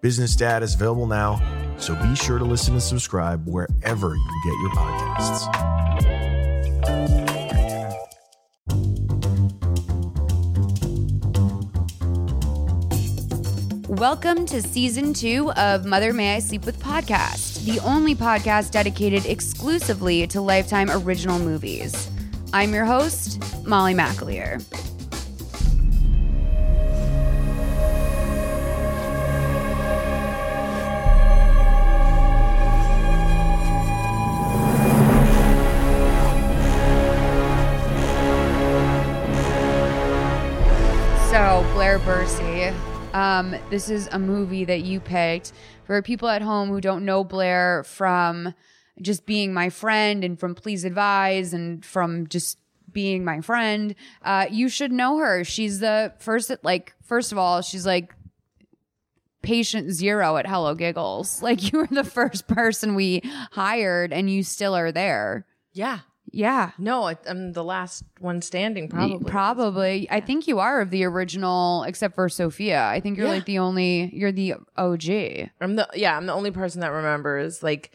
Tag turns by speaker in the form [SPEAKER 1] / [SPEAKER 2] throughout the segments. [SPEAKER 1] Business Dad is available now, so be sure to listen and subscribe wherever you get your podcasts.
[SPEAKER 2] Welcome to season two of Mother May I Sleep With Podcast, the only podcast dedicated exclusively to Lifetime original movies. I'm your host, Molly McAleer. So, Blair Bursey. Um, this is a movie that you picked for people at home who don't know Blair from just being my friend and from Please Advise and from just being my friend. Uh, you should know her. She's the first, like, first of all, she's like patient zero at Hello Giggles. Like, you were the first person we hired and you still are there.
[SPEAKER 3] Yeah.
[SPEAKER 2] Yeah.
[SPEAKER 3] No, I, I'm the last one standing, probably.
[SPEAKER 2] Probably. I think you are of the original, except for Sophia. I think you're
[SPEAKER 3] Yeah.
[SPEAKER 2] like the only, you're the OG.
[SPEAKER 3] I'm the yeah. I'm the only person that remembers like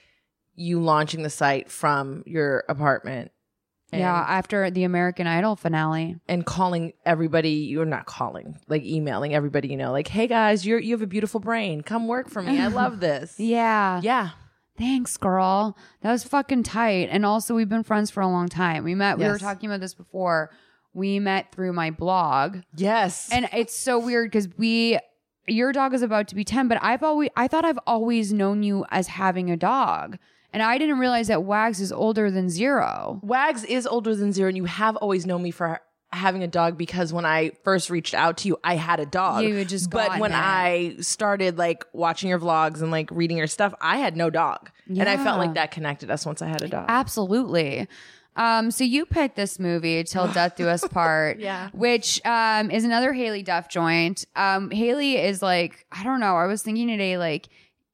[SPEAKER 3] you launching the site from your apartment. And,
[SPEAKER 2] yeah, after the American Idol finale.
[SPEAKER 3] and calling everybody. You're not calling, like emailing everybody. You know, like, hey guys, you are you have a beautiful brain. Come work for me. I love this.
[SPEAKER 2] Yeah.
[SPEAKER 3] Yeah.
[SPEAKER 2] Thanks, girl. That was fucking tight. And also, we've been friends for a long time. We met, we were
[SPEAKER 3] Yes.
[SPEAKER 2] talking about this before. We met through my blog.
[SPEAKER 3] Yes.
[SPEAKER 2] And it's so weird because we, your dog is about to be 10, but I've always, I thought I've always known you as having a dog. And I didn't realize that Wags is older than zero.
[SPEAKER 3] Wags is older than zero, and you have always known me for having a dog because when I first reached out to you, I had a dog.
[SPEAKER 2] You had just
[SPEAKER 3] but
[SPEAKER 2] gotten
[SPEAKER 3] when
[SPEAKER 2] it.
[SPEAKER 3] I started like watching your vlogs and like reading your stuff, I had no dog, and I felt
[SPEAKER 2] Yeah.
[SPEAKER 3] like that connected us once I had a dog.
[SPEAKER 2] Absolutely. Um, so you picked this movie, Till Death Do Us Part,
[SPEAKER 3] Yeah.
[SPEAKER 2] which um, is another Haley Duff joint. Um, Haley is like, I don't know. I was thinking today, like,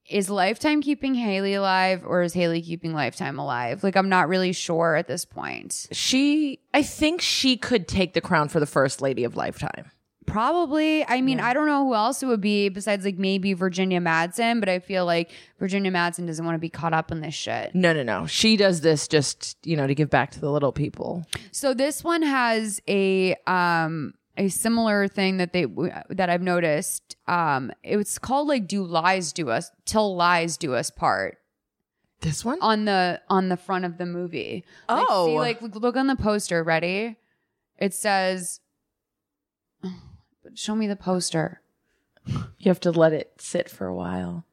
[SPEAKER 2] is Lifetime keeping Haley alive or is Haley keeping Lifetime alive? Like, I'm not really sure at this point.
[SPEAKER 3] she, I think she could take the crown for the first lady of lifetime.
[SPEAKER 2] Probably. I mean, I don't know who else it would be besides like maybe Virginia Madsen, but I feel like Virginia Madsen doesn't want to be caught up in this shit.
[SPEAKER 3] No, no, no. She does this just you know to give back to the little people.
[SPEAKER 2] So this one has a um a similar thing that they that I've noticed. Um, it's called like "Do Lies Do Us Till Lies Do Us Part"
[SPEAKER 3] This one.
[SPEAKER 2] on the on the front of the movie. Like,
[SPEAKER 3] Oh.
[SPEAKER 2] see, like look, look on the poster. Ready? It says. Show me the poster.
[SPEAKER 3] You have to let it sit for a while.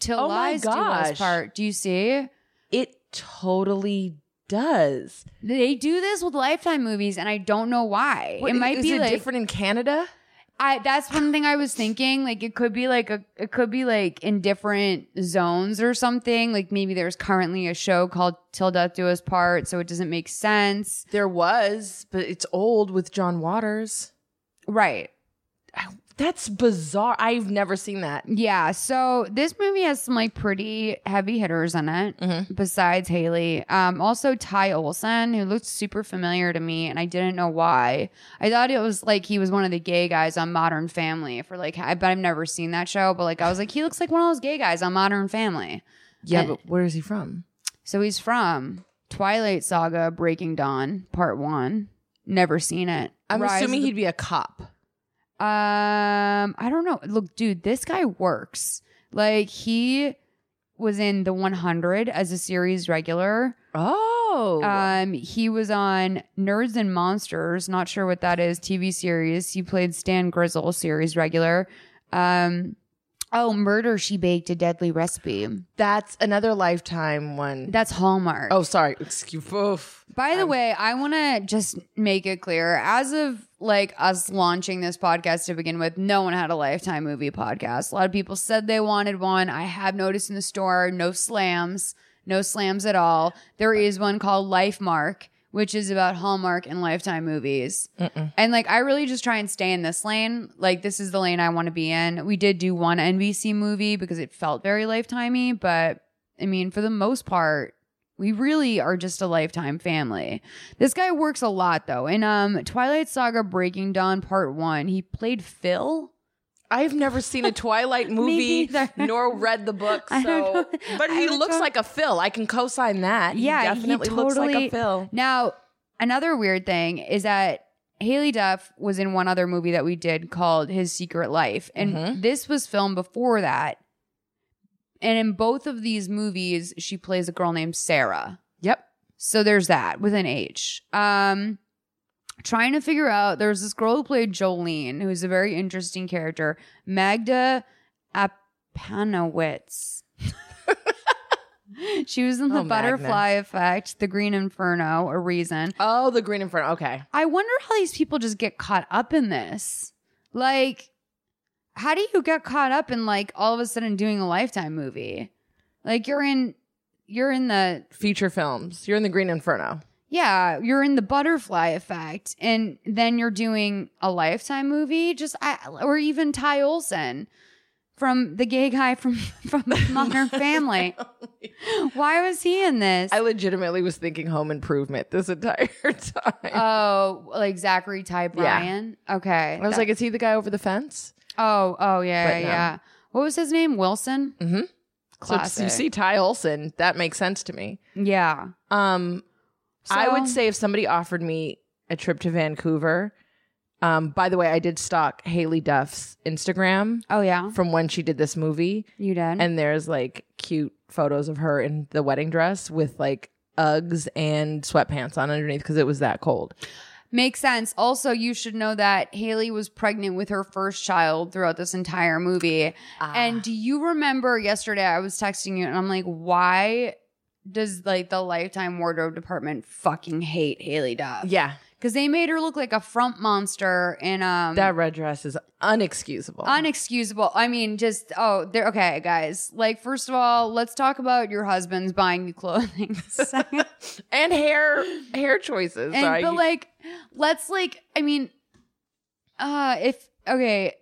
[SPEAKER 2] Till
[SPEAKER 3] Oh my
[SPEAKER 2] lies do us
[SPEAKER 3] gosh.
[SPEAKER 2] part. Do you see?
[SPEAKER 3] It totally does.
[SPEAKER 2] They do this with Lifetime movies, and I don't know why.
[SPEAKER 3] What,
[SPEAKER 2] it might
[SPEAKER 3] is
[SPEAKER 2] be
[SPEAKER 3] it
[SPEAKER 2] like,
[SPEAKER 3] different in Canada.
[SPEAKER 2] I that's one thing I was thinking. Like it could be like a it could be like in different zones or something. Like maybe there's currently a show called Till Death Do Us Part, so it doesn't make sense.
[SPEAKER 3] There was, but it's old with John Waters.
[SPEAKER 2] Right.
[SPEAKER 3] That's bizarre. I've never seen that.
[SPEAKER 2] Yeah. So this movie has some like pretty heavy hitters in it,
[SPEAKER 3] Mm-hmm.
[SPEAKER 2] besides Haley. Um, also Ty Olson, who looked super familiar to me, and I didn't know why. I thought it was like he was one of the gay guys on Modern Family for like I but I've never seen that show, but like I was like, he looks like one of those gay guys on Modern Family.
[SPEAKER 3] Yeah,
[SPEAKER 2] And-
[SPEAKER 3] but where is he from?
[SPEAKER 2] So he's from Twilight Saga Breaking Dawn Part 1. Never seen it.
[SPEAKER 3] I'm
[SPEAKER 2] Rise of
[SPEAKER 3] assuming
[SPEAKER 2] the-
[SPEAKER 3] he'd be a cop.
[SPEAKER 2] Um, I don't know. Look, dude, this guy works. Like he was in The 100 as a series regular.
[SPEAKER 3] Oh.
[SPEAKER 2] Um, he was on Nerds and Monsters, not sure what that is, TV series. He played Stan Grizzle, series regular. Um, Oh, Murder She Baked a Deadly Recipe.
[SPEAKER 3] That's another lifetime one.
[SPEAKER 2] That's Hallmark.
[SPEAKER 3] Oh, sorry. Excuse. Oof.
[SPEAKER 2] By the way, I want to just make it clear as of like us launching this podcast to begin with, no one had a lifetime movie podcast. A lot of people said they wanted one. I have noticed in the store no slams, no slams at all. There is one called Life Mark, which is about Hallmark and Lifetime movies.
[SPEAKER 3] Mm-hmm.
[SPEAKER 2] And like, I really just try and stay in this lane. Like, this is the lane I want to be in. We did do one NBC movie because it felt very Lifetimey, but I mean, for the most part, we really are just a lifetime family. This guy works a lot though. In um Twilight Saga Breaking Dawn Part 1, he played Phil.
[SPEAKER 3] I've never seen a Twilight movie
[SPEAKER 2] neither.
[SPEAKER 3] nor read the book, so
[SPEAKER 2] I don't know.
[SPEAKER 3] but
[SPEAKER 2] I
[SPEAKER 3] he
[SPEAKER 2] don't
[SPEAKER 3] looks
[SPEAKER 2] know.
[SPEAKER 3] like a Phil. I can co-sign that. He
[SPEAKER 2] Yeah,
[SPEAKER 3] definitely
[SPEAKER 2] he
[SPEAKER 3] looks like
[SPEAKER 2] totally-
[SPEAKER 3] a Phil.
[SPEAKER 2] Now, another weird thing is that Haley Duff was in one other movie that we did called His Secret Life. And
[SPEAKER 3] Mm-hmm.
[SPEAKER 2] this was filmed before that. And in both of these movies, she plays a girl named Sarah.
[SPEAKER 3] Yep.
[SPEAKER 2] So there's that with an H. Um, trying to figure out there's this girl who played Jolene, who's a very interesting character, Magda Apanowitz. she was in the
[SPEAKER 3] Oh, Magna.
[SPEAKER 2] Butterfly Effect, The Green Inferno, A Reason.
[SPEAKER 3] Oh, the green in front. Okay.
[SPEAKER 2] I wonder how these people just get caught up in this. Like, how do you get caught up in like all of a sudden doing a lifetime movie? Like you're in you're in the
[SPEAKER 3] Feature films. You're in the green inferno.
[SPEAKER 2] yeah, you're in the butterfly effect, and then you're doing a lifetime movie, just I, or even Ty Olson from the gay guy from from Modern Family. Why was he in this?
[SPEAKER 3] I legitimately was thinking home improvement this entire time.
[SPEAKER 2] oh, like Zachary Ty Bryan. Okay,
[SPEAKER 3] I was like, is he the guy over the fence?
[SPEAKER 2] oh, oh yeah,
[SPEAKER 3] But
[SPEAKER 2] yeah,
[SPEAKER 3] no.
[SPEAKER 2] yeah. What was his name? Wilson.
[SPEAKER 3] Mm-hmm.
[SPEAKER 2] Classic.
[SPEAKER 3] So you see Ty Olson, that makes sense to me.
[SPEAKER 2] yeah.
[SPEAKER 3] Um, I would
[SPEAKER 2] So-
[SPEAKER 3] say if somebody offered me a trip to Vancouver, um, by the way, I did stalk Haley Duff's Instagram
[SPEAKER 2] Oh yeah,
[SPEAKER 3] from when she did this movie,
[SPEAKER 2] you did.
[SPEAKER 3] and there's like cute photos of her in the wedding dress with like Uggs and sweatpants on underneath because it was that cold.
[SPEAKER 2] Makes sense. Also, you should know that Haley was pregnant with her first child throughout this entire movie.
[SPEAKER 3] Ah.
[SPEAKER 2] And do you remember yesterday I was texting you and I'm like, why does like the lifetime wardrobe department fucking hate Haley Duff?
[SPEAKER 3] Yeah,
[SPEAKER 2] Because they made her look like a front monster and um
[SPEAKER 3] that red dress is unexcusable.
[SPEAKER 2] Unexcusable. I mean, just oh, they're okay, guys. Like, first of all, let's talk about your husband's buying you clothing. Second,
[SPEAKER 3] and hair hair choices.
[SPEAKER 2] and
[SPEAKER 3] Sorry,
[SPEAKER 2] but
[SPEAKER 3] you-
[SPEAKER 2] like let's like i mean uh if okay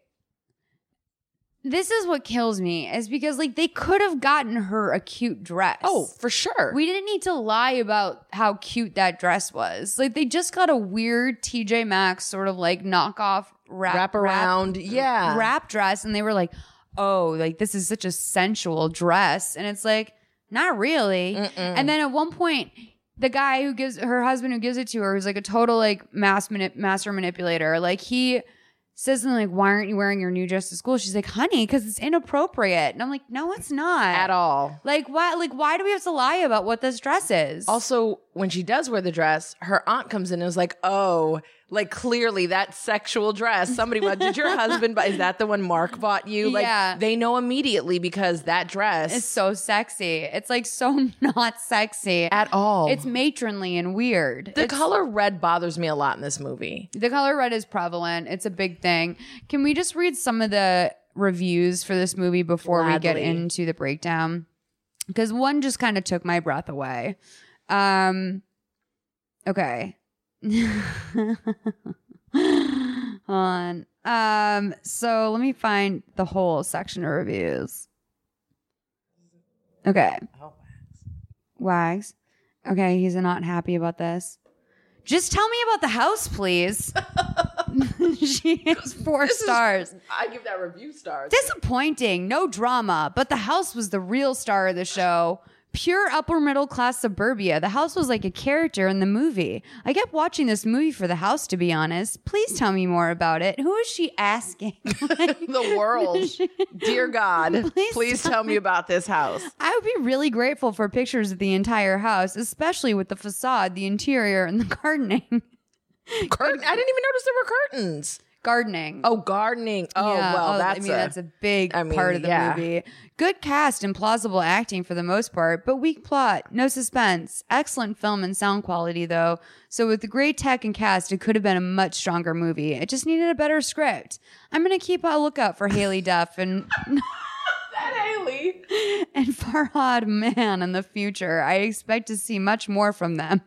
[SPEAKER 2] this is what kills me is because like they could have gotten her a cute dress
[SPEAKER 3] oh, for sure.
[SPEAKER 2] we didn't need to lie about how cute that dress was like they just got a weird tj maxx sort of like knockoff wrap,
[SPEAKER 3] wrap around. yeah.
[SPEAKER 2] wrap, wrap dress and they were like oh like this is such a sensual dress and it's like not really and then at one point, the guy who gives her husband who gives it to her, who's like a total like mass manip- master manipulator, like he says something like, "Why aren't you wearing your new dress to school?" She's like, "Honey, because it's inappropriate." And I'm like, "No, it's not
[SPEAKER 3] at all.
[SPEAKER 2] Like why? Like why do we have to lie about what this dress is?"
[SPEAKER 3] Also, when she does wear the dress, her aunt comes in and is like, "Oh, like clearly that sexual dress. Somebody bought. Did your husband buy? Is that the one Mark bought you? Like
[SPEAKER 2] Yeah.
[SPEAKER 3] they know immediately because that dress
[SPEAKER 2] it's so sexy. It's like so not sexy
[SPEAKER 3] at all.
[SPEAKER 2] It's matronly and weird.
[SPEAKER 3] the
[SPEAKER 2] It's-
[SPEAKER 3] color red bothers me a lot in this movie.
[SPEAKER 2] The color red is prevalent. It's a big thing. Can we just read some of the reviews for this movie before we get
[SPEAKER 3] Gladly.
[SPEAKER 2] into the breakdown? Because one just kind of took my breath away. Um, okay. Hold on. Um, so let me find the whole section of reviews. Okay. Wags. Okay, he's not happy about this. Just tell me about the house, please. she is four stars.
[SPEAKER 3] I give that review stars.
[SPEAKER 2] Disappointing, no drama, but the house was the real star of the show. Pure upper middle class suburbia. The house was like a character in the movie. I kept watching this movie for the house, to be honest. Please tell me more about it. Who is she asking?
[SPEAKER 3] the world, dear God,
[SPEAKER 2] Please
[SPEAKER 3] please, tell me about this house.
[SPEAKER 2] I would be really grateful for pictures of the entire house, especially with the facade, the interior, and the gardening.
[SPEAKER 3] Curtain. I didn't even notice there were curtains.
[SPEAKER 2] gardening.
[SPEAKER 3] Oh, gardening. Oh,
[SPEAKER 2] Yeah.
[SPEAKER 3] well,
[SPEAKER 2] Oh,
[SPEAKER 3] that's,
[SPEAKER 2] I mean
[SPEAKER 3] a,
[SPEAKER 2] that's a big
[SPEAKER 3] I mean,
[SPEAKER 2] part of the
[SPEAKER 3] yeah.
[SPEAKER 2] movie. Good cast and plausible acting for the most part, but weak plot, no suspense. Excellent film and sound quality though. So with the great tech and cast, it could have been a much stronger movie. It just needed a better script. I'm gonna keep a lookout for Haley Duff and
[SPEAKER 3] Haley.
[SPEAKER 2] and Farhad Man in the future. I expect to see much more from them.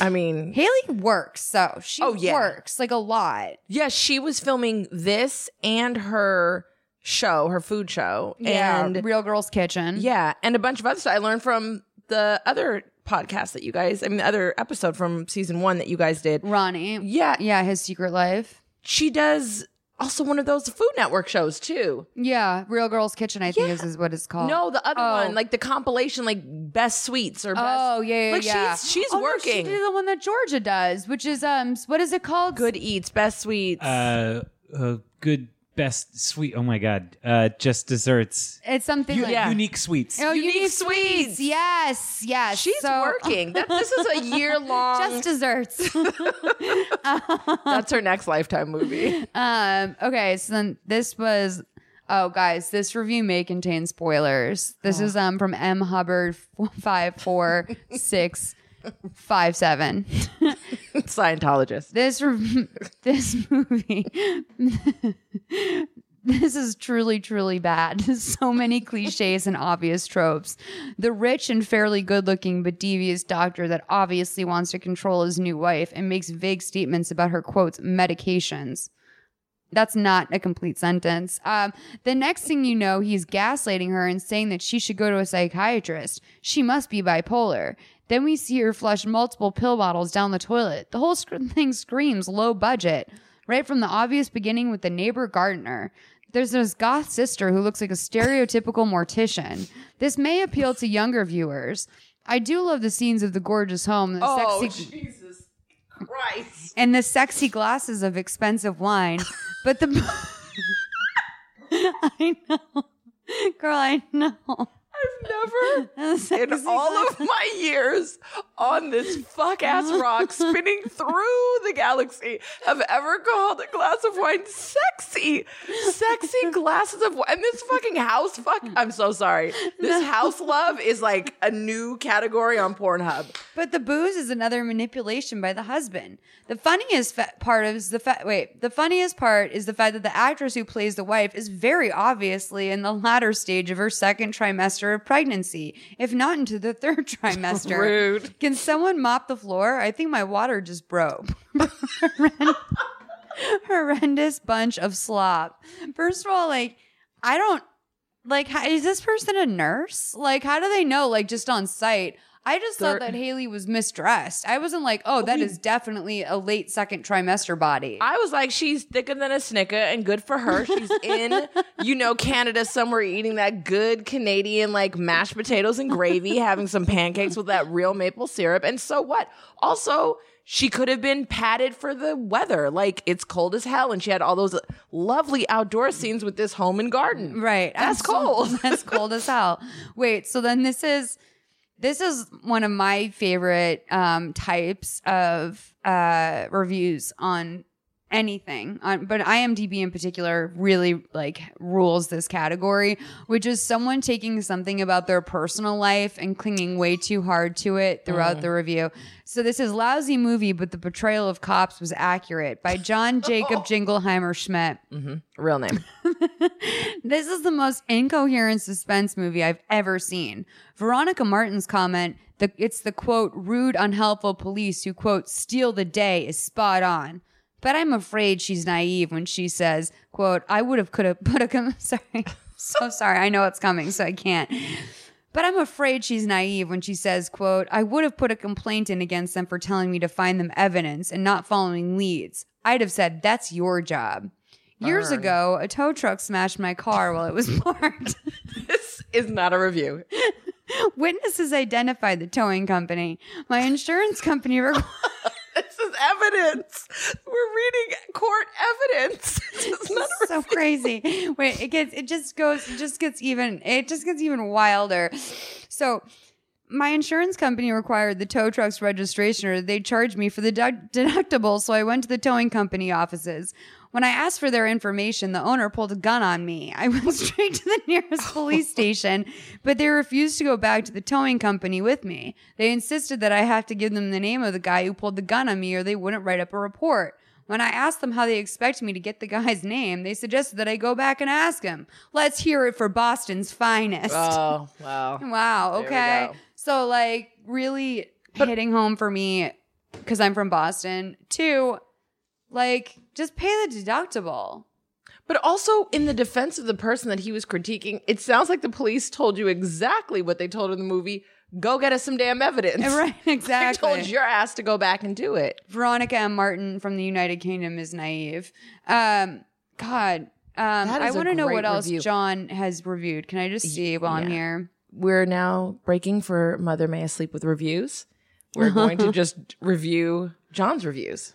[SPEAKER 3] I mean,
[SPEAKER 2] Haley works, so she
[SPEAKER 3] Oh, yeah.
[SPEAKER 2] works like a lot.
[SPEAKER 3] yeah, she was filming this and her show, her food show,
[SPEAKER 2] yeah,
[SPEAKER 3] and
[SPEAKER 2] Real Girls Kitchen.
[SPEAKER 3] yeah, and a bunch of other stuff. I learned from the other podcast that you guys, I mean, the other episode from season one that you guys did.
[SPEAKER 2] Ronnie.
[SPEAKER 3] Yeah,
[SPEAKER 2] Yeah, his secret life.
[SPEAKER 3] she does also one of those Food Network shows too.
[SPEAKER 2] Yeah, Real Girls Kitchen, I think is, is what it's called.
[SPEAKER 3] No, the other
[SPEAKER 2] Oh.
[SPEAKER 3] one, like the compilation, like best sweets or best.
[SPEAKER 2] Oh yeah, yeah,
[SPEAKER 3] like
[SPEAKER 2] yeah.
[SPEAKER 3] she's she's
[SPEAKER 2] Oh, no,
[SPEAKER 3] working.
[SPEAKER 2] she did the one that Georgia does, which is um, s- what is it called?
[SPEAKER 3] Good eats, best sweets.
[SPEAKER 4] Uh, uh, good, best, sweet. Oh my God. Uh, just desserts.
[SPEAKER 2] It's something
[SPEAKER 4] U-
[SPEAKER 2] like
[SPEAKER 3] yeah.
[SPEAKER 4] Unique sweets.
[SPEAKER 2] Oh,
[SPEAKER 3] Unique Swedes.
[SPEAKER 2] Yes, yes.
[SPEAKER 3] She's
[SPEAKER 2] So-
[SPEAKER 3] working. That, this is a year long.
[SPEAKER 2] Just desserts.
[SPEAKER 3] that's her next lifetime movie.
[SPEAKER 2] um. Okay. So then this was. Oh, guys, this review may contain spoilers. This is um from M Hubbard five four six five seven.
[SPEAKER 3] Scientologist.
[SPEAKER 2] this re- this movie this is truly truly bad so many cliches and obvious tropes the rich and fairly good-looking but devious doctor that obviously wants to control his new wife and makes vague statements about her quotes medications that's not a complete sentence. Um, the next thing you know, he's gaslighting her and saying that she should go to a psychiatrist. She must be bipolar. Then we see her flush multiple pill bottles down the toilet. The whole sc- thing screams low budget, right from the obvious beginning with the neighbor gardener. There's this goth sister who looks like a stereotypical mortician. This may appeal to younger viewers. I do love the scenes of the gorgeous home, the sexy,
[SPEAKER 3] Oh, Jesus Christ.
[SPEAKER 2] and the sexy glasses of expensive wine. But the I know. Girl, I know.
[SPEAKER 3] I've
[SPEAKER 2] The
[SPEAKER 3] never,
[SPEAKER 2] sexy
[SPEAKER 3] in all of my years on this fuck ass rock spinning through the galaxy, have ever called a glass of wine sexy. Sexy glasses of wine. And this fucking house fuck. I'm so sorry. This house love is like a new category on Pornhub.
[SPEAKER 2] But the booze is another manipulation by the husband. The funniest fa- part is the fa- wait. The funniest part is the fact that the actress who plays the wife is very obviously in the latter stage of her second trimester of pregnancy, if not into the third trimester.
[SPEAKER 3] Rude.
[SPEAKER 2] Can someone mop the floor? I think my water just broke. Horrendous bunch of slop. First of all, like I don't like how, is this person a nurse? Like how do they know? Like just on site. I just
[SPEAKER 3] They're-
[SPEAKER 2] thought that Haley was misdressed. I wasn't like, oh, that is definitely a late second trimester body.
[SPEAKER 3] I was like, she's thicker than a snicker, and good for her. She's in, you know, Canada somewhere eating that good Canadian like mashed potatoes and gravy, having some pancakes with that real maple syrup. And so what? Also, she could have been padded for the weather. Like it's cold as hell, and she had all those lovely outdoor scenes with this home and garden.
[SPEAKER 2] right.
[SPEAKER 3] That's
[SPEAKER 2] Absolutely.
[SPEAKER 3] cold.
[SPEAKER 2] That's cold as hell. Wait, so then this is this is one of my favorite um, types of uh, reviews on anything on but IMDb in particular really like rules this category which is someone taking something about their personal life and clinging way too hard to it throughout
[SPEAKER 3] Mm.
[SPEAKER 2] the review. So this is lousy movie but the portrayal of cops was accurate by John Jacob Jingleheimer Schmidt.
[SPEAKER 3] Mm-hmm. Real name.
[SPEAKER 2] This is the most incoherent suspense movie I've ever seen. Veronica Martin's comment, the, it's the quote, rude, unhelpful police who quote, steal the day is spot on. But I'm afraid she's naive when she says, quote, I would have could have put a, com- sorry, so sorry. I know it's coming, so I can't. But I'm afraid she's naive when she says, quote, I would have put a complaint in against them for telling me to find them evidence and not following leads. I'd have said, that's your job. Years ago, a tow truck smashed my car while it was parked.
[SPEAKER 3] this is not a review.
[SPEAKER 2] Witnesses identified the towing company. My insurance company requ-
[SPEAKER 3] This is evidence. We're reading court evidence. This is not a
[SPEAKER 2] so crazy. Wait, it gets it just goes it just gets even it just gets even wilder. So my insurance company required the tow truck's registration or they charged me for the dedu- deductible, so I went to the towing company offices. When I asked for their information, the owner pulled a gun on me. I went straight to the nearest police station, but they refused to go back to the towing company with me. They insisted that I have to give them the name of the guy who pulled the gun on me or they wouldn't write up a report. When I asked them how they expect me to get the guy's name, they suggested that I go back and ask him. Let's hear it for Boston's finest.
[SPEAKER 3] Oh, wow.
[SPEAKER 2] Wow.
[SPEAKER 3] we
[SPEAKER 2] Okay.
[SPEAKER 3] go.
[SPEAKER 2] So like really hitting home for me because I'm from Boston. Two, like just pay the deductible.
[SPEAKER 3] But also, in the defense of the person that he was critiquing, it sounds like the police told you exactly what they told in the movie go get us some damn evidence.
[SPEAKER 2] Right.
[SPEAKER 3] I
[SPEAKER 2] Exactly.
[SPEAKER 3] told your ass to go back and do it.
[SPEAKER 2] Veronica M. Martin from the United Kingdom is naive. Um, God. Um,
[SPEAKER 3] That is
[SPEAKER 2] I
[SPEAKER 3] a
[SPEAKER 2] want to know
[SPEAKER 3] great
[SPEAKER 2] what else
[SPEAKER 3] review.
[SPEAKER 2] John has reviewed. Can I just see while I'm
[SPEAKER 3] yeah.
[SPEAKER 2] here?
[SPEAKER 3] We're now breaking for Mother May I Sleep with reviews. We're going to just review John's reviews.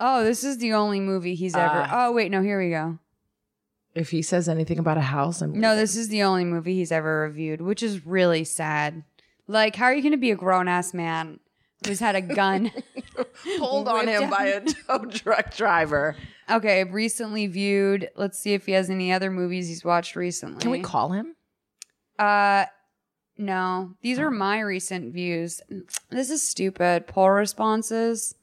[SPEAKER 2] Oh, this is the only movie he's ever.
[SPEAKER 3] Uh,
[SPEAKER 2] oh wait, no, here we go.
[SPEAKER 3] If he says anything about a house, I'm
[SPEAKER 2] No, this is the only movie he's ever reviewed, which is really sad. Like, how are you going to be a grown ass man who's had a gun?
[SPEAKER 3] pulled on
[SPEAKER 2] Whipped
[SPEAKER 3] him by a tow truck driver.
[SPEAKER 2] okay, recently viewed. Let's see if he has any other movies he's watched recently.
[SPEAKER 3] Can we call him?
[SPEAKER 2] Uh, no, these
[SPEAKER 3] Oh.
[SPEAKER 2] are my recent views. This is stupid. Poll responses.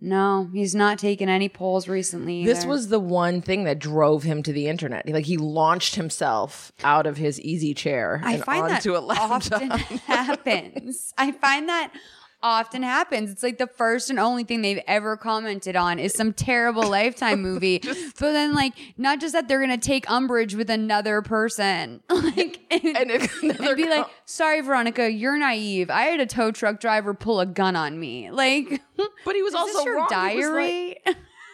[SPEAKER 2] No, he's not taken any polls recently.
[SPEAKER 3] This
[SPEAKER 2] either.
[SPEAKER 3] was the one thing that drove him to the internet. Like he launched himself out of his easy chair
[SPEAKER 2] I
[SPEAKER 3] and
[SPEAKER 2] find that
[SPEAKER 3] onto a laptop.
[SPEAKER 2] often happens. I find that often happens. It's like the first and only thing they've ever commented on is some terrible Lifetime movie. but then, like, not just that they're gonna take umbrage with another person, like, and,
[SPEAKER 3] And if another
[SPEAKER 2] and be like,
[SPEAKER 3] com-
[SPEAKER 2] "Sorry, Veronica, you're naive. I had a tow truck driver pull a gun on me. Like,
[SPEAKER 3] but he was
[SPEAKER 2] is
[SPEAKER 3] also
[SPEAKER 2] this your
[SPEAKER 3] wrong. He was like-
[SPEAKER 2] diary?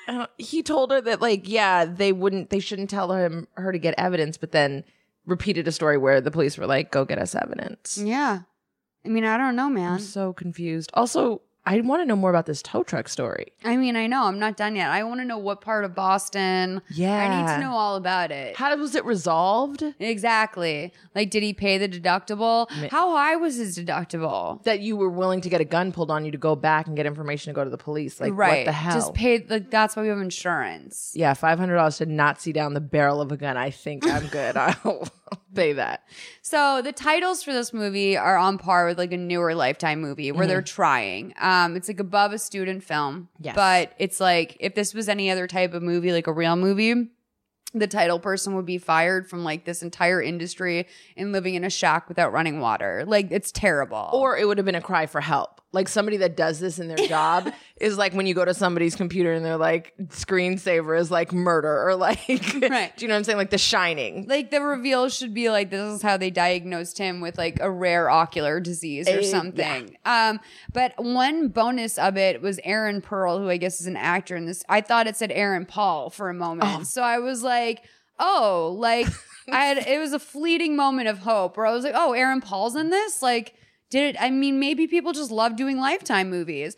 [SPEAKER 3] I don't- he told her that like yeah they wouldn't they shouldn't tell him her to get evidence but then repeated a story where the police were like go get us evidence
[SPEAKER 2] yeah. I mean, I don't know,
[SPEAKER 3] i'm
[SPEAKER 2] man.
[SPEAKER 3] so confused also i want to know more about this tow truck story
[SPEAKER 2] I mean, I know I'm not done yet. I want to know what part of Boston.
[SPEAKER 3] yeah
[SPEAKER 2] I need to know all about it.
[SPEAKER 3] how was it resolved
[SPEAKER 2] Exactly. Like, did he pay the deductible?
[SPEAKER 3] Mi-
[SPEAKER 2] How high was his deductible?
[SPEAKER 3] that you were willing to get a gun pulled on you to go back and get information to go to the police like what the hell
[SPEAKER 2] Just pay. Like, that's why we have insurance.
[SPEAKER 3] yeah, five hundred dollars to not see down the barrel of a gun. I think I'm good. I'll I'll pay that.
[SPEAKER 2] So the titles for this movie are on par with like a newer Lifetime movie where they're trying. Um, it's like above a student film.
[SPEAKER 3] Mm-hmm. Yes.
[SPEAKER 2] But it's like if this was any other type of movie, like a real movie. The title person would be fired from like this entire industry and living in a shack without running water. Like it's terrible.
[SPEAKER 3] Or it would have been a cry for help. Like somebody that does this in their job is like when you go to somebody's computer and they're like screensaver is like murder or like
[SPEAKER 2] Right.
[SPEAKER 3] do you know what I'm saying? Like the shining.
[SPEAKER 2] like the reveal should be like this is how they diagnosed him with like a rare ocular disease or
[SPEAKER 3] Eh,
[SPEAKER 2] something. Um, but one bonus of it was Aaron Pearl, who I guess is an actor in this. I thought it said Aaron Paul for a moment,
[SPEAKER 3] Oh.
[SPEAKER 2] so I was like, oh, like I had it was a fleeting moment of hope where I was like, oh, Aaron Paul's in this, like. Did it? I mean, maybe people just love doing Lifetime movies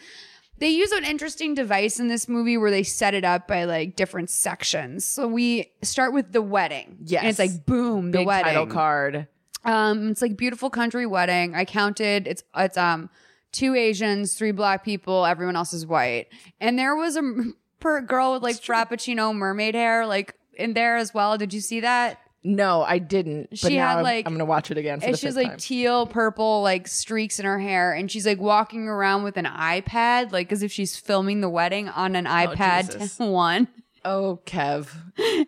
[SPEAKER 2] they use an interesting device in this movie where they set it up by like different sections. So we start with the wedding.
[SPEAKER 3] Yes.
[SPEAKER 2] And it's like boom, the
[SPEAKER 3] Big
[SPEAKER 2] wedding.
[SPEAKER 3] title card.
[SPEAKER 2] Um it's like beautiful country wedding. I counted it's it's um two Asians, three black people, everyone else is white. And there was a m- per girl with like frappuccino mermaid hair like in there as well. Did you see that?
[SPEAKER 3] No, I didn't. But
[SPEAKER 2] She
[SPEAKER 3] now
[SPEAKER 2] had,
[SPEAKER 3] I'm-
[SPEAKER 2] like-
[SPEAKER 3] I'm gonna watch it again for
[SPEAKER 2] and
[SPEAKER 3] the
[SPEAKER 2] she's
[SPEAKER 3] fifth
[SPEAKER 2] like
[SPEAKER 3] time.
[SPEAKER 2] teal purple like streaks in her hair and she's like walking around with an ipad like as if she's filming the wedding on an ipad
[SPEAKER 3] Oh, Jesus.
[SPEAKER 2] one
[SPEAKER 3] oh, Kev.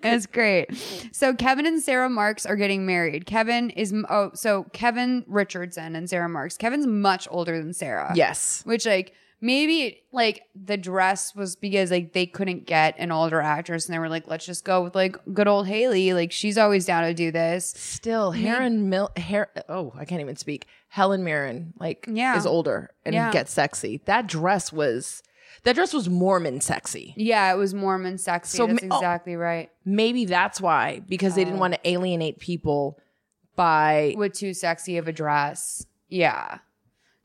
[SPEAKER 2] That's great. So Kevin and Sarah Marks are getting married. Kevin is oh, so Kevin Richardson and Sarah Marks. Kevin's much older than Sarah.
[SPEAKER 3] Yes.
[SPEAKER 2] Which like maybe like the dress was because like they couldn't get an older actress and they were like, let's just go with like good old Haley. Like she's always down to do this.
[SPEAKER 3] Still, Heron Mil Her- oh, I can't even speak. Helen Mirren, like
[SPEAKER 2] Yeah.
[SPEAKER 3] is older and
[SPEAKER 2] Yeah.
[SPEAKER 3] gets sexy. That dress was that dress was Mormon sexy.
[SPEAKER 2] Yeah, it was Mormon sexy.
[SPEAKER 3] So
[SPEAKER 2] That's
[SPEAKER 3] ma- oh.
[SPEAKER 2] exactly right. Oh.
[SPEAKER 3] Maybe that's why, because they didn't want to alienate people by
[SPEAKER 2] With too sexy of a dress. Yeah.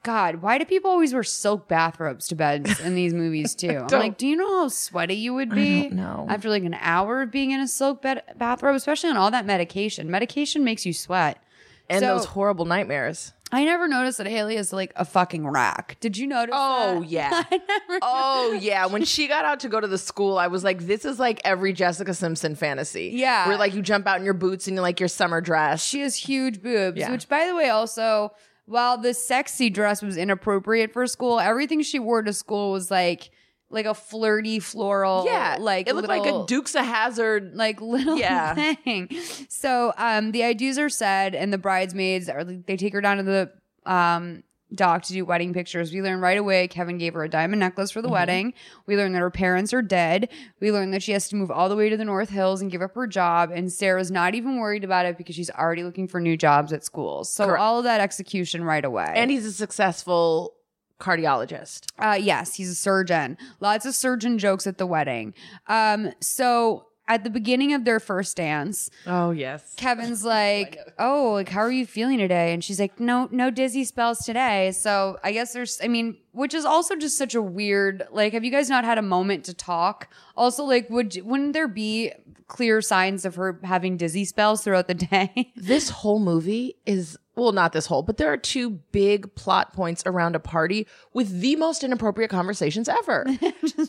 [SPEAKER 2] God, why do people always wear silk bathrobes to beds in these movies too? I'm like, do you know how sweaty you would be?
[SPEAKER 3] know.
[SPEAKER 2] after like an hour of being in a silk bed- bathrobe, especially on all that medication. Medication makes you sweat.
[SPEAKER 3] and
[SPEAKER 2] So-
[SPEAKER 3] those horrible nightmares.
[SPEAKER 2] I never noticed that Haley is like a fucking rock. Did you notice?
[SPEAKER 3] Oh,
[SPEAKER 2] that?
[SPEAKER 3] yeah.
[SPEAKER 2] I never
[SPEAKER 3] Oh yeah, when she got out to go to the school, I was like, "This is like every Jessica Simpson fantasy."
[SPEAKER 2] Yeah.
[SPEAKER 3] where like you jump out in your boots and you like your summer dress.
[SPEAKER 2] She has huge boobs,
[SPEAKER 3] Yeah.
[SPEAKER 2] which, by the way, also, while the sexy dress was inappropriate for school, everything she wore to school was like like a flirty floral.
[SPEAKER 3] yeah,
[SPEAKER 2] like
[SPEAKER 3] it looked
[SPEAKER 2] little-
[SPEAKER 3] like a Dukes of Hazard.
[SPEAKER 2] like little
[SPEAKER 3] Yeah.
[SPEAKER 2] thing. So um, the IDs are said, and the bridesmaids are they take her down to the um, dock to do wedding pictures. We learn right away Kevin gave her a diamond necklace
[SPEAKER 3] Mm-hmm.
[SPEAKER 2] for the wedding. We learn that her parents are dead. We learn that she has to move all the way to the North Hills and give up her job. And Sarah's not even worried about it because she's already looking for new jobs at schools. So
[SPEAKER 3] Correct.
[SPEAKER 2] all of that execution right away.
[SPEAKER 3] and he's a successful cardiologist.
[SPEAKER 2] Uh, yes, he's a surgeon. Lots of surgeon jokes at the wedding. Um, so at the beginning of their first dance,
[SPEAKER 3] Oh yes,
[SPEAKER 2] Kevin's like, "Oh, like how are you feeling today?" And she's like, "No, no dizzy spells today." So I guess there's, I mean, which is also just such a weird. Like, have you guys not had a moment to talk? Also, like, would wouldn't there be clear signs of her having dizzy spells throughout the day?
[SPEAKER 3] this whole movie is well, not this whole, but there are two big plot points around a party with the most inappropriate conversations ever.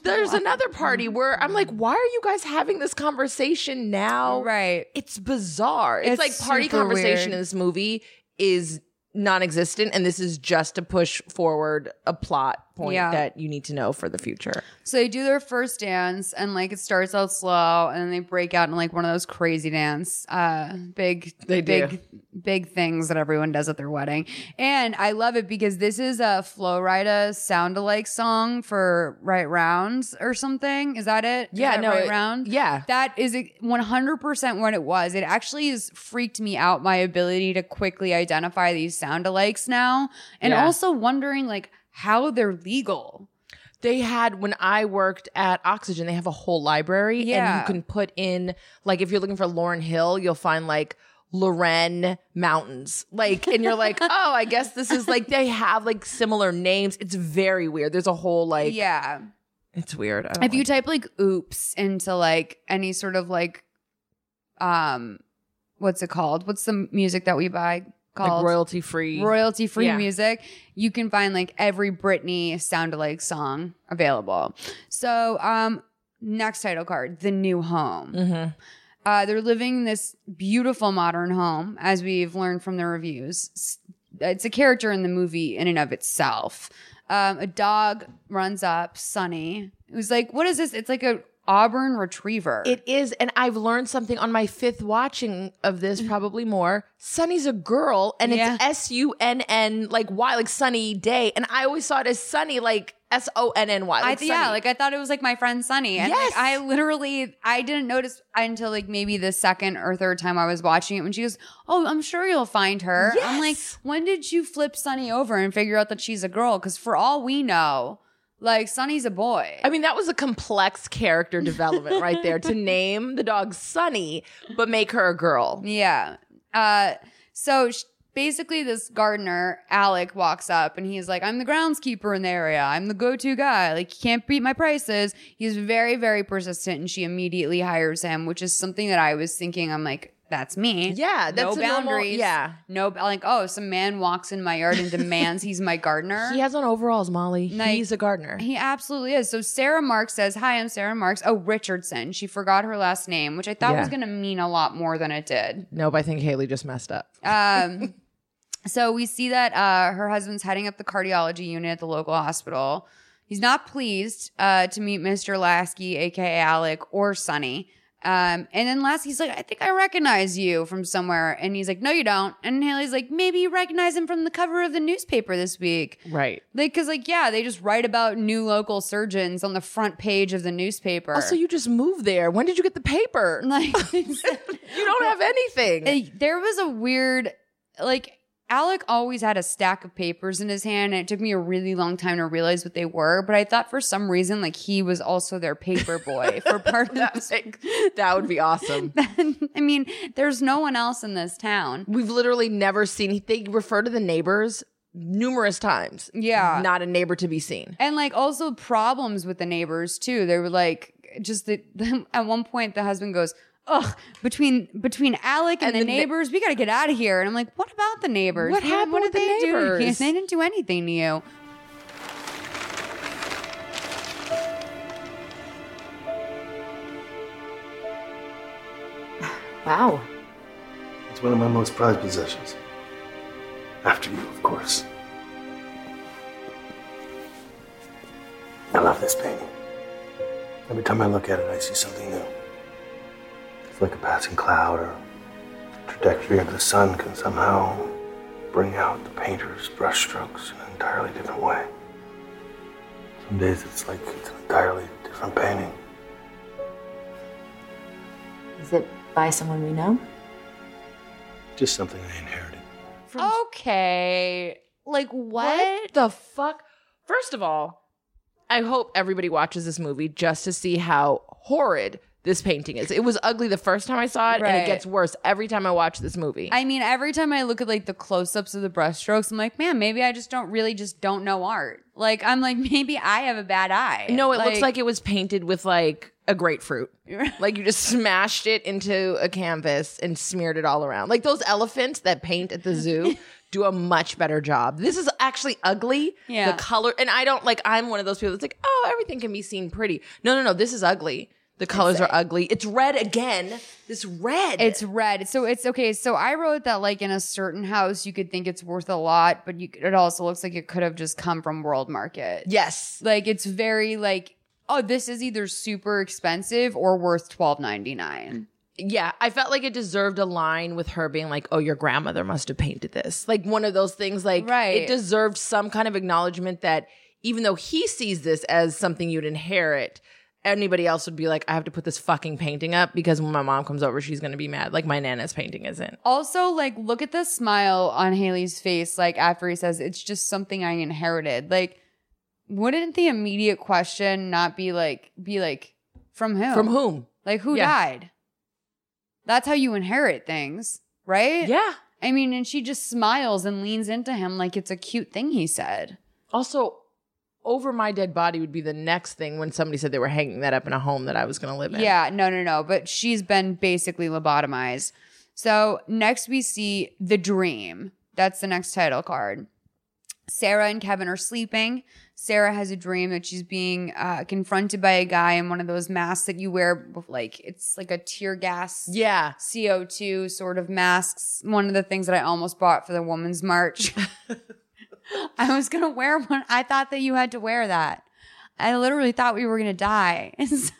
[SPEAKER 3] There's another party where I'm like, why are you guys having this conversation now?
[SPEAKER 2] right.
[SPEAKER 3] It's bizarre. It's,
[SPEAKER 2] It's
[SPEAKER 3] like party
[SPEAKER 2] super
[SPEAKER 3] conversation
[SPEAKER 2] weird.
[SPEAKER 3] in this movie is non-existent, and this is just to push forward a plot point
[SPEAKER 2] Yeah.
[SPEAKER 3] that you need to know for the future.
[SPEAKER 2] So they do their first dance, and like it starts out slow, and then they break out in like one of those crazy dance, uh, big,
[SPEAKER 3] They do.
[SPEAKER 2] big, big things that everyone does at their wedding. And I love it because this is a Flow Rida sound alike song for Right Rounds or something. Is that it? Is
[SPEAKER 3] Yeah,
[SPEAKER 2] that
[SPEAKER 3] no,
[SPEAKER 2] Right
[SPEAKER 3] it-
[SPEAKER 2] Round.
[SPEAKER 3] yeah.
[SPEAKER 2] that is one hundred percent what it was. It actually has freaked me out my ability to quickly identify these sound alikes now, and
[SPEAKER 3] Yeah.
[SPEAKER 2] also wondering like how they're legal.
[SPEAKER 3] they had when I worked at Oxygen, they have a whole library and
[SPEAKER 2] Yeah.
[SPEAKER 3] you can put in like if you're looking for Lauren Hill, you'll find like Loren Mountains. Like and you're like, "Oh, I guess this is like they have like similar names. It's very weird. There's a whole like
[SPEAKER 2] yeah.
[SPEAKER 3] it's weird. I don't
[SPEAKER 2] if you
[SPEAKER 3] like-
[SPEAKER 2] type like oops into like any sort of like um what's it called what's the music that we buy
[SPEAKER 3] like
[SPEAKER 2] called
[SPEAKER 3] royalty free.
[SPEAKER 2] royalty free
[SPEAKER 3] Yeah.
[SPEAKER 2] music you can find like every britney soundalike song available so um next title card the new home
[SPEAKER 3] Mhm.
[SPEAKER 2] uh, they're living in this beautiful modern home, as we've learned from the reviews. S- It's a character in the movie in and of itself. Um, a dog runs up, Sunny, who's like, "What is this?" It's like a Auburn Retriever.
[SPEAKER 3] It is, and I've learned something on my fifth watching of this, probably more. Sunny's a girl, and
[SPEAKER 2] Mm. Yeah.
[SPEAKER 3] it's S U N N, like Y, like Sunny Day. And I always saw it as Sunny, like S O N N Y.
[SPEAKER 2] I th- yeah,
[SPEAKER 3] Sunny.
[SPEAKER 2] like I thought it was like my friend Sunny, and
[SPEAKER 3] Yes.
[SPEAKER 2] like, I literally I didn't notice until like maybe the second or third time I was watching it when she goes, "Oh, I'm sure you'll find her." I'm like,
[SPEAKER 3] Yes.
[SPEAKER 2] when did you flip Sunny over and figure out that she's a girl? Because for all we know, like Sunny's a boy.
[SPEAKER 3] I mean, that was a complex character development right there to name the dog Sunny, but make her a girl.
[SPEAKER 2] Yeah. Uh, so sh- basically, this gardener, Alec, walks up and he's like, I'm the groundskeeper in the area. I'm the go to guy. Like, you can't beat my prices. He's very, very persistent and she immediately hires him, which is something that I was thinking. I'm like, that's me.
[SPEAKER 3] Yeah, that's
[SPEAKER 2] no
[SPEAKER 3] a normal-
[SPEAKER 2] boundaries.
[SPEAKER 3] yeah.
[SPEAKER 2] No, ba- like, oh, some man walks in my yard and demands he's my gardener.
[SPEAKER 3] He has on overalls, Molly.
[SPEAKER 2] Like-
[SPEAKER 3] He's a gardener.
[SPEAKER 2] He absolutely is. So Sarah Marks says, Hi, I'm Sarah Marks. Oh, Richardson. She forgot her last name, which I thought
[SPEAKER 3] Yeah.
[SPEAKER 2] was going to mean a lot more than it did.
[SPEAKER 3] nope, I think Haley just messed up.
[SPEAKER 2] Um, so we see that uh, her husband's heading up the cardiology unit at the local hospital. He's not pleased uh, to meet Mr. Lasky, aka Alec, or Sonny. Um, and then Lasky's like, I think I recognize you from somewhere. And he's like, No, you don't. And Haley's like, Maybe you recognize him from the cover of the newspaper this week.
[SPEAKER 3] Right.
[SPEAKER 2] Like, cause like, yeah, they just write about new local surgeons on the front page of the newspaper.
[SPEAKER 3] Also, you just moved there. When did you get the paper?
[SPEAKER 2] like,
[SPEAKER 3] You don't have anything.
[SPEAKER 2] Uh, there was a weird like Alec always had a stack of papers in his hand and it took me a really long time to realize what they were, but I thought for some reason like he was also their paper boy for part of
[SPEAKER 3] that,
[SPEAKER 2] this.
[SPEAKER 3] like, that would be awesome.
[SPEAKER 2] I mean, there's no one else in this town.
[SPEAKER 3] We've literally never seen. They refer to the neighbors numerous times.
[SPEAKER 2] Yeah.
[SPEAKER 3] not a neighbor to be seen.
[SPEAKER 2] And like also problems with the neighbors too. They were like just the, at one point the husband goes, ugh, between between Alec and,
[SPEAKER 3] And
[SPEAKER 2] the,
[SPEAKER 3] the na-
[SPEAKER 2] neighbors, we got to get out of here. And I'm like, what about the neighbors?
[SPEAKER 3] What happened
[SPEAKER 2] What
[SPEAKER 3] with
[SPEAKER 2] did
[SPEAKER 3] the
[SPEAKER 2] they do?
[SPEAKER 3] neighbors?
[SPEAKER 2] They didn't do anything to you.
[SPEAKER 5] Wow.
[SPEAKER 6] It's one of my most prized possessions. After you, of course. I love this painting. Every time I look at it, I see something new. It's like a passing cloud or trajectory of the sun can somehow bring out the painter's brushstrokes in an entirely different way. Some days it's like it's an entirely different painting.
[SPEAKER 5] Is it by someone we know?
[SPEAKER 6] Just something I inherited.
[SPEAKER 2] Okay. Like what?
[SPEAKER 3] What the fuck? First of all, I hope everybody watches this movie just to see how horrid this painting is. It was ugly the first time I saw it, and
[SPEAKER 2] Right.
[SPEAKER 3] it gets worse every time I watch this movie.
[SPEAKER 2] I mean, every time I look at like the close-ups of the brushstrokes, I'm like, man, maybe I just don't really just don't know art. Like I'm like, maybe I have a bad eye.
[SPEAKER 3] no, it looks like it was painted with like a grapefruit. like you just smashed it into a canvas and smeared it all around. Like those elephants that paint at the zoo do a much better job. This is actually ugly.
[SPEAKER 2] Yeah.
[SPEAKER 3] The color and I don't like I'm one of those people that's like, "Oh, everything can be seen pretty." No, no, no, this is ugly. The colors are ugly. It's red again. This red.
[SPEAKER 2] It's red. So it's okay. So I wrote that like in a certain house, you could think it's worth a lot, but you, it also looks like it could have just come from World Market.
[SPEAKER 3] yes.
[SPEAKER 2] Like it's very like, oh, this is either super expensive or worth twelve ninety nine.
[SPEAKER 3] Yeah, I felt like it deserved a line with her being like, "Oh, your grandmother must have painted this." Like one of those things like
[SPEAKER 2] Right.
[SPEAKER 3] it deserved some kind of acknowledgement that even though he sees this as something you'd inherit, anybody else would be like, "I have to put this fucking painting up because when my mom comes over, she's going to be mad like my nana's painting isn't."
[SPEAKER 2] Also, like, look at the smile on Haley's face, like after he says, "It's just something I inherited." Like, wouldn't the immediate question not be like, be like, from who?
[SPEAKER 3] From whom?
[SPEAKER 2] Like, who
[SPEAKER 3] Yeah.
[SPEAKER 2] died? That's how you inherit things, right?
[SPEAKER 3] Yeah.
[SPEAKER 2] I mean, and she just smiles and leans into him like it's a cute thing he said.
[SPEAKER 3] Also, over my dead body would be the next thing when somebody said they were hanging that up in a home that I was going to live in.
[SPEAKER 2] Yeah, no, no, no. But she's been basically lobotomized. So next we see The Dream. That's the next title card. Sarah and Kevin are sleeping. Sarah has a dream that she's being uh, confronted by a guy in one of those masks that you wear, with, like it's like a tear gas
[SPEAKER 3] Yeah.
[SPEAKER 2] CO2 sort of masks. One of the things that I almost bought for the Women's March. I was going to wear one. I thought that you had to wear that. I literally thought we were going to die. And so-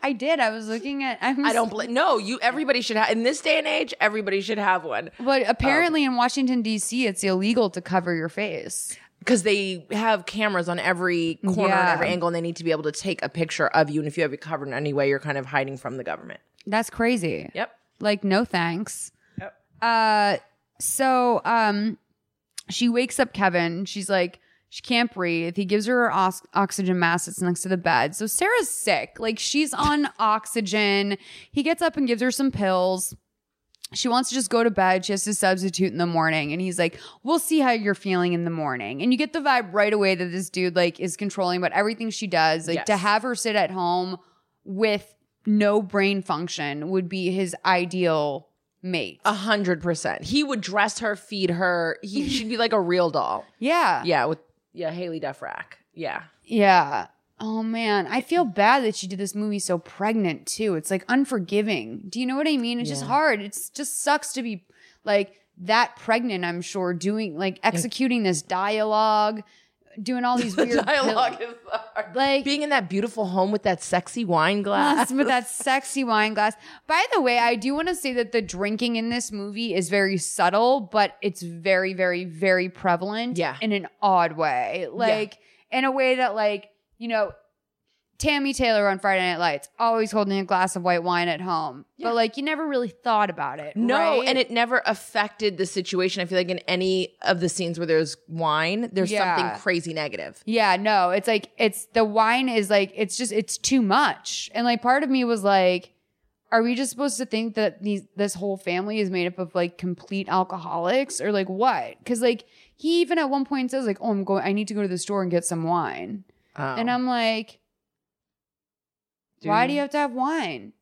[SPEAKER 2] I did. I was looking at. I, was,
[SPEAKER 3] I don't blame. No, you. Everybody should have. In this day and age, everybody should have one
[SPEAKER 2] But apparently in Washington, D.C., it's illegal to cover your face.
[SPEAKER 3] because they have cameras on every corner
[SPEAKER 2] Yeah.
[SPEAKER 3] and every angle, and they need to be able to take a picture of you. And if you have it covered in any way, you're kind of hiding from the government.
[SPEAKER 2] That's crazy.
[SPEAKER 3] Yep.
[SPEAKER 2] Like, no thanks. Uh, so um, she wakes up Kevin. She's like, she can't breathe. He gives her her os- oxygen mask that's next to the bed. So Sarah's sick. Like, she's on oxygen. He gets up and gives her some pills. She wants to just go to bed. She has to substitute in the morning. And he's like, We'll see how you're feeling in the morning. And you get the vibe right away that this dude, like, is controlling about everything she does. Like,
[SPEAKER 3] Yes.
[SPEAKER 2] to have her sit at home with no brain function would be his ideal mate.
[SPEAKER 3] A hundred percent. He would dress her, feed her. He should be like a real doll.
[SPEAKER 2] yeah.
[SPEAKER 3] Yeah. With yeah, Haley Duff Rack. Yeah.
[SPEAKER 2] Yeah. Oh man, I feel bad that she did this movie so pregnant too. It's like unforgiving. Do you know what I mean? It's just hard. It's just sucks to be like that pregnant, I'm sure, doing like executing this dialogue, doing all these
[SPEAKER 3] The
[SPEAKER 2] weird
[SPEAKER 3] dialogue
[SPEAKER 2] pill-
[SPEAKER 3] is hard.
[SPEAKER 2] like
[SPEAKER 3] being in that beautiful home with that sexy wine glass.
[SPEAKER 2] glass with that sexy wine glass. By the way, I do want to say that the drinking in this movie is very subtle, but it's very, very, very prevalent.
[SPEAKER 3] Yeah.
[SPEAKER 2] In an odd way. Like in a way that like, you know, Tammy Taylor on Friday Night Lights, always holding a glass of white wine at home. But like you never really thought about it.
[SPEAKER 3] No,
[SPEAKER 2] right?
[SPEAKER 3] and it never affected the situation. I feel like in any of the scenes where there's wine, there's
[SPEAKER 2] Yeah.
[SPEAKER 3] something crazy negative.
[SPEAKER 2] Yeah, no, it's like it's the wine is like it's just it's too much. And like part of me was like are we just supposed to think that these this whole family is made up of like complete alcoholics or like what? Cuz like he even at one point says like, "Oh, I'm going I need to go to the store and get some wine."
[SPEAKER 3] Um,
[SPEAKER 2] And I'm like, "Why do you have to have wine?"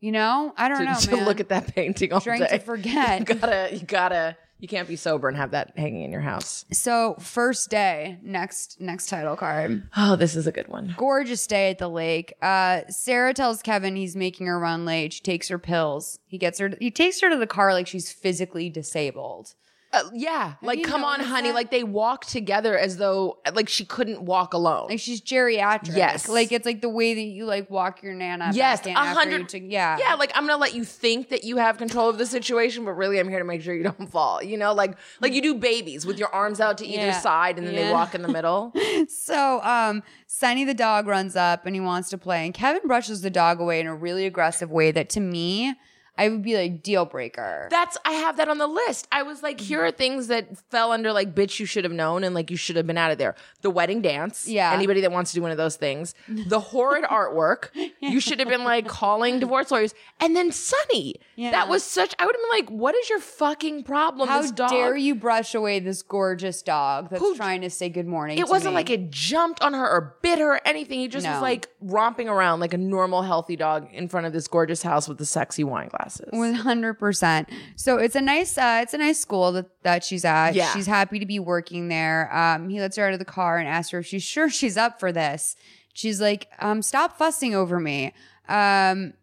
[SPEAKER 2] You know, I don't
[SPEAKER 3] to,
[SPEAKER 2] know.
[SPEAKER 3] to
[SPEAKER 2] man.
[SPEAKER 3] look at that painting all day.
[SPEAKER 2] Drink to forget.
[SPEAKER 3] You gotta, you gotta, you can't be sober and have that hanging in your house.
[SPEAKER 2] So first day, next next title card.
[SPEAKER 3] Oh, this is a good one.
[SPEAKER 2] Gorgeous day at the lake. Uh, Sarah tells Kevin he's making her run late. She takes her pills. He gets her. He takes her to the car like she's physically disabled.
[SPEAKER 3] Uh, yeah, like
[SPEAKER 2] you
[SPEAKER 3] come on,
[SPEAKER 2] noticed
[SPEAKER 3] honey.
[SPEAKER 2] that?
[SPEAKER 3] Like they walk together as though like she couldn't walk alone.
[SPEAKER 2] Like she's geriatric.
[SPEAKER 3] Yes.
[SPEAKER 2] Like it's like the way that you like walk your nana.
[SPEAKER 3] Yes,
[SPEAKER 2] back in
[SPEAKER 3] a
[SPEAKER 2] after
[SPEAKER 3] hundred-
[SPEAKER 2] you took- yeah.
[SPEAKER 3] yeah, like I'm gonna let you think that you have control of the situation, but really I'm here to make sure you don't fall. You know, like like you do babies with your arms out to either
[SPEAKER 2] Yeah.
[SPEAKER 3] side and then
[SPEAKER 2] Yeah.
[SPEAKER 3] they walk in the middle.
[SPEAKER 2] So, um, Sunny the dog runs up and he wants to play, and Kevin brushes the dog away in a really aggressive way that to me, I would be like deal breaker.
[SPEAKER 3] That's I have that on the list. I was like,
[SPEAKER 2] Mm-hmm.
[SPEAKER 3] here are things that fell under like bitch you should have known and like you should have been out of there. The wedding dance.
[SPEAKER 2] Yeah.
[SPEAKER 3] Anybody that wants to do one of those things. The horrid artwork. You should have been like calling divorce lawyers. And then Sunny.
[SPEAKER 2] Yeah.
[SPEAKER 3] That was such I would have been like, what is your fucking problem?
[SPEAKER 2] How
[SPEAKER 3] this dog
[SPEAKER 2] dare you brush away this gorgeous dog that's
[SPEAKER 3] Who-
[SPEAKER 2] trying to say good morning?
[SPEAKER 3] it
[SPEAKER 2] to
[SPEAKER 3] wasn't
[SPEAKER 2] me.
[SPEAKER 3] like it jumped on her or bit her or anything. He just was
[SPEAKER 2] No.
[SPEAKER 3] like romping around like a normal, healthy dog in front of this gorgeous house with the sexy wine glasses.
[SPEAKER 2] One hundred percent. So it's a nice, uh, it's a nice school that, that she's at.
[SPEAKER 3] Yeah.
[SPEAKER 2] she's happy to be working there. Um, he lets her out of the car and asks her if she's sure she's up for this. She's like, um, "Stop fussing over me." Um,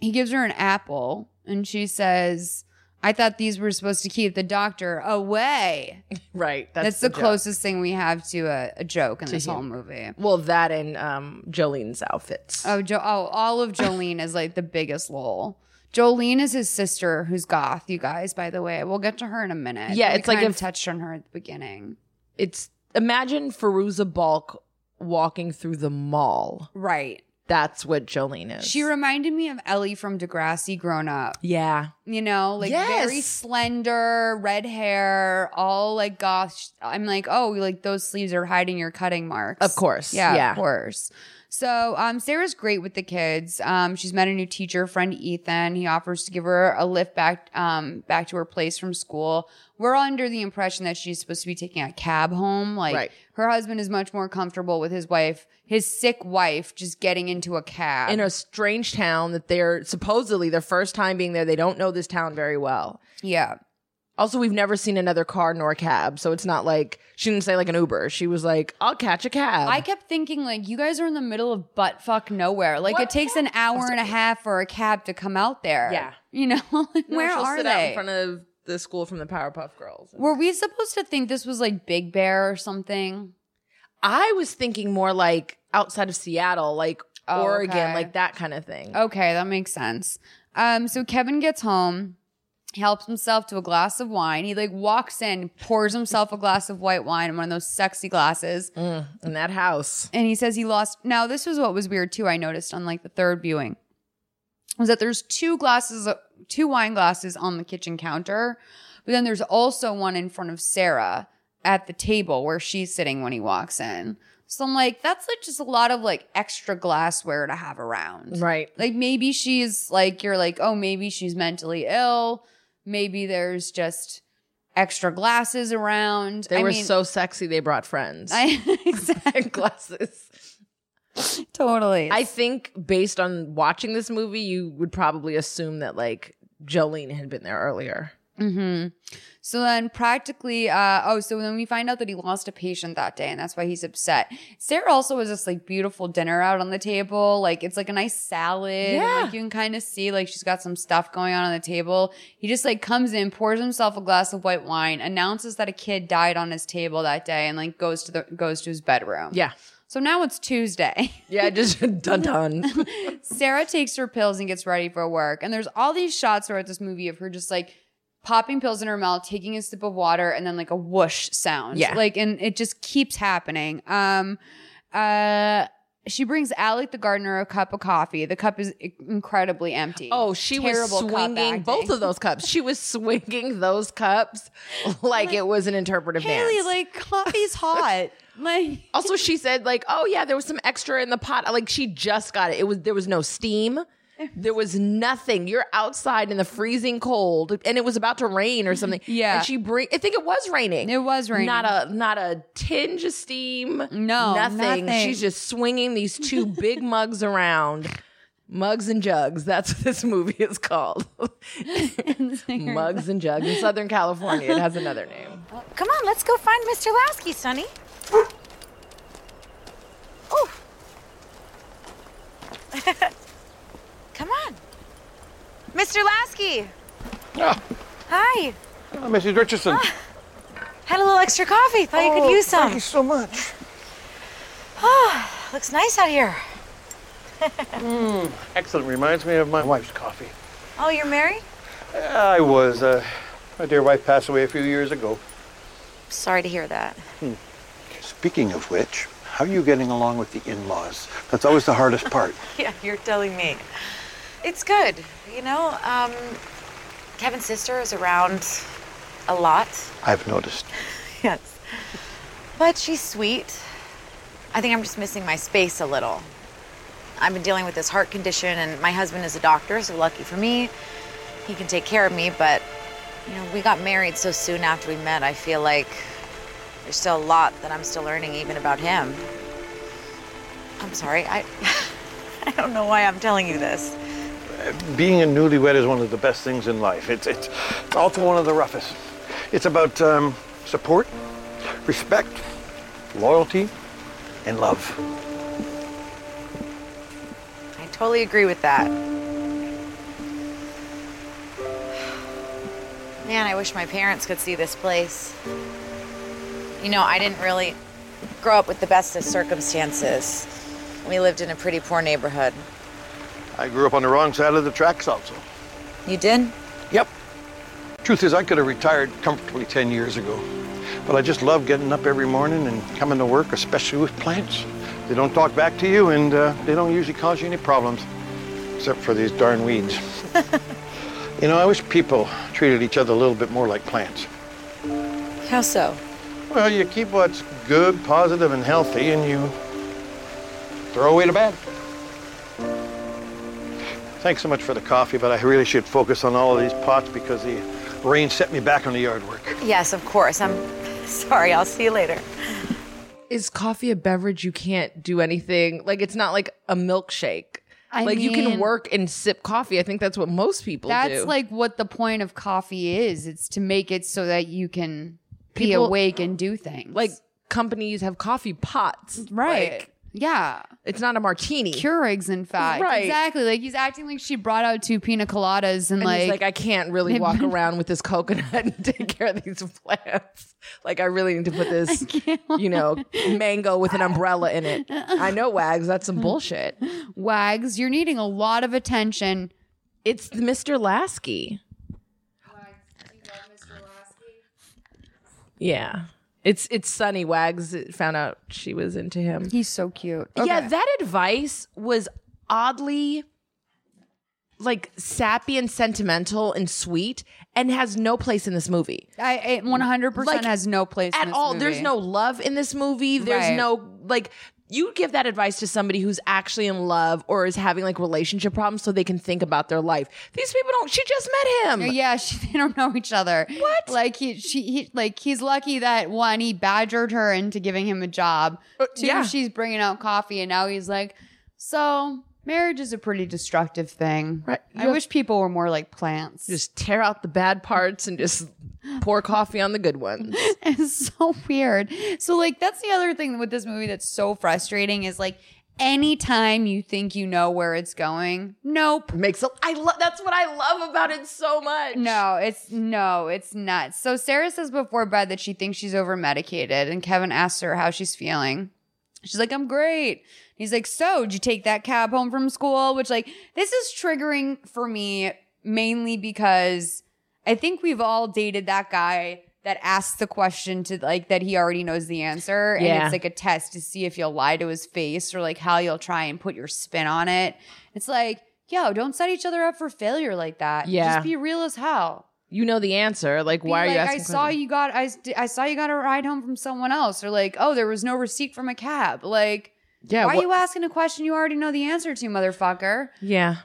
[SPEAKER 2] he gives her an apple, and she says, "I thought these were supposed to keep the doctor away."
[SPEAKER 3] right.
[SPEAKER 2] That's, the,
[SPEAKER 3] joke.
[SPEAKER 2] closest thing we have to a, a joke in this whole movie.
[SPEAKER 3] Well, that and um, Jolene's outfits.
[SPEAKER 2] Oh, jo- oh, all of Jolene is like the biggest lol. Jolene is his sister, who's goth. You guys, by the way, we'll get to her in a minute.
[SPEAKER 3] Yeah,
[SPEAKER 2] We
[SPEAKER 3] it's like
[SPEAKER 2] kind of
[SPEAKER 3] if-
[SPEAKER 2] touched on her at the beginning,
[SPEAKER 3] it's imagine Feruza Balk walking through the mall.
[SPEAKER 2] right?
[SPEAKER 3] That's what Jolene is.
[SPEAKER 2] She reminded me of Ellie from Degrassi, grown up.
[SPEAKER 3] yeah.
[SPEAKER 2] You know, like very
[SPEAKER 3] Yes.
[SPEAKER 2] slender, red hair, all like goth. I'm like, oh, like those sleeves are hiding your cutting marks.
[SPEAKER 3] Of course.
[SPEAKER 2] Yeah,
[SPEAKER 3] Yeah.
[SPEAKER 2] of course. So um, Sarah's great with the kids. Um, she's met a new teacher, friend Ethan. He offers to give her a lift back um, back to her place from school. We're all under the impression that she's supposed to be taking a cab home. Like
[SPEAKER 3] Right.
[SPEAKER 2] her husband is much more comfortable with his wife, his sick wife, just getting into a cab.
[SPEAKER 3] In a strange town that they're supposedly their first time being there. They don't know this town very well.
[SPEAKER 2] yeah,
[SPEAKER 3] Also, we've never seen another car nor cab, so it's not like she didn't say like an Uber. She was like, "I'll catch a cab."
[SPEAKER 2] I kept thinking like you guys are in the middle of butt fuck nowhere. Like it takes an hour and a half for a cab to come out there.
[SPEAKER 3] Yeah.
[SPEAKER 2] you know where
[SPEAKER 3] "Oh, she'll
[SPEAKER 2] are
[SPEAKER 3] sit
[SPEAKER 2] they?
[SPEAKER 3] out in front of the school from the Powerpuff Girls.
[SPEAKER 2] Were we supposed to think this was like Big Bear or something?
[SPEAKER 3] I was thinking more like outside of Seattle, like
[SPEAKER 2] Oh,
[SPEAKER 3] Oregon,
[SPEAKER 2] okay.
[SPEAKER 3] like that kind of thing.
[SPEAKER 2] Okay, that makes sense. Um, so Kevin gets home, helps himself to a glass of wine. He like walks in, pours himself a glass of white wine in one of those sexy glasses,
[SPEAKER 3] Mm, in that house.
[SPEAKER 2] and he says he lost. Now this was what was weird too. I noticed on like the third viewing was that there's two glasses, two wine glasses on the kitchen counter, but then there's also one in front of Sarah at the table where she's sitting when he walks in. So I'm like, that's like just a lot of like extra glassware to have around.
[SPEAKER 3] Right.
[SPEAKER 2] Like maybe she's like you're like, oh, maybe she's mentally ill. Maybe there's just extra glasses around.
[SPEAKER 3] They
[SPEAKER 2] I
[SPEAKER 3] were
[SPEAKER 2] mean,
[SPEAKER 3] so sexy they brought friends.
[SPEAKER 2] I, exactly,
[SPEAKER 3] glasses.
[SPEAKER 2] totally.
[SPEAKER 3] I think based on watching this movie, you would probably assume that like Jolene had been there earlier.
[SPEAKER 2] Mm-hmm. So then, practically, uh, oh, so then we find out that he lost a patient that day, and that's why he's upset. Sarah also has this like beautiful dinner out on the table, like it's like a nice salad. and,
[SPEAKER 3] Yeah.
[SPEAKER 2] like, you can kind of see like she's got some stuff going on on the table. He just like comes in, pours himself a glass of white wine, announces that a kid died on his table that day, and like goes to the goes to his bedroom.
[SPEAKER 3] Yeah.
[SPEAKER 2] So now it's Tuesday.
[SPEAKER 3] Yeah, just dun dun.
[SPEAKER 2] Sarah takes her pills and gets ready for work. And there's all these shots throughout this movie of her just like popping pills in her mouth, taking a sip of water, and then like a whoosh sound.
[SPEAKER 3] Yeah.
[SPEAKER 2] Like, and it just keeps happening. Um, uh, she brings Alec the gardener a cup of coffee. The cup is i- incredibly empty.
[SPEAKER 3] Oh, she
[SPEAKER 2] Terrible
[SPEAKER 3] was
[SPEAKER 2] cup
[SPEAKER 3] swinging
[SPEAKER 2] acting.
[SPEAKER 3] both of those cups. She was swinging those cups like it was an interpretive
[SPEAKER 2] Haley,
[SPEAKER 3] dance.
[SPEAKER 2] like coffee's hot. Like
[SPEAKER 3] also, she said like, "Oh yeah, there was some extra in the pot." Like she just got it. It was there was no steam. There was nothing. You're outside in the freezing cold, and it was about to rain or something.
[SPEAKER 2] Yeah.
[SPEAKER 3] and she bring. I think it was raining.
[SPEAKER 2] it was raining.
[SPEAKER 3] Not a not a tinge of steam.
[SPEAKER 2] No,
[SPEAKER 3] nothing.
[SPEAKER 2] nothing.
[SPEAKER 3] She's just swinging these two big mugs around, Mugs and Jugs. That's what this movie is called. Mugs and Jugs. In Southern California, it has another name.
[SPEAKER 7] Come on, let's go find Mr. Lasky, Sonny. Oh. Come on. Mr. Lasky. Hi.
[SPEAKER 8] Mrs. Ah, Richardson.
[SPEAKER 7] Had a little extra coffee. Thought you could use some.
[SPEAKER 8] Oh, Thank you so much.
[SPEAKER 7] Looks nice out here.
[SPEAKER 8] Ah. Excellent. Reminds me of my wife's coffee.
[SPEAKER 7] Oh, you're married?
[SPEAKER 8] I was. Uh, my dear wife passed away a few years ago.
[SPEAKER 7] Sorry to hear that.
[SPEAKER 8] Speaking of which, how are you getting along with the in-laws? That's always the hardest part.
[SPEAKER 7] Yeah, you're telling me. It's good. You know, um, Kevin's sister is around a lot.
[SPEAKER 8] I've noticed.
[SPEAKER 7] Yes. But she's sweet. I think I'm just missing my space a little. I've been dealing with this heart condition, and my husband is a doctor, so lucky for me, he can take care of me. But, you know, we got married so soon after we met, I feel like there's still a lot that I'm still learning, even about him. I'm sorry, I. I don't know why I'm telling you this.
[SPEAKER 8] Uh, Being a newlywed is one of the best things in life. It's it's also one of the roughest. It's about um, support, respect, loyalty, and love.
[SPEAKER 7] I totally agree with that. Man, I wish my parents could see this place. You know, I didn't really grow up with the best of circumstances. We lived in a pretty poor neighborhood.
[SPEAKER 8] I grew up on the wrong side of the tracks also.
[SPEAKER 7] You did?
[SPEAKER 8] Yep. Truth is, I could have retired comfortably 10 years ago. But I just love getting up every morning and coming to work, especially with plants. They don't talk back to you and uh, they don't usually cause you any problems, except for these darn weeds. you know, I wish people treated each other a little bit more like plants.
[SPEAKER 7] How so?
[SPEAKER 8] Well, you keep what's good, positive, and healthy, and you throw away the bad. Thanks so much for the coffee, but I really should focus on all of these pots because the rain set me back on the yard work.
[SPEAKER 7] Yes, of course. I'm sorry. I'll see you later.
[SPEAKER 3] Is coffee a beverage you can't do anything? Like, it's not like a milkshake.
[SPEAKER 2] I
[SPEAKER 3] like, you can
[SPEAKER 2] mean-
[SPEAKER 3] work and sip coffee. I think that's what most people do.
[SPEAKER 2] That's like what the point of coffee is. It's to make it so that you can be
[SPEAKER 3] People-
[SPEAKER 2] awake and do things.
[SPEAKER 3] like companies have coffee pots.
[SPEAKER 2] right.
[SPEAKER 3] Like,
[SPEAKER 2] yeah.
[SPEAKER 3] it's not a martini.
[SPEAKER 2] Keurigs, in fact.
[SPEAKER 3] Right.
[SPEAKER 2] Exactly. Like he's acting like she brought out two pina coladas and,
[SPEAKER 3] And
[SPEAKER 2] like,
[SPEAKER 3] he's like, I can't really walk around with this coconut and take care of these plants. Like, I really need to put this, you know, mango with an umbrella in it. I know, Wags, that's some bullshit.
[SPEAKER 2] Wags, you're needing a lot of attention.
[SPEAKER 3] It's Mr. Lasky. Yeah. It's it's Sunny Wags that found out she was into him.
[SPEAKER 2] He's so cute.
[SPEAKER 3] Yeah, that advice was oddly like sappy and sentimental and sweet and has no place in this movie.
[SPEAKER 2] I, it 100%
[SPEAKER 3] Like,
[SPEAKER 2] has no place in
[SPEAKER 3] at
[SPEAKER 2] this
[SPEAKER 3] all. There's
[SPEAKER 2] movie.
[SPEAKER 3] no love in this movie. There's
[SPEAKER 2] Right.
[SPEAKER 3] no like you give that advice to somebody who's actually in love or is having like relationship problems so they can think about their life. These people don't. She just met him.
[SPEAKER 2] Yeah, she, they don't know each other. What? Like he, she, he, like he's lucky that one, he badgered her into giving him a job. Two,
[SPEAKER 3] Uh, yeah.
[SPEAKER 2] she's bringing out coffee, and now he's like, so marriage is a pretty destructive thing.
[SPEAKER 3] Right.
[SPEAKER 2] I wish people were more like plants.
[SPEAKER 3] Just tear out the bad parts and just pour coffee on the good ones.
[SPEAKER 2] it's so weird. So like that's the other thing with this movie that's so frustrating is like anytime you think you know where it's going, nope.
[SPEAKER 3] Makes a, I love that's what I love about it so much.
[SPEAKER 2] No, it's no, it's nuts. So Sarah says before bed that she thinks she's over medicated, and Kevin asks her how she's feeling. She's like, I'm great. He's like, So, did you take that cab home from school? Which, like, this is triggering for me mainly because I think we've all dated that guy that asks the question to like that he already knows the answer. And
[SPEAKER 3] Yeah.
[SPEAKER 2] it's like a test to see if you'll lie to his face or like how you'll try and put your spin on it. It's like, yo, don't set each other up for failure like that.
[SPEAKER 3] Yeah.
[SPEAKER 2] Just be real as hell.
[SPEAKER 3] You know the answer. Like,
[SPEAKER 2] Be
[SPEAKER 3] why are
[SPEAKER 2] like,
[SPEAKER 3] you
[SPEAKER 2] I
[SPEAKER 3] asking?
[SPEAKER 2] saw
[SPEAKER 3] questions?
[SPEAKER 2] you got I, s- I saw you got a ride home from someone else, or like, oh, there was no receipt from a cab. Like,
[SPEAKER 3] Yeah.
[SPEAKER 2] why
[SPEAKER 3] wha-
[SPEAKER 2] are you asking a question you already know the answer to, motherfucker?
[SPEAKER 3] yeah.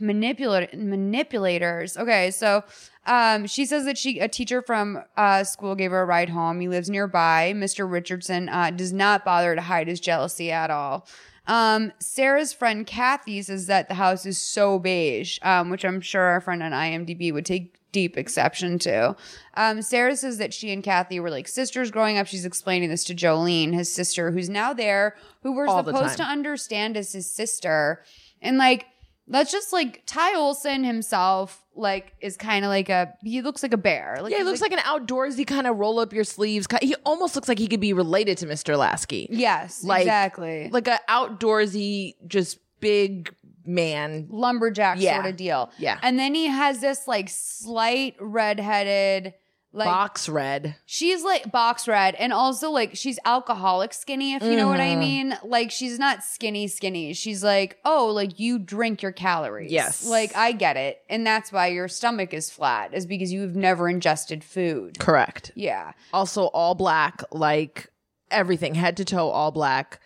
[SPEAKER 2] Manipulator manipulators. Okay, so um, she says that she a teacher from uh, school gave her a ride home. He lives nearby. Mr. Richardson uh, does not bother to hide his jealousy at all. Um, Sarah's friend Kathy says that the house is so beige, um, which I'm sure our friend on IMDb would take deep exception to. Um, Sarah says that she and Kathy were like sisters growing up. She's explaining this to Jolene, his sister, who's now there, who we're
[SPEAKER 3] All the
[SPEAKER 2] supposed to
[SPEAKER 3] time.
[SPEAKER 2] understand as his sister. And like, let's just like Ty Olson himself, like, is kind of like a he looks like a bear. Like,
[SPEAKER 3] Yeah, he looks
[SPEAKER 2] he's
[SPEAKER 3] like, an outdoorsy kind of roll up your sleeves. ki- He almost looks like he could be related to Mr. Lasky.
[SPEAKER 2] yes,
[SPEAKER 3] like-
[SPEAKER 2] exactly,
[SPEAKER 3] Like an outdoorsy, just big man.
[SPEAKER 2] lumberjack
[SPEAKER 3] Yeah.
[SPEAKER 2] sort of deal.
[SPEAKER 3] Yeah.
[SPEAKER 2] And then he has this like slight redheaded, like
[SPEAKER 3] box red.
[SPEAKER 2] she's like box red, and also like she's alcoholic skinny, if you know what I
[SPEAKER 3] Mhm.
[SPEAKER 2] mean. Like she's not skinny skinny. She's like, oh, like you drink your calories.
[SPEAKER 3] Yes.
[SPEAKER 2] Like I get it, and that's why your stomach is flat is because you've never ingested food.
[SPEAKER 3] Correct.
[SPEAKER 2] Yeah.
[SPEAKER 3] Also all black, like everything, head to toe all black.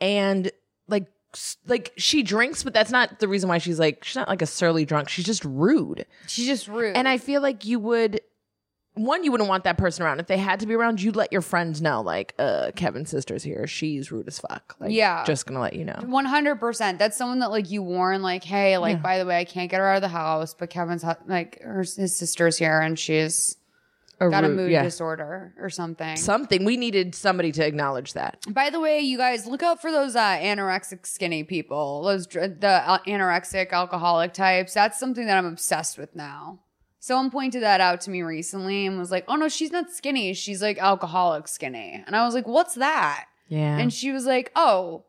[SPEAKER 3] And like s- like she drinks, but that's not the reason why she's like she's not like a surly drunk. She's just rude.
[SPEAKER 2] She's just rude.
[SPEAKER 3] And I feel like you would one, you wouldn't want that person around. If they had to be around, you'd let your friends know, like, uh, Kevin's sister's here. She's rude as fuck. Like,
[SPEAKER 2] Yeah.
[SPEAKER 3] Just gonna let you know.
[SPEAKER 2] One hundred percent. That's someone that like you warn, like, hey, like
[SPEAKER 3] Yeah.
[SPEAKER 2] by the way, I can't get her out of the house, but Kevin's hu- like her his sister's here and she's
[SPEAKER 3] A
[SPEAKER 2] got a
[SPEAKER 3] rude-
[SPEAKER 2] mood
[SPEAKER 3] yeah.
[SPEAKER 2] disorder or something.
[SPEAKER 3] Something. We needed somebody to acknowledge that.
[SPEAKER 2] By the way, you guys look out for those uh, anorexic skinny people, those dr- the uh, anorexic alcoholic types. That's something that I'm obsessed with now. Someone pointed that out to me recently and was like, "Oh no, she's not skinny. She's like alcoholic skinny." And I was like, "What's that?"
[SPEAKER 3] Yeah.
[SPEAKER 2] And she was like, "Oh,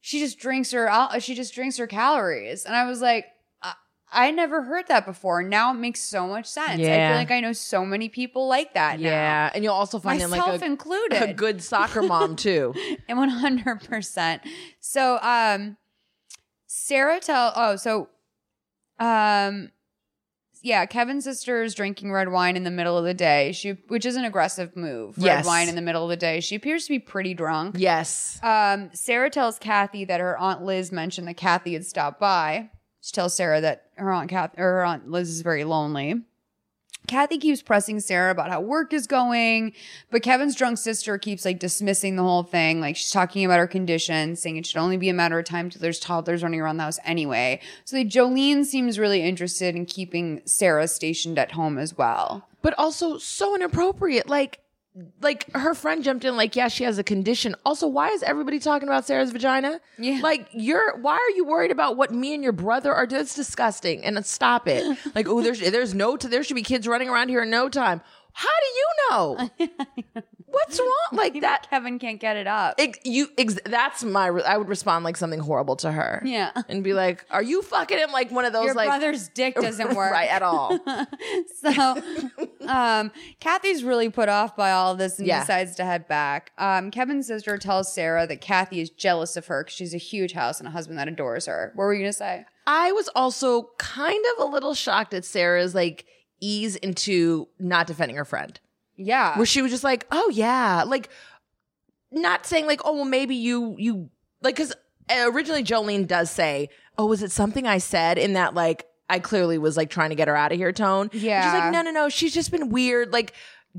[SPEAKER 2] she just drinks her al- she just drinks her calories." And I was like, I, I never heard that before. Now it makes so much sense. I
[SPEAKER 3] Yeah.
[SPEAKER 2] feel like I know so many people like that now.
[SPEAKER 3] yeah. And you'll also find him
[SPEAKER 2] Myself
[SPEAKER 3] like a,
[SPEAKER 2] included.
[SPEAKER 3] a good soccer mom, too.
[SPEAKER 2] and 100%. So, um Sarah tell oh, so um yeah, Kevin's sister is drinking red wine in the middle of the day. She which is an aggressive move. Red
[SPEAKER 3] Yes.
[SPEAKER 2] wine in the middle of the day. She appears to be pretty drunk.
[SPEAKER 3] yes.
[SPEAKER 2] Um, Sarah tells Kathy that her aunt Liz mentioned that Kathy had stopped by. She tells Sarah that her aunt Kath or her aunt Liz is very lonely. Kathy keeps pressing Sarah about how work is going, but Kevin's drunk sister keeps like dismissing the whole thing. Like she's talking about her condition, saying it should only be a matter of time till there's toddlers running around the house anyway. So like, Jolene seems really interested in keeping Sarah stationed at home as well.
[SPEAKER 3] But also so inappropriate. Like, like her friend jumped in, like, yeah, she has a condition. Also, why is everybody talking about Sarah's vagina?
[SPEAKER 2] Yeah.
[SPEAKER 3] Like, you're, why are you worried about what me and your brother are doing? It's disgusting. And it's- stop it. Like, oh, there's, there's no, t- there should be kids running around here in no time. How do you know? What's wrong? Like, that,
[SPEAKER 2] Kevin can't get it up.
[SPEAKER 3] Ex- you ex- that's my re- I would respond like something horrible to her.
[SPEAKER 2] Yeah.
[SPEAKER 3] And be like, "Are you fucking him like one of those
[SPEAKER 2] Your
[SPEAKER 3] like
[SPEAKER 2] brother's dick doesn't work.
[SPEAKER 3] right at all?"
[SPEAKER 2] so um, Kathy's really put off by all this and
[SPEAKER 3] Yeah.
[SPEAKER 2] decides to head back. Um, Kevin's sister tells Sarah that Kathy is jealous of her because she's a huge house and a husband that adores her. What were you going to say?
[SPEAKER 3] I was also kind of a little shocked at Sarah's like ease into not defending her friend.
[SPEAKER 2] Yeah.
[SPEAKER 3] Where she was just like, "Oh yeah." Like not saying like, "Oh, well maybe you you like cuz originally Jolene does say, "Oh, was it something I said in that like I clearly was like trying to get her out of here tone?" And She's
[SPEAKER 2] Yeah.
[SPEAKER 3] like, no, no, no. She's just been weird. Like,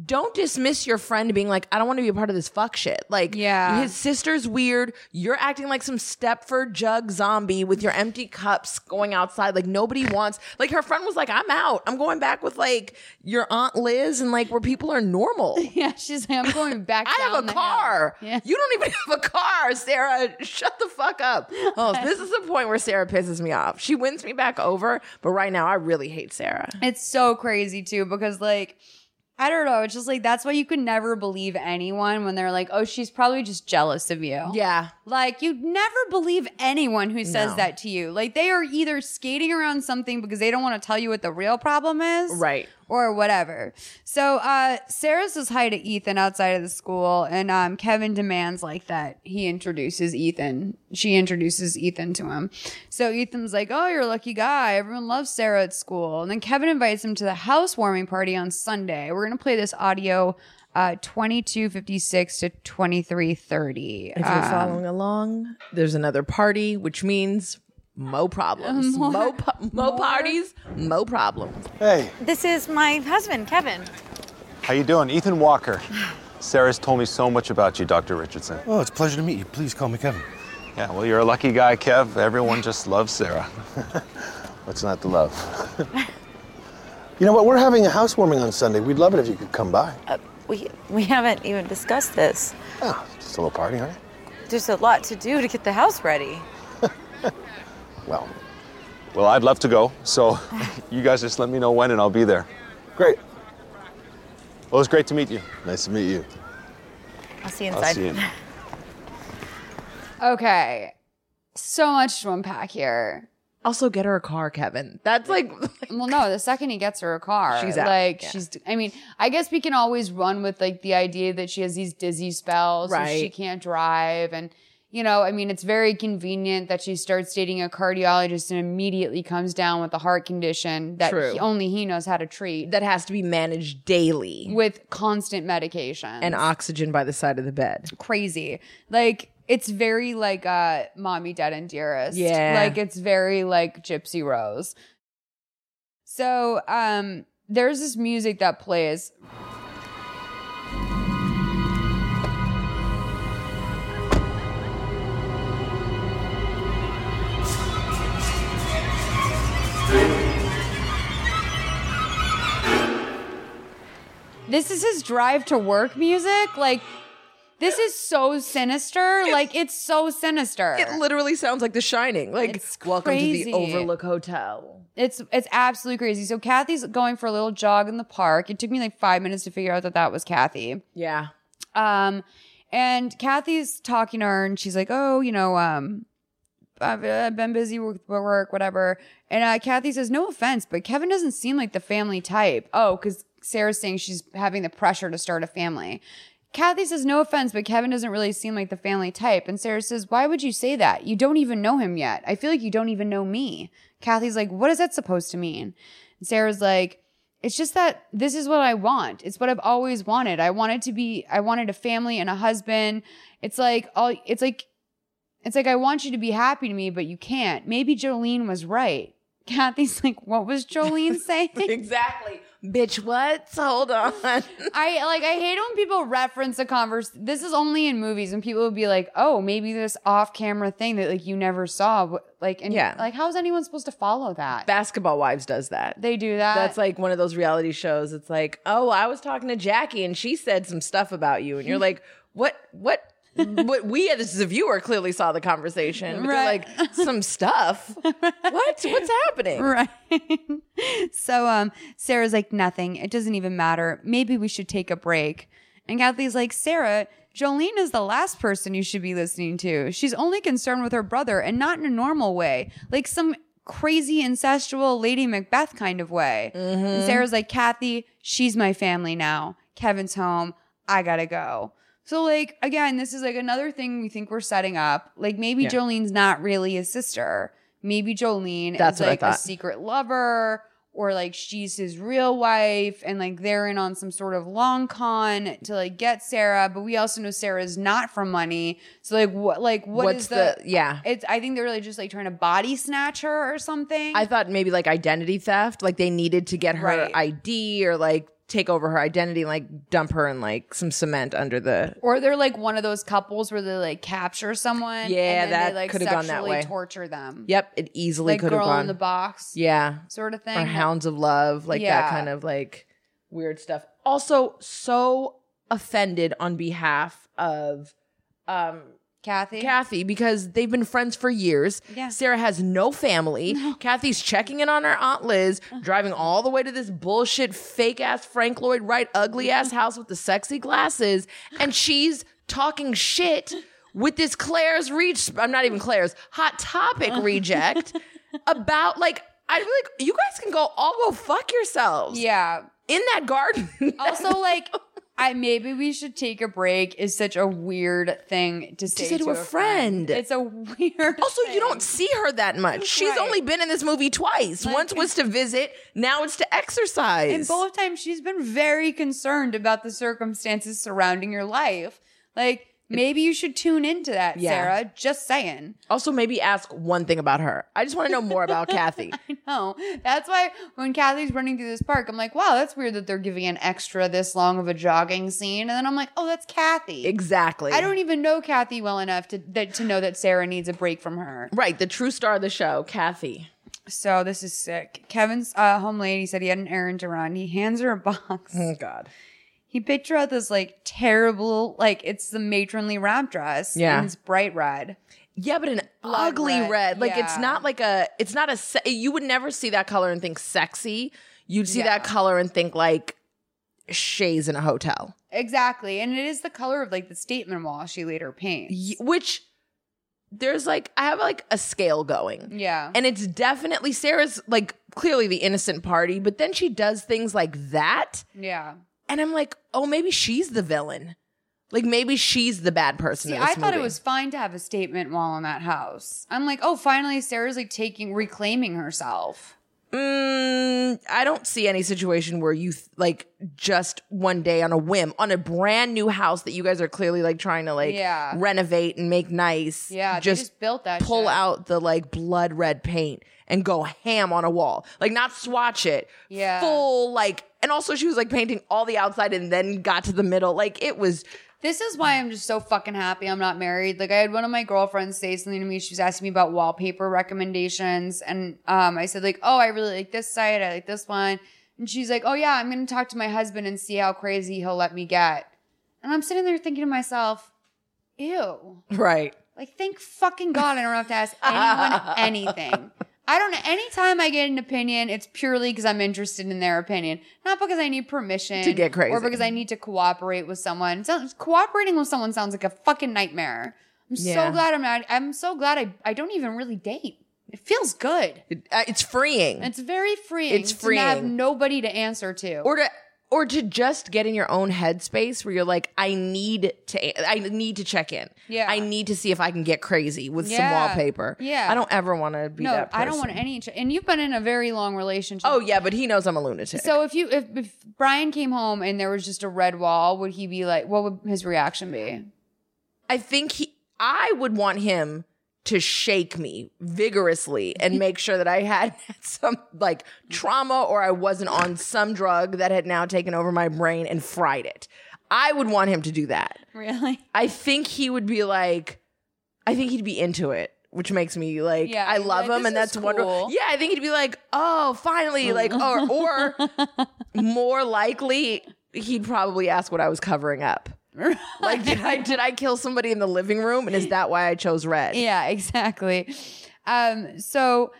[SPEAKER 3] don't dismiss your friend being like, I don't want to be a part of this fuck shit. Like,
[SPEAKER 2] Yeah.
[SPEAKER 3] his sister's weird. You're acting like some Stepford jug zombie with your empty cups going outside. Like, nobody wants. Like, her friend was like, I'm out. I'm going back with like your aunt Liz and like where people are normal.
[SPEAKER 2] yeah, she's like, I'm going back.
[SPEAKER 3] I
[SPEAKER 2] down
[SPEAKER 3] have a
[SPEAKER 2] the
[SPEAKER 3] car.
[SPEAKER 2] hill." Yeah.
[SPEAKER 3] You don't even have a car, Sarah. Shut the fuck up. Oh, this is the point where Sarah pisses me off. She wins me back over, but right now I really hate Sarah.
[SPEAKER 2] It's so crazy too because like I don't know. It's just like that's why you could never believe anyone when they're like, "Oh, she's probably just jealous of you."
[SPEAKER 3] Yeah.
[SPEAKER 2] Like you'd never believe anyone who says
[SPEAKER 3] No.
[SPEAKER 2] that to you. Like they are either skating around something because they don't want to tell you what the real problem is.
[SPEAKER 3] Right.
[SPEAKER 2] Or whatever. So uh Sarah says hi to Ethan outside of the school and um Kevin demands like that he introduces Ethan. She introduces Ethan to him. So Ethan's like, Oh, you're a lucky guy. Everyone loves Sarah at school. And then Kevin invites him to the housewarming party on Sunday. We're gonna play this audio uh 2256 to Um, 2330.
[SPEAKER 3] If you're following along, there's another party, which means mo problems.
[SPEAKER 2] More-
[SPEAKER 3] mo po- mo parties, mo problems.
[SPEAKER 9] Hey,
[SPEAKER 7] This is my husband, Kevin.
[SPEAKER 9] how you doing? Ethan Walker. Sarah's told me so much about you, Dr. Richardson.
[SPEAKER 6] Oh, it's a pleasure to meet you. Please call me Kevin.
[SPEAKER 9] Yeah, well, you're a lucky guy, Kev. Everyone just loves Sarah. What's not to love?
[SPEAKER 6] You know what? We're having a housewarming on Sunday. We'd love it if you could come by.
[SPEAKER 7] Uh, we we haven't even discussed this.
[SPEAKER 6] Ah, just a little party, huh?
[SPEAKER 7] There's a lot to do to get the house ready.
[SPEAKER 9] Well, well, I'd love to go. So, you guys just let me know when, and I'll be there.
[SPEAKER 6] Great.
[SPEAKER 9] Well, it's great to meet you.
[SPEAKER 6] Nice to meet you.
[SPEAKER 7] I'll see you
[SPEAKER 9] I'll
[SPEAKER 7] inside.
[SPEAKER 9] see you.
[SPEAKER 2] Okay. So much to unpack here.
[SPEAKER 3] Also, get her a car, Kevin. That's like,
[SPEAKER 2] Well, no, the second he gets her a car,
[SPEAKER 3] She's out,
[SPEAKER 2] like
[SPEAKER 3] yeah.
[SPEAKER 2] she's. I mean, I guess we can always run with like the idea that she has these dizzy spells, and she
[SPEAKER 3] Right.
[SPEAKER 2] can't drive, and you know, I mean, it's very convenient that she starts dating a cardiologist and immediately comes down with a heart condition that
[SPEAKER 3] True.
[SPEAKER 2] he- only he knows how to treat
[SPEAKER 3] that has to be managed daily
[SPEAKER 2] with constant medication
[SPEAKER 3] and oxygen by the side of the bed.
[SPEAKER 2] crazy. Like it's very like uh mommy dead and dearest.
[SPEAKER 3] Yeah.
[SPEAKER 2] Like it's very like Gypsy Rose. So um there's this music that plays. This is his drive to work music. Like this is so sinister. like it's so sinister.
[SPEAKER 3] It literally sounds like The Shining. Like,
[SPEAKER 2] It's
[SPEAKER 3] welcome to
[SPEAKER 2] crazy.
[SPEAKER 3] the Overlook Hotel.
[SPEAKER 2] It's it's absolutely crazy. So Kathy's going for a little jog in the park. It took me like five minutes to figure out that that was Kathy.
[SPEAKER 3] Yeah.
[SPEAKER 2] Um, and Kathy's talking to her, and she's like, "Oh, you know, um, I've, I've been busy with work, whatever." And uh, Kathy says, "No offense, but Kevin doesn't seem like the family type." Oh, because Sarah's saying she's having the pressure to start a family. Kathy says, "No offense, but Kevin doesn't really seem like the family type." And Sarah says, "Why would you say that? You don't even know him yet. I feel like you don't even know me." Kathy's like, "What is that supposed to mean?" And Sarah's like, it's just that this is what I want. It's what I've always wanted. I wanted to be I wanted a family and a husband. It's like all it's like it's like I want you to be happy to me, but you can't. Maybe Jolene was right. Kathy's like, what was Jolene saying?
[SPEAKER 3] Exactly. Bitch, what? Hold on.
[SPEAKER 2] I like I hate when people reference a converse. This is only in movies and people will be like, oh, maybe this off-camera thing that like you never saw. wh- Like and
[SPEAKER 3] Yeah.
[SPEAKER 2] like how is anyone supposed to follow that?
[SPEAKER 3] Basketball Wives does that.
[SPEAKER 2] they do that.
[SPEAKER 3] That's like one of those reality shows. It's like, oh, I was talking to Jackie and she said some stuff about you, and you're like, what? What? what we as a viewer clearly saw the conversation, but
[SPEAKER 2] Right.
[SPEAKER 3] they're like some stuff. what? What's happening?
[SPEAKER 2] Right. so um Sarah's like nothing. It doesn't even matter. Maybe we should take a break. And Kathy's like, "Sarah, Jolene is the last person you should be listening to. She's only concerned with her brother and not in a normal way. Like some crazy incestual Lady Macbeth kind of way." And Sarah's like, "Kathy, she's my family now. Kevin's home. I got to go." So like again, this is like another thing we think we're setting up. Like maybe Jolene's not really his sister. Maybe Jolene
[SPEAKER 3] That's
[SPEAKER 2] is
[SPEAKER 3] what I
[SPEAKER 2] like a
[SPEAKER 3] thought.
[SPEAKER 2] secret lover or like she's his real wife and like they're in on some sort of long con to like get Sarah, but we also know Sarah's not for money. So like what like what
[SPEAKER 3] What's
[SPEAKER 2] is the,
[SPEAKER 3] the- yeah.
[SPEAKER 2] It's I think they're really just like trying to body snatch her or something.
[SPEAKER 3] I thought maybe like identity theft, like they needed to get her
[SPEAKER 2] Right.
[SPEAKER 3] ID or like take over her identity, and, like dump her in like some cement under the.
[SPEAKER 2] or they're like one of those couples where they like capture someone.
[SPEAKER 3] Yeah,
[SPEAKER 2] and then
[SPEAKER 3] that
[SPEAKER 2] they, like
[SPEAKER 3] could've gone that
[SPEAKER 2] sexually
[SPEAKER 3] way.
[SPEAKER 2] Torture them.
[SPEAKER 3] Yep, it easily
[SPEAKER 2] like
[SPEAKER 3] could
[SPEAKER 2] girl
[SPEAKER 3] have gone.
[SPEAKER 2] in the box.
[SPEAKER 3] yeah,
[SPEAKER 2] Sort of thing.
[SPEAKER 3] or hounds of love, like
[SPEAKER 2] Yeah.
[SPEAKER 3] that kind of like weird stuff. Also, so offended on behalf of um
[SPEAKER 2] Kathy.
[SPEAKER 3] Kathy because they've been friends for years.
[SPEAKER 2] Yeah.
[SPEAKER 3] Sarah has no family. Kathy's checking in on her aunt Liz,
[SPEAKER 2] Uh.
[SPEAKER 3] driving all the way to this bullshit fake ass Frank Lloyd Wright ugly ass house with the sexy glasses, and she's talking shit with this Claire's reach. I'm not even Claire's hot topic
[SPEAKER 2] Uh.
[SPEAKER 3] reject about like. I'd be like, you guys can go all go fuck yourselves
[SPEAKER 2] yeah.
[SPEAKER 3] in that garden.
[SPEAKER 2] Also, like, I maybe we should take a break is such a weird thing to say,
[SPEAKER 3] say to a friend.
[SPEAKER 2] It's a weird.
[SPEAKER 3] Also, you don't
[SPEAKER 2] thing.
[SPEAKER 3] see her that much. She's
[SPEAKER 2] Right.
[SPEAKER 3] only been in this movie twice. Once was to visit, now it's to exercise.
[SPEAKER 2] And both times she's been very concerned about the circumstances surrounding your life. Like Maybe you should tune into that,
[SPEAKER 3] Yeah.
[SPEAKER 2] Sarah. Just saying.
[SPEAKER 3] Also, maybe ask one thing about her. I just want to know more about Kathy.
[SPEAKER 2] No, that's why when Kathy's running through this park, I'm like, wow, that's weird that they're giving an extra this long of a jogging scene. And then I'm like, oh, that's Kathy.
[SPEAKER 3] Exactly.
[SPEAKER 2] I don't even know Kathy well enough to that, to know that Sarah needs a break from her.
[SPEAKER 3] Right, the true star of the show, Kathy.
[SPEAKER 2] So this is sick. Kevin's uh, home lady said he had an errand to run. He hands her a box.
[SPEAKER 3] Oh, God.
[SPEAKER 2] He picked her out this like terrible, like it's the matronly wrap dress.
[SPEAKER 3] Yeah.
[SPEAKER 2] and it's bright red.
[SPEAKER 3] Yeah, but an
[SPEAKER 2] Blood
[SPEAKER 3] ugly
[SPEAKER 2] red,
[SPEAKER 3] red. Like it's
[SPEAKER 2] yeah.
[SPEAKER 3] not like a. It's not a. Se- you would never see that color and think sexy. You'd see that
[SPEAKER 2] Yeah.
[SPEAKER 3] color and think like Shays in a hotel,
[SPEAKER 2] Exactly, and it is the color of like the statement wall she later paints.
[SPEAKER 3] Y- which there's like I have like a scale going,
[SPEAKER 2] yeah,
[SPEAKER 3] and it's definitely Sarah's like clearly the innocent party, but then she does things like that,
[SPEAKER 2] yeah.
[SPEAKER 3] and I'm like, oh, maybe she's the villain. Like maybe she's the bad person.
[SPEAKER 2] See,
[SPEAKER 3] in
[SPEAKER 2] I
[SPEAKER 3] this
[SPEAKER 2] thought it
[SPEAKER 3] movie.
[SPEAKER 2] was fine to have a statement wall in that house. I'm like, oh, finally, Sarah's like taking reclaiming herself.
[SPEAKER 3] Mm, I don't see any situation where you th- like just one day on a whim on a brand new house that you guys are clearly like trying to like
[SPEAKER 2] Yeah.
[SPEAKER 3] renovate and make nice.
[SPEAKER 2] Yeah, they
[SPEAKER 3] just,
[SPEAKER 2] just built that
[SPEAKER 3] Pull
[SPEAKER 2] shit.
[SPEAKER 3] out the like blood red paint and go ham on a wall. Like not swatch it.
[SPEAKER 2] Yeah.
[SPEAKER 3] Full like and also she was like painting all the outside and then got to the middle. Like it was
[SPEAKER 2] This is why I'm just so fucking happy I'm not married. Like I had one of my girlfriends say something to me. She was asking me about wallpaper recommendations, and um, I said like, "Oh, I really like this site. I like this one." And she's like, "Oh yeah, I'm gonna talk to my husband and see how crazy he'll let me get." And I'm sitting there thinking to myself, "Ew!
[SPEAKER 3] right.
[SPEAKER 2] Like thank fucking god I don't have to ask anyone anything." I don't. Anytime I get an opinion, it's purely because I'm interested in their opinion, not because I need permission
[SPEAKER 3] To get crazy.
[SPEAKER 2] or because I need to cooperate with someone. It sounds- cooperating with someone sounds like a fucking nightmare. I'm
[SPEAKER 3] Yeah.
[SPEAKER 2] so glad I'm not. I'm so glad I. I don't even really date. It feels good.
[SPEAKER 3] It, uh, it's freeing.
[SPEAKER 2] It's very freeing.
[SPEAKER 3] It's
[SPEAKER 2] To have
[SPEAKER 3] freeing.
[SPEAKER 2] nobody to answer to.
[SPEAKER 3] or to or to just get in your own headspace where you're like i need to i need to check in
[SPEAKER 2] Yeah.
[SPEAKER 3] i need to see if i can get crazy with some
[SPEAKER 2] Yeah.
[SPEAKER 3] wallpaper
[SPEAKER 2] Yeah.
[SPEAKER 3] i don't ever want to be
[SPEAKER 2] no,
[SPEAKER 3] that
[SPEAKER 2] I don't want
[SPEAKER 3] person.
[SPEAKER 2] any. Ch- and you've been in a very long relationship.
[SPEAKER 3] oh yeah but he knows i'm a lunatic
[SPEAKER 2] So if you if, if Brian came home and there was just a red wall, would he be like? What would his reaction be?
[SPEAKER 3] i think he i would want him to shake me vigorously and make sure that i had some like trauma or i wasn't on some drug that had now taken over my brain and fried it i would want him to do that
[SPEAKER 2] Really?
[SPEAKER 3] I think he would be like, I think he'd be into it, which makes me like,
[SPEAKER 2] Yeah,
[SPEAKER 3] I
[SPEAKER 2] he'd be
[SPEAKER 3] love
[SPEAKER 2] like,
[SPEAKER 3] him, and
[SPEAKER 2] "This is
[SPEAKER 3] that's wonderful.
[SPEAKER 2] cool.
[SPEAKER 3] Yeah, I think he'd be like, oh, finally, like, or or more likely, he'd probably ask what I was covering up. Like, did I did I kill somebody in the living room, and is that why I chose red?
[SPEAKER 2] Yeah, exactly. Um, so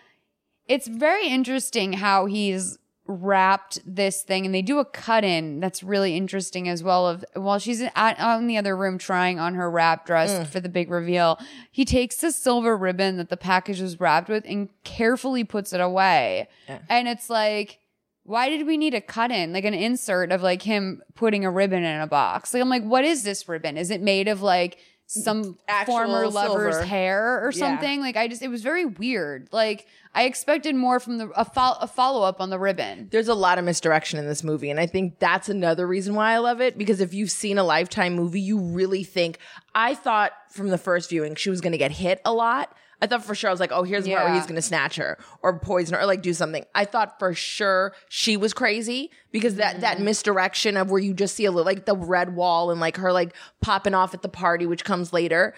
[SPEAKER 2] it's very interesting how he's wrapped this thing, and they do a cut in that's really interesting as well. Of while she's in, out, out in the other room trying on her wrap dress
[SPEAKER 3] Mm.
[SPEAKER 2] for the big reveal, he takes the silver ribbon that the package was wrapped with and carefully puts it away, and it's like. Why did we need a cut in, like an insert of like him putting a ribbon in a box? Like I'm like, what is this ribbon? Is it made of like some
[SPEAKER 3] Actual
[SPEAKER 2] former lover's
[SPEAKER 3] silver.
[SPEAKER 2] hair or
[SPEAKER 3] Yeah.
[SPEAKER 2] something? Like I just, it was very weird. Like I expected more from the a, fol- a follow up on the ribbon.
[SPEAKER 3] There's a lot of misdirection in this movie, and I think that's another reason why I love it. Because if you've seen a Lifetime movie, you really think. I thought from the first viewing she was going to get hit a lot. I thought for sure I was like, oh, here's the part where
[SPEAKER 2] Yeah.
[SPEAKER 3] he's going to snatch her or poison her or like do something. I thought for sure she was crazy because that that misdirection of where you just see a little like the red wall and like her like popping off at the party, which comes later.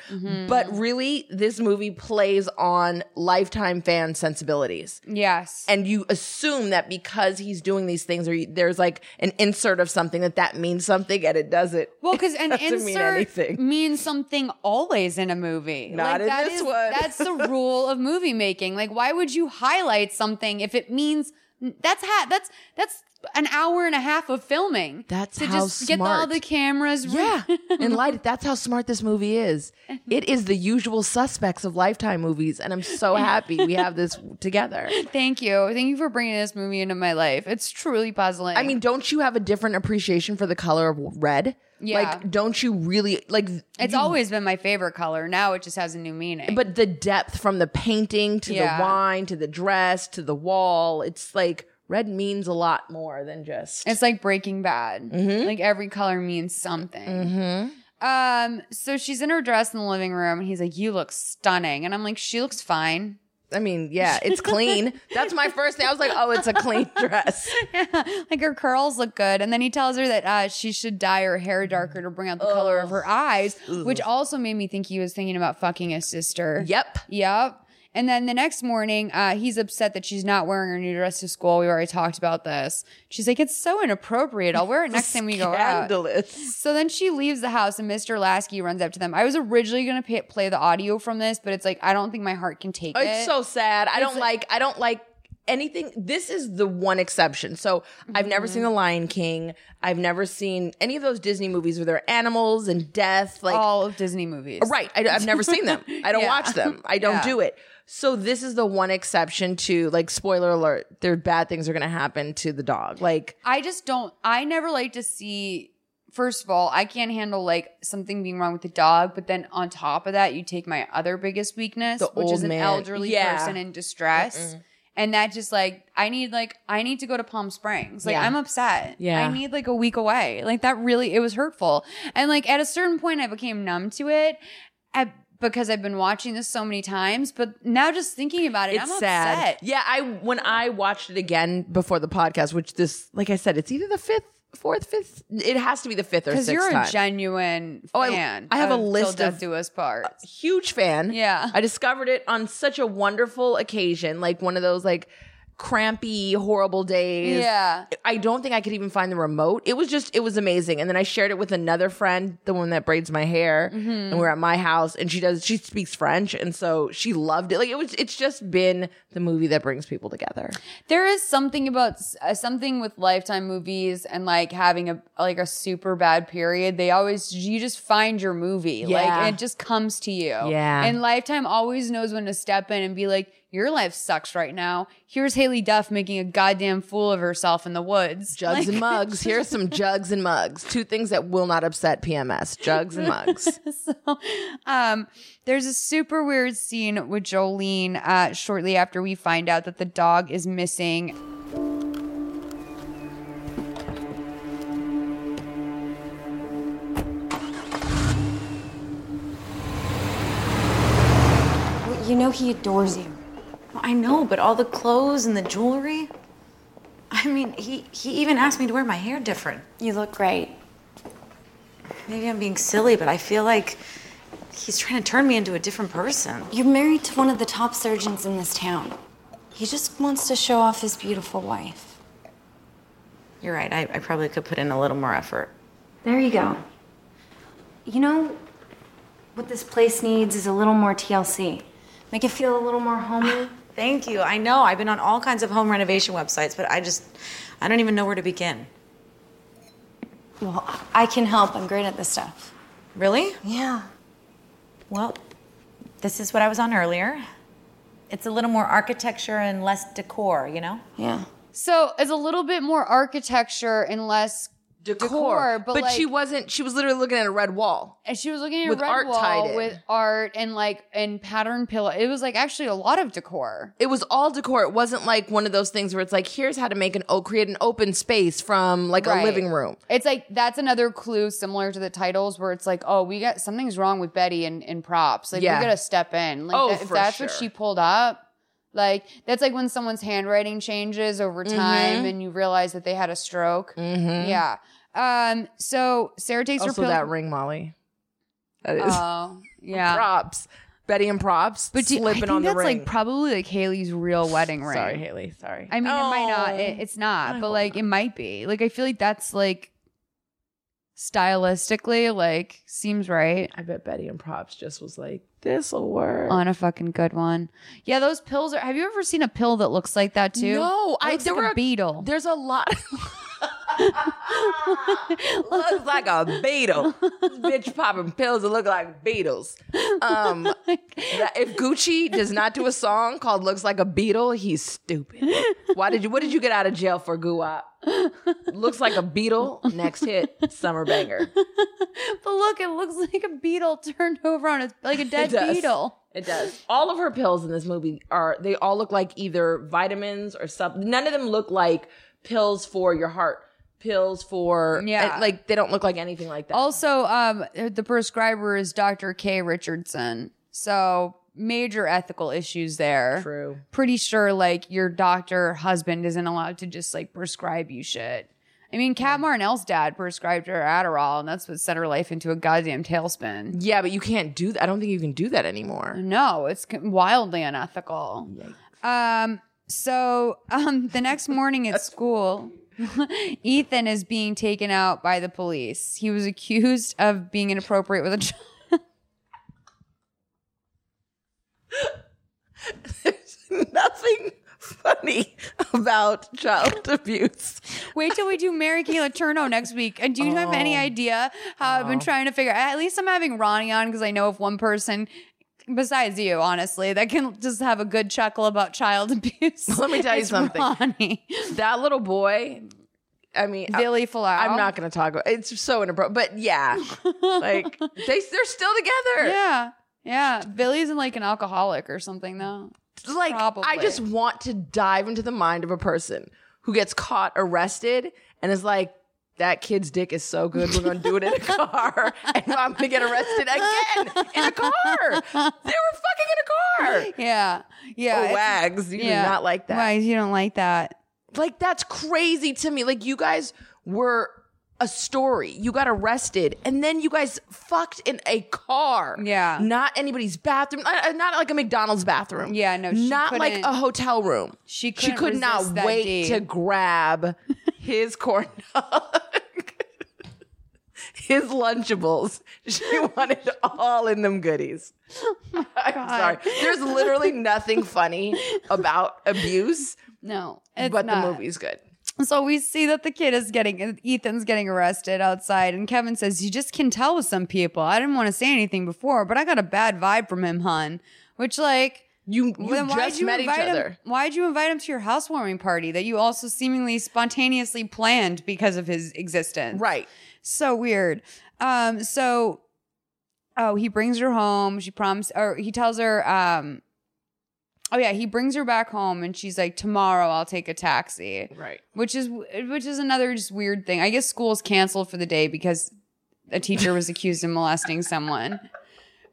[SPEAKER 3] But really, this movie plays on Lifetime fan sensibilities
[SPEAKER 2] Yes.
[SPEAKER 3] and you assume that because he's doing these things or you, there's like an insert of something that that means something and it doesn't
[SPEAKER 2] well, because an
[SPEAKER 3] doesn't mean
[SPEAKER 2] insert
[SPEAKER 3] anything.
[SPEAKER 2] means something always in a movie.
[SPEAKER 3] Not in
[SPEAKER 2] that
[SPEAKER 3] this
[SPEAKER 2] is-
[SPEAKER 3] one.
[SPEAKER 2] that's the rule of movie making. Like, why would you highlight something if it means that's ha- that's that's an hour and a half of filming.
[SPEAKER 3] That's
[SPEAKER 2] to
[SPEAKER 3] how
[SPEAKER 2] just get all
[SPEAKER 3] smart.
[SPEAKER 2] the cameras. re-
[SPEAKER 3] yeah and light that's how smart this movie is it is the usual suspects of lifetime movies and i'm so happy we have this together
[SPEAKER 2] Thank you. Thank you for bringing this movie into my life. It's truly puzzling.
[SPEAKER 3] i mean don't you have a different appreciation for the color of red
[SPEAKER 2] Yeah.
[SPEAKER 3] like don't you really like
[SPEAKER 2] It's
[SPEAKER 3] you-
[SPEAKER 2] always been my favorite color. Now it just has a new meaning.
[SPEAKER 3] but the depth from the painting to
[SPEAKER 2] Yeah.
[SPEAKER 3] the wine to the dress to the wall it's like red means a lot more than just Mm-hmm.
[SPEAKER 2] it's like Breaking Bad. Like every color means something. Um, so she's in her dress in the living room, and he's like, "You look stunning," and I'm like, "She looks fine."
[SPEAKER 3] I mean, yeah, it's clean. That's my first thing. I was like, oh, it's a clean dress.
[SPEAKER 2] like her curls look good and then he tells her that uh, she should dye her hair darker to bring out the color of her eyes which also made me think he was thinking about fucking his sister
[SPEAKER 3] Yep.
[SPEAKER 2] yep and then the next morning uh, he's upset that she's not wearing her new dress to school we already talked about this she's like it's so inappropriate i'll wear it next time we go out
[SPEAKER 3] Scandalous.
[SPEAKER 2] so then she leaves the house and Mr. Lasky runs up to them. I was originally going to pay, play the audio from this, but it's like, I don't think my heart can take it.
[SPEAKER 3] It's so sad. I don't like I don't like anything. This is the one exception. So I've never seen
[SPEAKER 2] Mm-hmm.
[SPEAKER 3] The Lion King. I've never seen any of those Disney movies where there are animals and death. Like
[SPEAKER 2] all of Disney movies.
[SPEAKER 3] right. I, have never seen them. I don't
[SPEAKER 2] Yeah.
[SPEAKER 3] watch them. I don't
[SPEAKER 2] Yeah.
[SPEAKER 3] do it. So this is the one exception to like spoiler alert. There bad things are gonna happen to the dog. Like
[SPEAKER 2] I just don't. I never like to see. First of all, I can't handle like something being wrong with the dog, but then on top of that, you take my other biggest weakness,
[SPEAKER 3] The
[SPEAKER 2] which
[SPEAKER 3] old
[SPEAKER 2] is an
[SPEAKER 3] man.
[SPEAKER 2] elderly
[SPEAKER 3] Yeah.
[SPEAKER 2] person in distress. And that just like I need like I need to go to Palm Springs. Like
[SPEAKER 3] Yeah.
[SPEAKER 2] I'm upset.
[SPEAKER 3] Yeah.
[SPEAKER 2] I need like a week away. Like that really it was hurtful. And like at a certain point I became numb to it I, because I've been watching this so many times, but now just thinking about it,
[SPEAKER 3] it's
[SPEAKER 2] I'm
[SPEAKER 3] sad.
[SPEAKER 2] upset.
[SPEAKER 3] Yeah, I when I watched it again before the podcast, which this like I said, it's either the fifth, fourth, fifth. It has to be the fifth or
[SPEAKER 2] Because
[SPEAKER 3] sixth
[SPEAKER 2] you're a
[SPEAKER 3] time.
[SPEAKER 2] genuine
[SPEAKER 3] Oh, I-
[SPEAKER 2] fan.
[SPEAKER 3] I have a
[SPEAKER 2] of uh, Till
[SPEAKER 3] list
[SPEAKER 2] Death
[SPEAKER 3] of-
[SPEAKER 2] do us part.
[SPEAKER 3] huge fan.
[SPEAKER 2] Yeah.
[SPEAKER 3] I discovered it on such a wonderful occasion, like one of those like crampy, horrible days.
[SPEAKER 2] Yeah.
[SPEAKER 3] I don't think I could even find the remote. It was just, it was amazing. And then I shared it with another friend, the one that braids my hair,
[SPEAKER 2] Mm-hmm.
[SPEAKER 3] and we we're at my house, and she does, she speaks French, and so she loved it. Like it was, it's just been the movie that brings people together.
[SPEAKER 2] There is something about uh, something with Lifetime movies and like having a like a super bad period. They always you just find your movie,
[SPEAKER 3] Yeah.
[SPEAKER 2] like it just comes to you.
[SPEAKER 3] Yeah.
[SPEAKER 2] and Lifetime always knows when to step in and be like, "Your life sucks right now." Here's Haley Duff making a goddamn fool of herself in the woods.
[SPEAKER 3] Jugs and mugs. Here's some jugs and mugs. Two things that will not upset PMS. Jugs and mugs.
[SPEAKER 2] so um there's a super weird scene with Jolene uh shortly after we find out that the dog is missing.
[SPEAKER 5] Well, you know he adores you.
[SPEAKER 7] Well, I know, but all the clothes and the jewelry. I mean, he, he even asked me to wear my hair different.
[SPEAKER 5] You look great.
[SPEAKER 7] Maybe I'm being silly, but I feel like he's trying to turn me into a different person.
[SPEAKER 5] You're married to one of the top surgeons in this town. He just wants to show off his beautiful wife.
[SPEAKER 7] You're right, I, I probably could put in a little more effort.
[SPEAKER 5] There you go. You know, what this place needs is a little more TLC. Make it feel a little more homey.
[SPEAKER 7] Thank you. I know, I've been on all kinds of home renovation websites, but I just, I don't even know where to begin.
[SPEAKER 5] well, I can help. I'm great at this stuff.
[SPEAKER 7] Really?
[SPEAKER 5] Yeah.
[SPEAKER 7] Well, this is what I was on earlier. It's a little more architecture and less decor, you know?
[SPEAKER 5] Yeah.
[SPEAKER 2] So it's a little bit more architecture and less
[SPEAKER 3] Decor.
[SPEAKER 2] Decor,
[SPEAKER 3] but
[SPEAKER 2] but like-
[SPEAKER 3] she wasn't, she was literally looking at a red wall.
[SPEAKER 2] And she was looking at
[SPEAKER 3] With
[SPEAKER 2] a red
[SPEAKER 3] art
[SPEAKER 2] wall
[SPEAKER 3] tied in.
[SPEAKER 2] with art and like and pattern pillow. It was like actually a lot of decor.
[SPEAKER 3] It was all decor. It wasn't like one of those things where it's like, here's how to make an, oh, create an open space from like a
[SPEAKER 2] Right.
[SPEAKER 3] living room.
[SPEAKER 2] It's like that's another clue similar to the titles where it's like, oh, we got something's wrong with Betty and, and props. Like
[SPEAKER 3] Yeah.
[SPEAKER 2] we gotta step in. Like
[SPEAKER 3] Oh,
[SPEAKER 2] that- if
[SPEAKER 3] for
[SPEAKER 2] that's what
[SPEAKER 3] sure.
[SPEAKER 2] she pulled up. Like that's like when someone's handwriting changes over
[SPEAKER 3] Mm-hmm.
[SPEAKER 2] time and you realize that they had a stroke. Yeah. Um, so Sarah takes
[SPEAKER 3] Also,
[SPEAKER 2] her pill.
[SPEAKER 3] that ring, Molly. That is
[SPEAKER 2] Oh, yeah.
[SPEAKER 3] props. Betty and props. But
[SPEAKER 2] But do, I
[SPEAKER 3] slipping
[SPEAKER 2] think
[SPEAKER 3] on the
[SPEAKER 2] that's
[SPEAKER 3] ring.
[SPEAKER 2] like probably like Haley's real wedding ring.
[SPEAKER 3] sorry, Haley. Sorry.
[SPEAKER 2] I mean, it might
[SPEAKER 3] Oh.
[SPEAKER 2] not. It, it's not,
[SPEAKER 3] I
[SPEAKER 2] but
[SPEAKER 3] hope
[SPEAKER 2] like it might be. Like I feel like that's like stylistically like seems right
[SPEAKER 3] I bet Betty and props just was like, this will work.
[SPEAKER 2] on a fucking good one. Yeah, those pills are. Have you ever seen a pill that looks like that too?
[SPEAKER 3] No,
[SPEAKER 2] It
[SPEAKER 3] I
[SPEAKER 2] looks
[SPEAKER 3] there
[SPEAKER 2] like
[SPEAKER 3] were
[SPEAKER 2] a beetle.
[SPEAKER 3] There's a lot. looks like a beetle. This bitch popping pills that look like beetles. Um, that- if Gucci does not do a song called "Looks Like a Beetle," he's stupid. Why did you? What did you get out of jail for, Guap? Looks like a beetle. Next hit, summer banger.
[SPEAKER 2] but look, it looks like a beetle turned over on its like a dead
[SPEAKER 3] does.
[SPEAKER 2] beetle.
[SPEAKER 3] It does. All of her pills in this movie are they all look like either vitamins or sub. None of them look like pills for your heart. pills for.
[SPEAKER 2] Yeah.
[SPEAKER 3] and, like they don't look like anything like that.
[SPEAKER 2] Also, um, the prescriber is Dr. K. Richardson. So major ethical issues there.
[SPEAKER 3] True.
[SPEAKER 2] Pretty sure like your doctor husband isn't allowed to just like prescribe you shit. I mean, Kat Marnell's dad prescribed her Adderall, and that's what set her life into a goddamn tailspin.
[SPEAKER 3] Yeah, but you can't do that. I don't think you can do that anymore.
[SPEAKER 2] No, it's c- wildly unethical. Um, so um, the next morning at school, Ethan is being taken out by the police. He was accused of being inappropriate with a child.
[SPEAKER 3] Nothing funny about child abuse.
[SPEAKER 2] Wait till we do Mary Kay Letourneau next week. And do you have
[SPEAKER 3] Oh.
[SPEAKER 2] any idea how I've been trying to figure? At least I'm having Ronnie on because I know if one person besides you, honestly, that can just have a good chuckle about child abuse.
[SPEAKER 3] Let me tell you
[SPEAKER 2] it's
[SPEAKER 3] something.
[SPEAKER 2] Ronnie,
[SPEAKER 3] That little boy. I mean, I-
[SPEAKER 2] Billy Falau.
[SPEAKER 3] I'm not going to talk about. It's so inappropriate, but yeah, like they they're still together.
[SPEAKER 2] Yeah, yeah. Billy's like an alcoholic or something though.
[SPEAKER 3] like I
[SPEAKER 2] Probably.
[SPEAKER 3] just want to dive into the mind of a person who gets caught arrested and is like that kid's dick is so good we're going to do it in a car and I'm going to get arrested again in a car. They were fucking in a car.
[SPEAKER 2] Yeah, yeah.
[SPEAKER 3] oh,
[SPEAKER 2] it's-
[SPEAKER 3] wags, you
[SPEAKER 2] yeah.
[SPEAKER 3] do not like that.
[SPEAKER 2] Wags, you don't like that.
[SPEAKER 3] Like that's crazy to me. Like you guys were a story. You got arrested and then you guys fucked in a car.
[SPEAKER 2] Yeah.
[SPEAKER 3] Not anybody's bathroom. uh, uh, Not like a McDonald's bathroom.
[SPEAKER 2] Yeah, no, she
[SPEAKER 3] not like
[SPEAKER 2] couldn't-
[SPEAKER 3] a hotel room.
[SPEAKER 2] She
[SPEAKER 3] she
[SPEAKER 2] couldn't
[SPEAKER 3] could
[SPEAKER 2] resist
[SPEAKER 3] not
[SPEAKER 2] that
[SPEAKER 3] wait
[SPEAKER 2] D.
[SPEAKER 3] to grab his corn dog. His Lunchables. She wanted all in them goodies. I'm sorry. There's literally nothing funny about abuse,
[SPEAKER 2] No, it's
[SPEAKER 3] but
[SPEAKER 2] not.
[SPEAKER 3] the movie's good.
[SPEAKER 2] So we see that the kid is getting, Ethan's getting arrested outside, and Kevin says, You just can tell with some people. I didn't want to say anything before, but I got a bad vibe from him, hun. Which, like,
[SPEAKER 3] You, you
[SPEAKER 2] then why'd
[SPEAKER 3] just
[SPEAKER 2] you
[SPEAKER 3] met each
[SPEAKER 2] invite
[SPEAKER 3] other.
[SPEAKER 2] him? Why'd you invite him to your housewarming party that you also seemingly spontaneously planned because of his existence?
[SPEAKER 3] Right.
[SPEAKER 2] So weird. Um, so oh, he brings her home. She promised or he tells her, um, oh yeah, he brings her back home and she's like, Tomorrow I'll take a taxi.
[SPEAKER 3] Right.
[SPEAKER 2] Which is which is another just weird thing. I guess school's canceled for the day because a teacher was accused of molesting someone.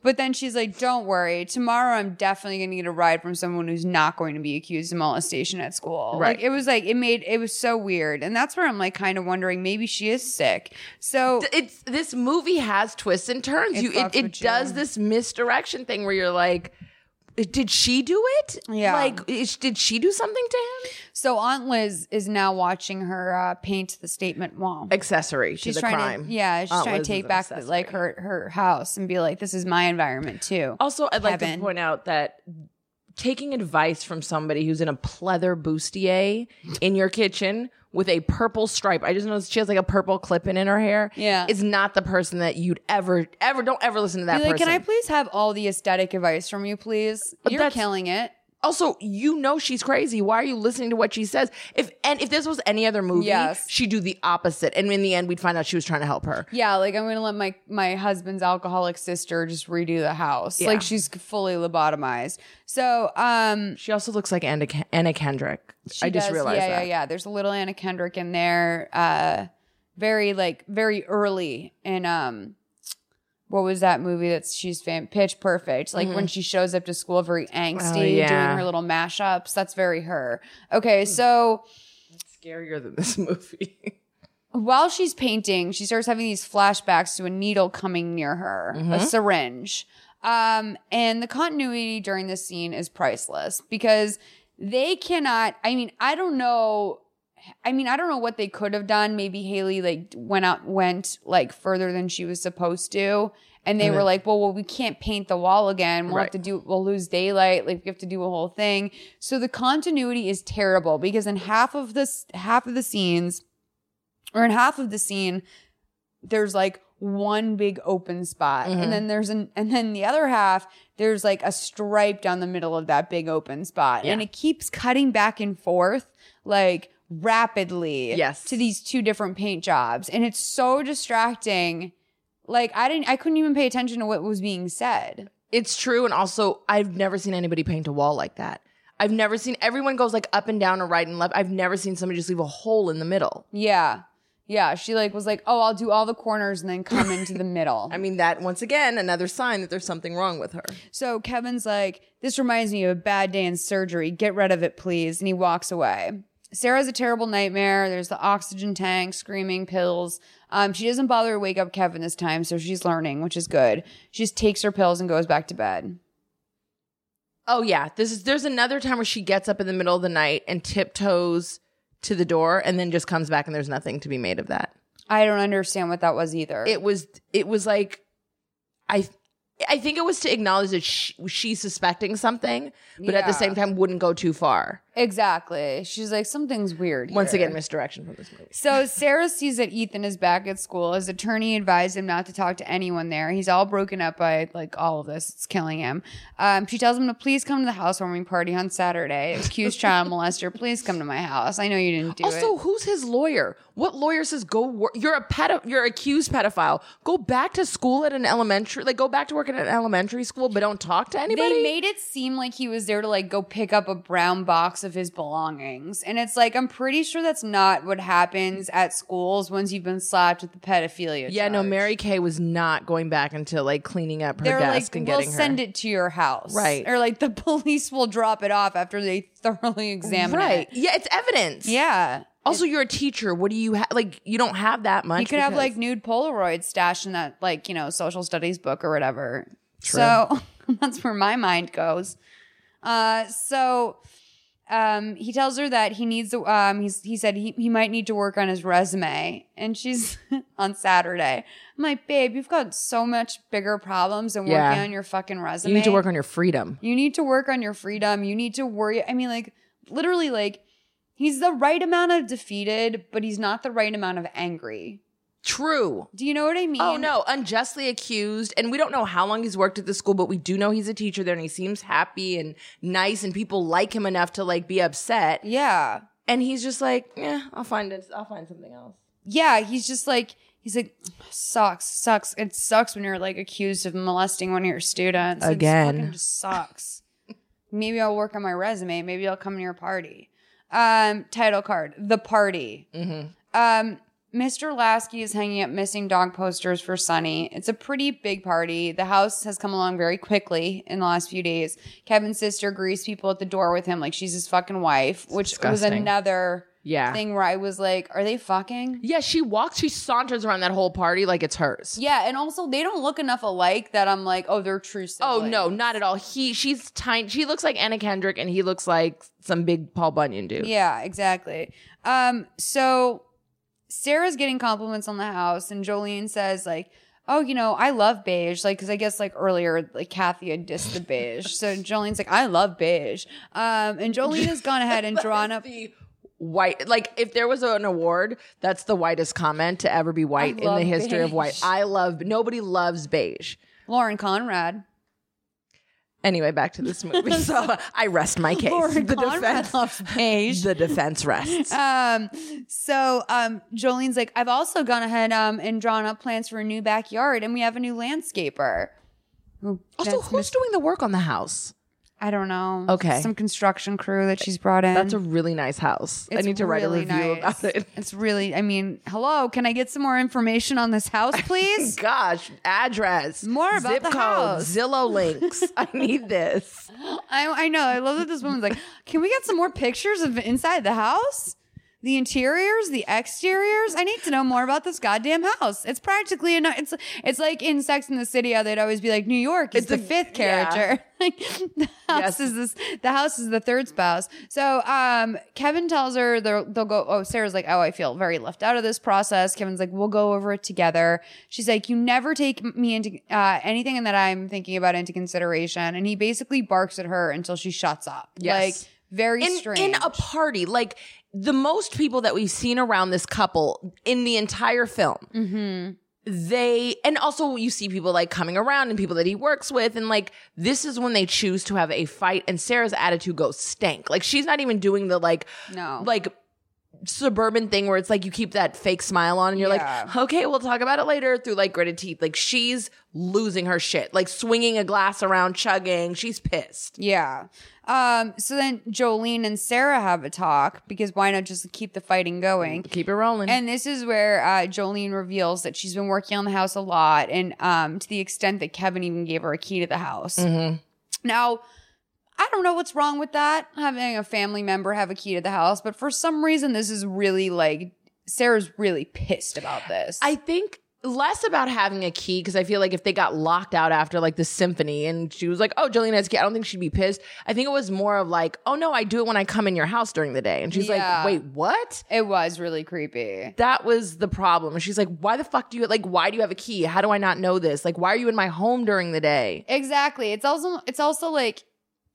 [SPEAKER 2] But then she's like, Don't worry, tomorrow I'm definitely gonna get a ride from someone who's not going to be accused of molestation at school.
[SPEAKER 3] Right.
[SPEAKER 2] Like it was like it made it was so weird. And that's where I'm like kind of wondering, maybe she is sick. So
[SPEAKER 3] It's this movie has twists and turns.
[SPEAKER 2] It
[SPEAKER 3] you
[SPEAKER 2] fucks
[SPEAKER 3] it, it
[SPEAKER 2] with you.
[SPEAKER 3] does this misdirection thing where you're like, did she do it?
[SPEAKER 2] Yeah.
[SPEAKER 3] Like, is, did she do something to him?
[SPEAKER 2] So Aunt Liz is now watching her uh, paint the statement wall.
[SPEAKER 3] Accessory to
[SPEAKER 2] She's
[SPEAKER 3] the
[SPEAKER 2] trying
[SPEAKER 3] crime.
[SPEAKER 2] to, yeah, she's
[SPEAKER 3] Aunt
[SPEAKER 2] trying
[SPEAKER 3] Liz
[SPEAKER 2] to
[SPEAKER 3] is
[SPEAKER 2] take
[SPEAKER 3] an
[SPEAKER 2] back
[SPEAKER 3] accessory.
[SPEAKER 2] like her her house and be like, this is my environment too.
[SPEAKER 3] Also, I'd like
[SPEAKER 2] Kevin.
[SPEAKER 3] to point out that taking advice from somebody who's in a pleather bustier in your kitchen with a purple stripe. I just noticed she has like a purple clip-in in her hair.
[SPEAKER 2] Yeah.
[SPEAKER 3] Is not the person that you'd ever ever don't ever listen to that
[SPEAKER 2] Be like,
[SPEAKER 3] person.
[SPEAKER 2] can I please have all the aesthetic advice from you, please?
[SPEAKER 3] But
[SPEAKER 2] You're
[SPEAKER 3] that's-
[SPEAKER 2] killing it.
[SPEAKER 3] also you know she's crazy why are you listening to what she says if and if this was any other movie
[SPEAKER 2] Yes.
[SPEAKER 3] she'd do the opposite and in the end we'd find out she was trying to help her
[SPEAKER 2] Yeah, like I'm gonna let my my husband's alcoholic sister just redo the house.
[SPEAKER 3] Yeah.
[SPEAKER 2] Like she's fully lobotomized. So, um,
[SPEAKER 3] she also looks like anna, Ke- anna kendrick
[SPEAKER 2] she
[SPEAKER 3] i just
[SPEAKER 2] does-
[SPEAKER 3] realized
[SPEAKER 2] yeah,
[SPEAKER 3] that
[SPEAKER 2] yeah, yeah. There's a little Anna Kendrick in there. Uh, very like very early in um what was that movie that she's fan pitch perfect like when she shows up to school very angsty
[SPEAKER 3] Mm-hmm. Oh, yeah. Mm.
[SPEAKER 2] doing her little mashups that's very her okay so
[SPEAKER 3] scarier than this movie
[SPEAKER 2] while she's painting she starts having these flashbacks to a needle coming near her a syringe um and the continuity during this scene is priceless because they cannot i mean i don't know I mean, I don't know what they could have done. Maybe Haley like went out, went like further than she was supposed to, and they were like, "Well, well, we can't paint the wall again. We'll have
[SPEAKER 3] Right.
[SPEAKER 2] to do. We'll lose daylight. Like we have to do a whole thing." So the continuity is terrible because in half of this, half of the scenes, or in half of the scene, there's like one big open spot,
[SPEAKER 3] Mm-hmm.
[SPEAKER 2] and then there's an, and then the other half, there's like a stripe down the middle of that big open spot, and it keeps cutting back and forth like rapidly
[SPEAKER 3] Yes.
[SPEAKER 2] to these two different paint jobs and it's so distracting like i didn't i couldn't even pay attention to what was being said
[SPEAKER 3] It's true, and also I've never seen anybody paint a wall like that. I've never seen everyone goes like up and down or right and left. I've never seen somebody just leave a hole in the middle.
[SPEAKER 2] yeah Yeah, she like was like, "Oh, I'll do all the corners and then come into the middle."
[SPEAKER 3] I mean, that once again, another sign that there's something wrong with her.
[SPEAKER 2] So Kevin's like, This reminds me of a bad day in surgery. Get rid of it, please. And he walks away. Sarah's a terrible nightmare. There's the oxygen tank, screaming pills. Um, she doesn't bother to wake up Kevin this time, so she's learning, which is good. She just takes her pills and goes back to bed.
[SPEAKER 3] Oh yeah, this is there's another time where she gets up in the middle of the night and tiptoes to the door and then just comes back and there's nothing to be made of that.
[SPEAKER 2] I don't understand what that was either.
[SPEAKER 3] It was it was like I I think it was to acknowledge that she, she's suspecting something, but at
[SPEAKER 2] Yeah.
[SPEAKER 3] the same time wouldn't go too far.
[SPEAKER 2] exactly. She's like, Something's weird.
[SPEAKER 3] Once
[SPEAKER 2] here."
[SPEAKER 3] again, misdirection from this movie.
[SPEAKER 2] So Sarah sees that Ethan is back at school. His attorney advised him not to talk to anyone there. He's all broken up by like all of this. It's killing him. Um, she tells him to please come to the housewarming party on Saturday. Accused child molester, please come to my house. I know you didn't do
[SPEAKER 3] Also,
[SPEAKER 2] it.
[SPEAKER 3] who's his lawyer? What lawyer says go work? You're a pedo- you're accused pedophile. Go back to school at an elementary, like go back to work at an elementary school, but don't talk to anybody.
[SPEAKER 2] They made it seem like he was there to like go pick up a brown box of his belongings. And it's like, I'm pretty sure that's not what happens at schools once you've been slapped with the pedophilia.
[SPEAKER 3] yeah, no,
[SPEAKER 2] charge.
[SPEAKER 3] Mary Kay was not going back until like cleaning up her
[SPEAKER 2] They're
[SPEAKER 3] desk
[SPEAKER 2] like,
[SPEAKER 3] and
[SPEAKER 2] we'll
[SPEAKER 3] getting her.
[SPEAKER 2] send it to your house.
[SPEAKER 3] Right.
[SPEAKER 2] Or like the police will drop it off after they thoroughly examine
[SPEAKER 3] right?
[SPEAKER 2] it.
[SPEAKER 3] Yeah, it's evidence.
[SPEAKER 2] Yeah.
[SPEAKER 3] Also, you're a teacher. What do you have? Like, you don't have that much.
[SPEAKER 2] You could have
[SPEAKER 3] because-
[SPEAKER 2] like nude Polaroids stashed in that like, you know, social studies book or whatever. So that's where my mind goes. Uh so um he tells her that he needs to um he's he said he, he might need to work on his resume and she's on Saturday. I'm like, babe, you've got so much bigger problems than
[SPEAKER 3] Yeah.
[SPEAKER 2] working on your fucking resume.
[SPEAKER 3] you need to work on your freedom.
[SPEAKER 2] You need to work on your freedom. You need to worry. I mean, like, literally, like, he's the right amount of defeated, but he's not the right amount of angry.
[SPEAKER 3] True.
[SPEAKER 2] Do you know what I mean?
[SPEAKER 3] Oh no, unjustly accused, and we don't know how long he's worked at the school, but we do know he's a teacher there, and he seems happy and nice, and people like him enough to like be upset.
[SPEAKER 2] Yeah.
[SPEAKER 3] And he's just like, "Eh." yeah, I'll find it. I'll find something else.
[SPEAKER 2] Yeah. He's just like, he's like, sucks, sucks. It sucks when you're like accused of molesting one of your students. It's
[SPEAKER 3] Again.
[SPEAKER 2] fucking just sucks. Maybe I'll work on my resume. Maybe I'll come to your party. Um, title card, the party.
[SPEAKER 3] Mm-hmm.
[SPEAKER 2] Um, Mr. Lasky is hanging up missing dog posters for Sunny. It's a pretty big party. The house has come along very quickly in the last few days. Kevin's sister greets people at the door with him like she's his fucking wife, which was
[SPEAKER 3] disgusting.
[SPEAKER 2] another
[SPEAKER 3] Yeah.
[SPEAKER 2] thing where I was like, are they fucking?
[SPEAKER 3] yeah, she walks, she saunters around that whole party like it's hers.
[SPEAKER 2] Yeah, and also they don't look enough alike that I'm like, oh, they're true
[SPEAKER 3] Oh
[SPEAKER 2] siblings.
[SPEAKER 3] no, not at all. He she's tiny. She looks like Anna Kendrick, and he looks like some big Paul Bunyan dude.
[SPEAKER 2] Yeah, exactly. Um, so Sarah's getting compliments on the house, and Jolene says like, "Oh, you know, I love beige." Like, because I guess like earlier, like Kathy had dissed the beige, so Jolene's like, "I love beige." Um, and Jolene has gone ahead and drawn up.
[SPEAKER 3] The white, like if there was an award, that's the whitest comment to ever be white in the
[SPEAKER 2] love
[SPEAKER 3] history of white.
[SPEAKER 2] beige.
[SPEAKER 3] I love nobody loves beige.
[SPEAKER 2] Lauren Conrad.
[SPEAKER 3] Anyway, back to this movie. so I rest my case.
[SPEAKER 2] Lauren
[SPEAKER 3] the
[SPEAKER 2] Conrad
[SPEAKER 3] defense,
[SPEAKER 2] loves beige.
[SPEAKER 3] the defense rests.
[SPEAKER 2] Um, so um, Jolene's like, I've also gone ahead um and drawn up plans for a new backyard, and we have a new landscaper. Who-
[SPEAKER 3] also,
[SPEAKER 2] that's
[SPEAKER 3] who's doing the work on the house?
[SPEAKER 2] I don't know.
[SPEAKER 3] Okay.
[SPEAKER 2] Some construction crew that she's brought in.
[SPEAKER 3] That's a really nice house. I
[SPEAKER 2] It's
[SPEAKER 3] need to write a
[SPEAKER 2] really
[SPEAKER 3] review
[SPEAKER 2] nice.
[SPEAKER 3] about it.
[SPEAKER 2] It's really, I mean, hello, can I get some more information on this house, please?
[SPEAKER 3] Gosh, address,
[SPEAKER 2] More about
[SPEAKER 3] zip
[SPEAKER 2] the
[SPEAKER 3] code,
[SPEAKER 2] house.
[SPEAKER 3] Zillow links. I need this.
[SPEAKER 2] I, I know. I love that this woman's like, can we get some more pictures of inside the house? The interiors, the exteriors. I need to know more about this goddamn house. It's practically a. It's it's like in Sex in the City how they'd always be like New York is
[SPEAKER 3] It's
[SPEAKER 2] the
[SPEAKER 3] a-
[SPEAKER 2] fifth
[SPEAKER 3] yeah.
[SPEAKER 2] character. Like the house
[SPEAKER 3] Yes.
[SPEAKER 2] is this. The house is the third spouse. So um, Kevin tells her they'll, they'll go. Oh, Sarah's like, oh, I feel very left out of this process. Kevin's like, we'll go over it together. She's like, you never take me into uh, anything that I'm thinking about into consideration. And he basically barks at her until she shuts up.
[SPEAKER 3] Yes.
[SPEAKER 2] Like very
[SPEAKER 3] in,
[SPEAKER 2] strange.
[SPEAKER 3] in a party like the most people that we've seen around this couple in the entire film
[SPEAKER 2] Mm-hmm.
[SPEAKER 3] they and also you see people like coming around and people that he works with and like this is when they choose to have a fight and sarah's attitude goes stank like she's not even doing the like
[SPEAKER 2] no.
[SPEAKER 3] like suburban thing where it's like you keep that fake smile on and you're like, okay, we'll talk about it later through like gritted teeth. Like she's losing her shit, like swinging a glass around, chugging. She's pissed.
[SPEAKER 2] Yeah. Um, so then Jolene and Sarah have a talk because why not just keep the fighting going?
[SPEAKER 3] Keep it rolling.
[SPEAKER 2] And this is where uh, Jolene reveals that she's been working on the house a lot, and um, to the extent that Kevin even gave her a key to the house.
[SPEAKER 3] Mm-hmm.
[SPEAKER 2] Now, I don't know what's wrong with that having a family member have a key to the house, but for some reason, this is really like Sarah's really pissed about this.
[SPEAKER 3] I think less about having a key because I feel like if they got locked out after like the symphony and she was like, "Oh, Jolene has a key," I don't think she'd be pissed. I think it was more of like, "Oh no, I do it when I come in your house during the day," and she's
[SPEAKER 2] Yeah.
[SPEAKER 3] like, "Wait, what?"
[SPEAKER 2] it was really creepy.
[SPEAKER 3] That was the problem. And she's like, "Why the fuck do you like? Why do you have a key? How do I not know this? Like, why are you in my home during the day?"
[SPEAKER 2] Exactly. It's also it's also like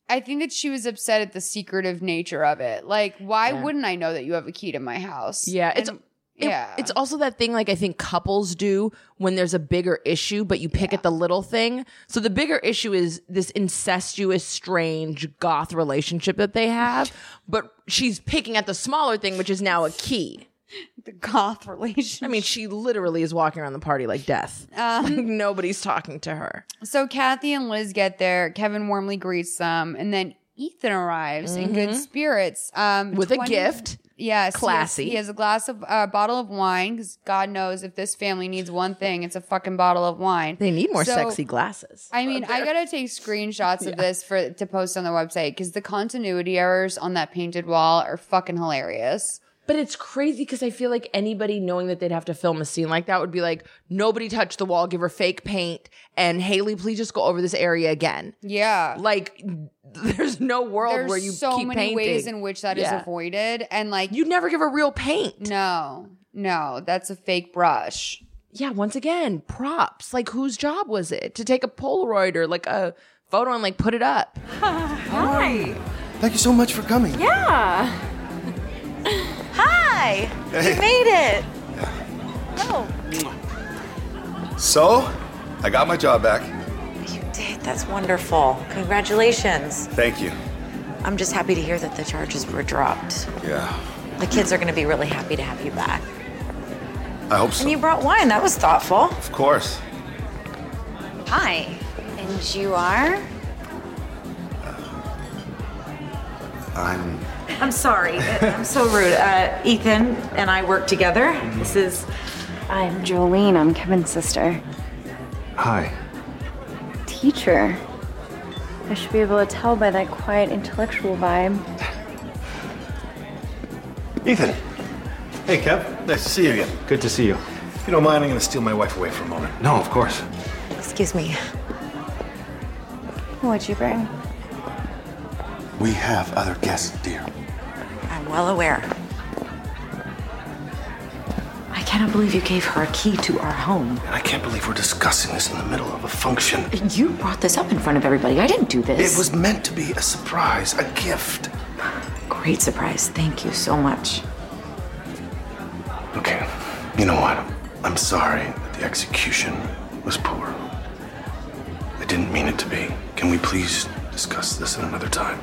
[SPEAKER 2] I think that she was upset at the secretive nature of it. Like, why wouldn't I know that you have a key to my house?
[SPEAKER 3] Yeah, it's. it-
[SPEAKER 2] yeah.
[SPEAKER 3] It's also that thing like I think couples do when there's a bigger issue, but you pick at the little thing. So the bigger issue is this incestuous, strange goth relationship that they have, but she's picking at the smaller thing, which is now a key.
[SPEAKER 2] the goth relation.
[SPEAKER 3] I mean, she literally is walking around the party like death.
[SPEAKER 2] Um,
[SPEAKER 3] Like, nobody's talking to her.
[SPEAKER 2] So Kathy and Liz get there. Kevin warmly greets them, and then Ethan arrives in good spirits um,
[SPEAKER 3] Mm-hmm. With a gift.
[SPEAKER 2] Yes, he has-
[SPEAKER 3] Classy.
[SPEAKER 2] He has, a glass of a bottle of wine because God knows if this family needs one thing, it's a fucking bottle of wine.
[SPEAKER 3] They need more
[SPEAKER 2] So-
[SPEAKER 3] sexy glasses.
[SPEAKER 2] I mean, I gotta take screenshots of this for to post on the website because the continuity errors on that painted wall are fucking hilarious.
[SPEAKER 3] But it's crazy because I feel like anybody knowing that they'd have to film a scene like that would be like, nobody touch the wall, give her fake paint, and Haley, please just go over this area again.
[SPEAKER 2] Yeah.
[SPEAKER 3] Like, there's no world
[SPEAKER 2] There's
[SPEAKER 3] where you
[SPEAKER 2] so
[SPEAKER 3] keep
[SPEAKER 2] many
[SPEAKER 3] painting.
[SPEAKER 2] ways in which that is
[SPEAKER 3] Yeah.
[SPEAKER 2] avoided, and like
[SPEAKER 3] you never give her real paint.
[SPEAKER 2] no, no, that's a fake brush.
[SPEAKER 3] Yeah, once again, props. Like, whose job was it to take a Polaroid or like a photo and like put it up?
[SPEAKER 5] Hi.
[SPEAKER 6] Thank you so much for coming.
[SPEAKER 5] Yeah.
[SPEAKER 7] Hi! You made it! Oh,
[SPEAKER 10] So, I got my job back.
[SPEAKER 7] you did. That's wonderful. Congratulations.
[SPEAKER 10] Thank you.
[SPEAKER 7] I'm just happy to hear that the charges were dropped.
[SPEAKER 10] Yeah,
[SPEAKER 7] The kids are going to be really happy to have you back.
[SPEAKER 10] I hope
[SPEAKER 7] And
[SPEAKER 10] so.
[SPEAKER 7] you brought wine. That was thoughtful.
[SPEAKER 10] Of course.
[SPEAKER 7] Hi. And you are?
[SPEAKER 10] I'm.
[SPEAKER 5] I'm sorry. I'm so rude. Uh, Ethan and I work together. This is. I'm Jolene. I'm Kevin's sister.
[SPEAKER 10] Hi.
[SPEAKER 5] Teacher. I should be able to tell by that quiet intellectual vibe.
[SPEAKER 6] Ethan. Hey, Kev. Nice to see you again.
[SPEAKER 9] Good to see you.
[SPEAKER 6] If you don't mind, I'm going to steal my wife away for a moment.
[SPEAKER 9] No, of course.
[SPEAKER 7] Excuse me.
[SPEAKER 5] What'd you bring?
[SPEAKER 10] We have other guests, dear.
[SPEAKER 7] I'm well aware. I cannot believe you gave her a key to our home.
[SPEAKER 6] And I can't believe we're discussing this in the middle of a function.
[SPEAKER 11] You brought this up in front of everybody. I didn't do this.
[SPEAKER 6] It was meant to be a surprise, a gift.
[SPEAKER 11] great surprise. Thank you so much.
[SPEAKER 6] Okay. You know what? I'm sorry that the execution was poor. I didn't mean it to be. Can we please discuss this at another time?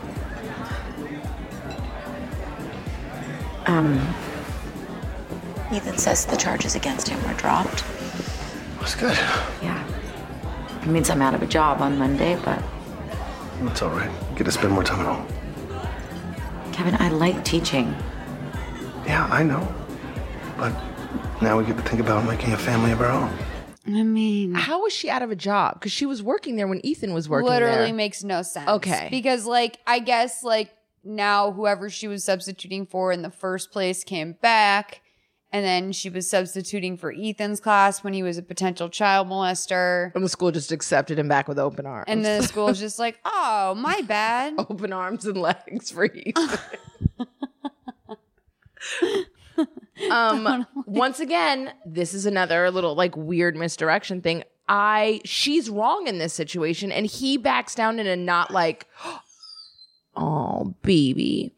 [SPEAKER 11] Um,
[SPEAKER 7] Ethan says the charges against him were dropped.
[SPEAKER 6] That's good.
[SPEAKER 11] Yeah. It means I'm out of a job on Monday, but
[SPEAKER 6] That's all right. Get to spend more time at home.
[SPEAKER 11] Kevin, I like teaching.
[SPEAKER 6] Yeah, I know. But now we get to think about making a family of our own.
[SPEAKER 2] I mean,
[SPEAKER 3] How was she out of a job? Because she was working there when Ethan was working
[SPEAKER 2] literally
[SPEAKER 3] there.
[SPEAKER 2] makes no sense.
[SPEAKER 3] Okay.
[SPEAKER 2] Because like I guess like now whoever she was substituting for in the first place came back and then she was substituting for Ethan's class when he was a potential child molester.
[SPEAKER 3] and the school just accepted him back with open arms.
[SPEAKER 2] And then the school's just like, "Oh, my bad."
[SPEAKER 3] open arms and legs for Ethan. um, once again, this is another little like weird misdirection thing. I she's wrong in this situation, and he backs down in a not like, oh baby.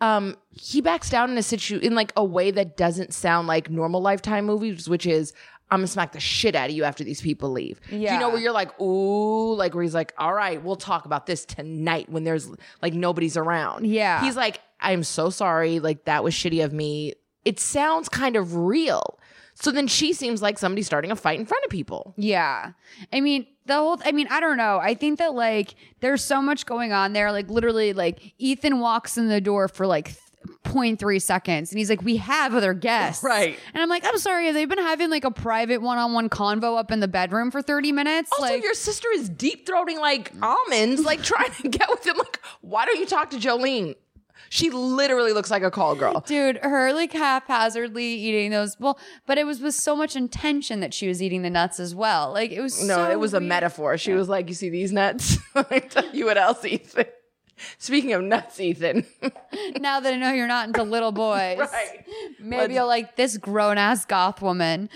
[SPEAKER 3] Um, he backs down in a situ in like a way that doesn't sound like normal lifetime movies, which is I'm gonna smack the shit out of you after these people leave. Do
[SPEAKER 2] Yeah.
[SPEAKER 3] You know where you're like, ooh, like where he's like, all right, we'll talk about this tonight when there's like nobody's around.
[SPEAKER 2] Yeah.
[SPEAKER 3] He's like, I'm so sorry. Like that was shitty of me. It sounds kind of real. So then she seems like somebody starting a fight in front of people.
[SPEAKER 2] Yeah. I mean, the whole, I mean, I don't know. I think that like there's so much going on there. Like, literally, like Ethan walks in the door for like th- 0.3 seconds and he's like, We have other guests.
[SPEAKER 3] Right.
[SPEAKER 2] And I'm like, I'm sorry. They've been having like a private one on one convo up in the bedroom for 30 minutes.
[SPEAKER 3] Also,
[SPEAKER 2] like,
[SPEAKER 3] your sister is deep throating like almonds, like trying to get with him. Like, why don't you talk to Jolene? She literally looks like a call girl.
[SPEAKER 2] Dude, her like haphazardly eating those. Well, but it was with so much intention that she was eating the nuts as well. Like it was
[SPEAKER 3] No,
[SPEAKER 2] so
[SPEAKER 3] it was a
[SPEAKER 2] weird.
[SPEAKER 3] metaphor. She was like, "You see these nuts? I tell you what else, Ethan." Speaking of nuts, Ethan.
[SPEAKER 2] now that I know you're not into little boys,
[SPEAKER 3] Right.
[SPEAKER 2] maybe
[SPEAKER 3] Let's-
[SPEAKER 2] you'll like this grown ass goth woman.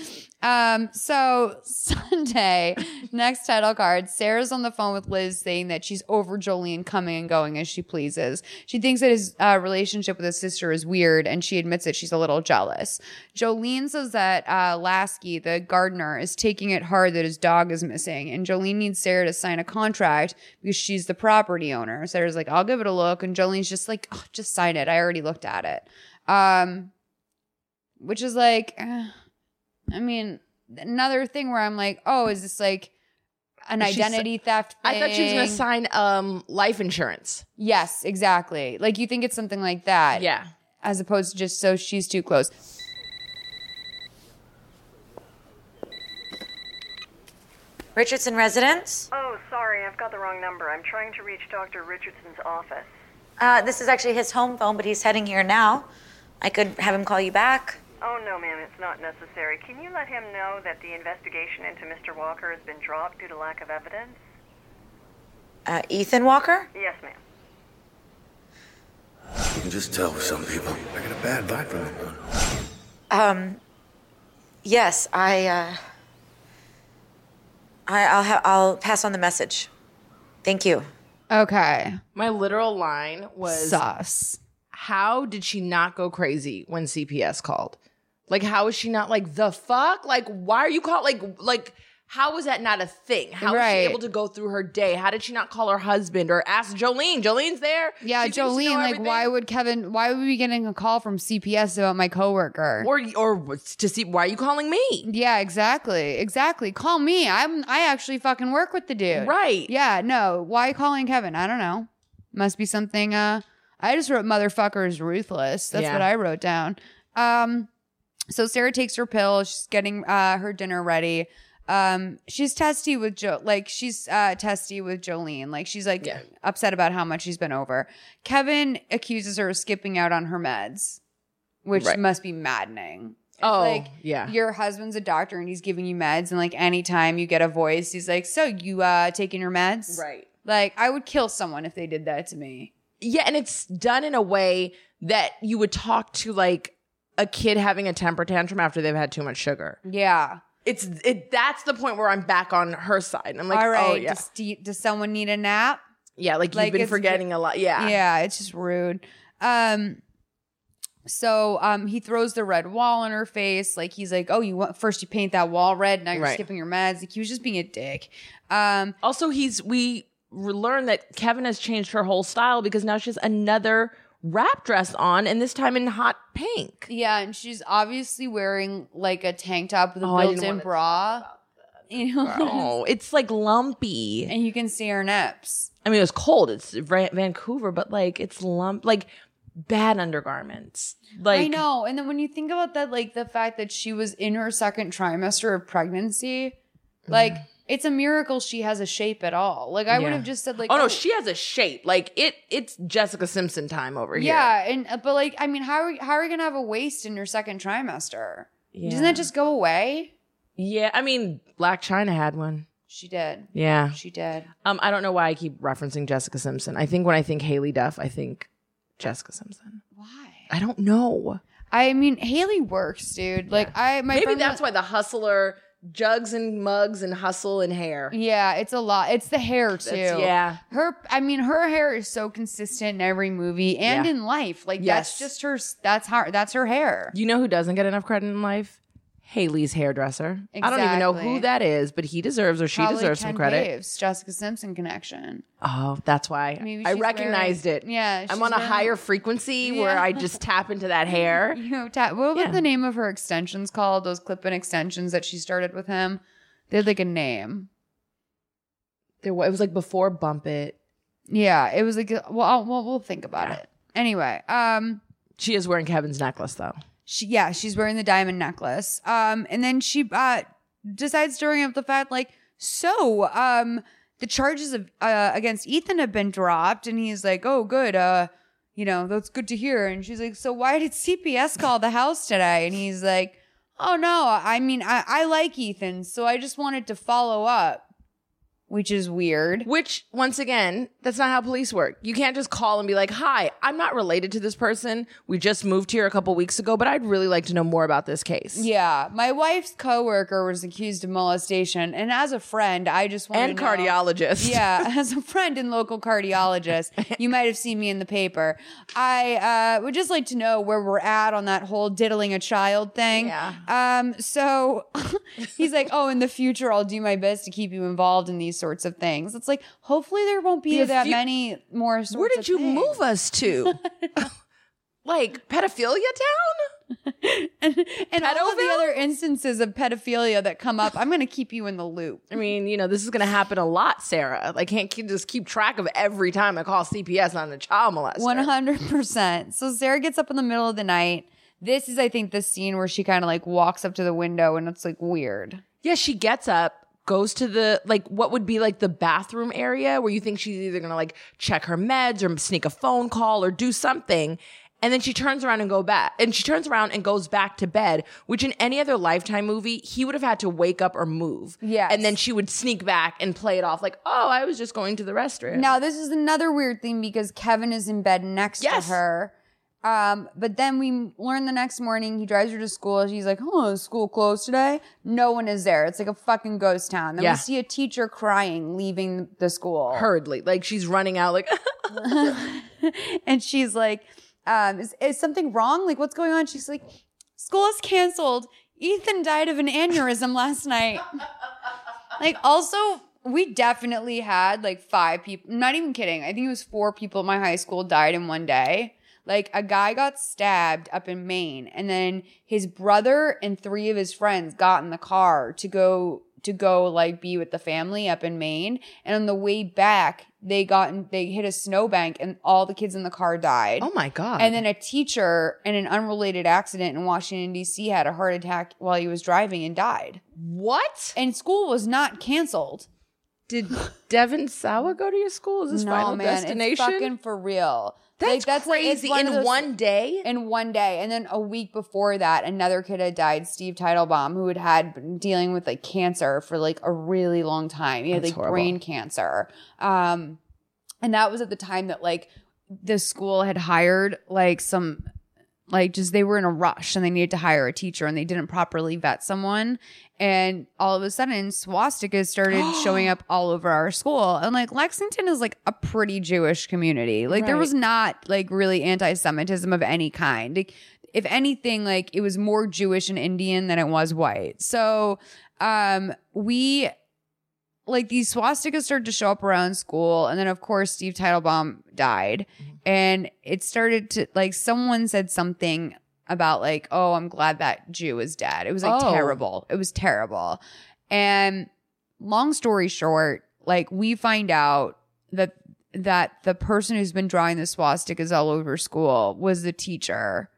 [SPEAKER 2] Um, so Sunday, next title card, Sarah's on the phone with Liz saying that she's over Jolene coming and going as she pleases. She thinks that his uh, relationship with his sister is weird and she admits that she's a little jealous. Jolene says that uh, Lasky, the gardener, is taking it hard that his dog is missing and Jolene needs Sarah to sign a contract because she's the property owner. Sarah's like, I'll give it a look. And Jolene's just like, oh, just sign it. I already looked at it. Um, which is like, eh, I mean, another thing where I'm like, oh, is this like an
[SPEAKER 3] She's-
[SPEAKER 2] identity theft
[SPEAKER 3] I thought she was going to
[SPEAKER 2] thing?
[SPEAKER 3] sign um life insurance.
[SPEAKER 2] Yes, exactly. Like you think it's something like that.
[SPEAKER 3] Yeah.
[SPEAKER 2] As opposed to just so she's too close.
[SPEAKER 7] Richardson residence?
[SPEAKER 12] Oh, sorry, I've got the wrong number. I'm trying to reach Dr. Richardson's office.
[SPEAKER 7] Uh, this is actually his home phone, but he's heading here now. I could have him call you back.
[SPEAKER 12] Oh, no, ma'am, it's not necessary. Can you let him know that the investigation into Mr. Walker has been dropped due to lack of evidence?
[SPEAKER 7] Uh, Ethan Walker?
[SPEAKER 12] Yes, ma'am.
[SPEAKER 10] You can just tell with some people. I get a bad vibe from them.
[SPEAKER 7] Um, yes, I, uh, I, I'll, ha- I'll pass on the message. Thank you.
[SPEAKER 2] Okay.
[SPEAKER 3] My literal line was
[SPEAKER 2] Sus.
[SPEAKER 3] How did she not go crazy when CPS called? Like, how is she not like the fuck? Like, why are you called? Like, like. How was that not a thing? How was
[SPEAKER 2] Right.
[SPEAKER 3] she able to go through her day? How did she not call her husband or ask Jolene? Jolene's there.
[SPEAKER 2] Yeah,
[SPEAKER 3] She seems to know
[SPEAKER 2] Jolene, like
[SPEAKER 3] everything.
[SPEAKER 2] why would Kevin why would we be getting a call from CPS about my coworker?
[SPEAKER 3] or or to see why are you calling me?
[SPEAKER 2] yeah, exactly. Exactly. Call me. I'm I actually fucking work with the dude.
[SPEAKER 3] Right.
[SPEAKER 2] Yeah, no. Why calling Kevin? I don't know. Must be something uh I just wrote motherfucker is ruthless. That's
[SPEAKER 11] Yeah.
[SPEAKER 2] what I wrote down. Um so Sarah takes her pill, she's getting uh her dinner ready. Um she's testy with Jo like she's uh testy with Jolene. Like she's like upset about how much she's been over. Kevin accuses her of skipping out on her meds, which
[SPEAKER 3] Right.
[SPEAKER 2] must be maddening. It's
[SPEAKER 3] Oh,
[SPEAKER 2] like
[SPEAKER 3] yeah.
[SPEAKER 2] your husband's a doctor and he's giving you meds and like anytime you get a voice, he's like, So you uh taking your meds?
[SPEAKER 3] Right.
[SPEAKER 2] Like I would kill someone if they did that to me.
[SPEAKER 3] Yeah, and it's done in a way that you would talk to like a kid having a temper tantrum after they've had too much sugar.
[SPEAKER 2] Yeah.
[SPEAKER 3] It's it that's the point where I'm back on her side. I'm like,
[SPEAKER 2] All right,
[SPEAKER 3] oh yeah.
[SPEAKER 2] does, do you- does someone need a nap?
[SPEAKER 3] yeah, like you've
[SPEAKER 2] like,
[SPEAKER 3] been
[SPEAKER 2] it's-
[SPEAKER 3] forgetting a lot. Yeah.
[SPEAKER 2] Yeah, it's just rude. Um so um he throws the red wall in her face. Like he's like, Oh, you want first you paint that wall red, now you're
[SPEAKER 3] Right.
[SPEAKER 2] skipping your meds. Like he was just being a dick. Um
[SPEAKER 3] Also he's we learned that Kevin has changed her whole style because now she has another wrap dress on and this time in hot pink.
[SPEAKER 2] Yeah, and she's obviously wearing like a tank top with a
[SPEAKER 3] Oh, I didn't
[SPEAKER 2] built-in
[SPEAKER 3] wanna
[SPEAKER 2] bra. You know,
[SPEAKER 3] Oh, it's like lumpy.
[SPEAKER 2] and you can see her nips.
[SPEAKER 3] I mean, it was cold. It's Va- Vancouver, but like it's lump, like bad undergarments. Like
[SPEAKER 2] I know. And then when you think about that, like the fact that she was in her second trimester of pregnancy, like it's a miracle she has a shape at all. Like I would
[SPEAKER 3] Mm. Yeah.
[SPEAKER 2] have just said, like,
[SPEAKER 3] oh no, she has a shape. Like it, it's Jessica Simpson time over here.
[SPEAKER 2] yeah, and uh, but like I mean, how are how are you gonna have a waist in your second trimester? Doesn't
[SPEAKER 3] Yeah.
[SPEAKER 2] that just go away?
[SPEAKER 3] yeah. I mean, Black China had one.
[SPEAKER 2] She did.
[SPEAKER 3] Yeah.
[SPEAKER 2] she did.
[SPEAKER 3] Um, I don't know why I keep referencing Jessica Simpson. I think when I think Haley Duff, I think Jessica Simpson.
[SPEAKER 2] Why?
[SPEAKER 3] I don't know.
[SPEAKER 2] I mean, Haley works, dude. Like I, my
[SPEAKER 3] Maybe
[SPEAKER 2] friend-
[SPEAKER 3] that's why the hustler jugs and mugs and hustle and hair.
[SPEAKER 2] Yeah, it's a lot. It's the hair too.
[SPEAKER 3] yeah.
[SPEAKER 2] Her I mean her hair is so consistent in every movie and
[SPEAKER 3] Yeah.
[SPEAKER 2] in life. Like that's
[SPEAKER 3] Yes.
[SPEAKER 2] just her that's how that's her hair.
[SPEAKER 3] You know who doesn't get enough credit in life? Haley's hairdresser. I don't even know
[SPEAKER 2] Exactly.
[SPEAKER 3] who that is, but he deserves or she
[SPEAKER 2] Probably
[SPEAKER 3] deserves some
[SPEAKER 2] 10
[SPEAKER 3] credit.
[SPEAKER 2] Waves, Jessica Simpson connection.
[SPEAKER 3] Oh, that's why
[SPEAKER 2] Maybe
[SPEAKER 3] I
[SPEAKER 2] she's
[SPEAKER 3] recognized
[SPEAKER 2] wearing-
[SPEAKER 3] it.
[SPEAKER 2] Yeah, she's
[SPEAKER 3] I'm on a
[SPEAKER 2] wearing-
[SPEAKER 3] higher frequency where I
[SPEAKER 2] Yeah.
[SPEAKER 3] just tap into that hair.
[SPEAKER 2] You know, ta- what was the name of her extensions called? Those clip-in extensions that she started with him. They had like a name.
[SPEAKER 3] There wa- it was like before Bump It.
[SPEAKER 2] Yeah, it was like a- well, I'll, well, we'll think about it. Anyway, um,
[SPEAKER 3] She is wearing Kevin's necklace though.
[SPEAKER 2] she yeah, she's wearing the diamond necklace. Um, and then she uh decides to bring up the fact like, so um, the charges of uh against Ethan have been dropped, and he's like, oh, good, uh. You know, that's good to hear. And she's like, So why did CPS call the house today? And he's like, Oh no, I mean, I, I like Ethan, so I just wanted to follow up. Which is weird.
[SPEAKER 3] Which, once again, that's not how police work. You can't just call and be like, hi, I'm not related to this person. We just moved here a couple weeks ago, but I'd really like to know more about this case.
[SPEAKER 2] Yeah, my wife's coworker was accused of molestation, and as a friend, I just want
[SPEAKER 3] And cardiologist.
[SPEAKER 2] Yeah, as a friend and local cardiologist, you might have seen me in the paper. I uh, would just like to know where we're at on that whole diddling a child thing. Yeah. Um. So he's like, "Oh, in the future, I'll do my best to keep you involved in these sorts of things." It's like, hopefully, there won't be
[SPEAKER 3] The
[SPEAKER 2] that
[SPEAKER 3] fu-
[SPEAKER 2] many more. Sorts Where did
[SPEAKER 3] you move us to? like pedophilia town?
[SPEAKER 2] and all of the other instances of pedophilia that come up, I'm going to keep you in the loop.
[SPEAKER 3] I mean, you know, this is going to happen a lot, Sarah. I can't keep, just keep track of every time I call CPS on a child molester.
[SPEAKER 2] One hundred percent. So Sarah gets up in the middle of the night. This is, I think, the scene where she kind of like walks up to the window, and it's like weird.
[SPEAKER 3] Yeah, she gets up, goes to the like what would be like the bathroom area where you think she's either gonna like check her meds or sneak a phone call or do something. And then she turns around and go back and she turns around and goes back to bed, which in any other lifetime movie, he would have had to wake up or move. Yeah. And then she would sneak back and play it off like, oh, I was just going to the restroom.
[SPEAKER 2] Now this is another weird thing because Kevin is in bed next
[SPEAKER 3] Yes.
[SPEAKER 2] to her. Um, but then we learn the next morning he drives her to school. She's like, "Oh, is school closed today? No one is there. It's like a fucking ghost town." Then
[SPEAKER 3] Yeah.
[SPEAKER 2] we see a teacher crying leaving the school
[SPEAKER 3] hurriedly, like she's running out, like
[SPEAKER 2] and she's like, um, is, is something wrong? Like, what's going on? She's like, school is canceled. Ethan died of an aneurysm last night. like, also, we definitely had like five people, I'm not even kidding. I think it was four people at my high school died in one day. Like, a guy got stabbed up in Maine, and then his brother and three of his friends got in the car to go to go like be with the family up in Maine. And on the way back, they got in, they hit a snowbank and all the kids in the car died.
[SPEAKER 3] Oh my God.
[SPEAKER 2] And then a teacher in an unrelated accident in Washington D.C. had a heart attack while he was driving and died.
[SPEAKER 3] What?
[SPEAKER 2] And school was not canceled.
[SPEAKER 3] Did Devin Sawa go to your school? Is this Final
[SPEAKER 2] It's
[SPEAKER 3] Destination?
[SPEAKER 2] fucking for real.
[SPEAKER 3] That's
[SPEAKER 2] like- it's
[SPEAKER 3] crazy.
[SPEAKER 2] of
[SPEAKER 3] In one day?
[SPEAKER 2] In one day. And then a week before that, another kid had died, Steve Teitelbaum, who had had been dealing with like cancer for like a really long time. He had
[SPEAKER 3] That's
[SPEAKER 2] like
[SPEAKER 3] horrible.
[SPEAKER 2] brain cancer. Um, and that was at the time that like the school had hired like some like just they were in a rush and they needed to hire a teacher and they didn't properly vet someone and all of a sudden swastikas started showing up all over our school and like lexington is like a pretty jewish community like there
[SPEAKER 3] Right.
[SPEAKER 2] was not like really anti-semitism of any kind like if anything like it was more jewish and indian than it was white so um we like these swastikas started to show up around school and then of course steve teitelbaum died and it started to like someone said something about like oh i'm glad that jew is dead it was like
[SPEAKER 3] Oh.
[SPEAKER 2] terrible it was terrible and long story short like we find out that that the person who's been drawing the swastikas all over school was the teacher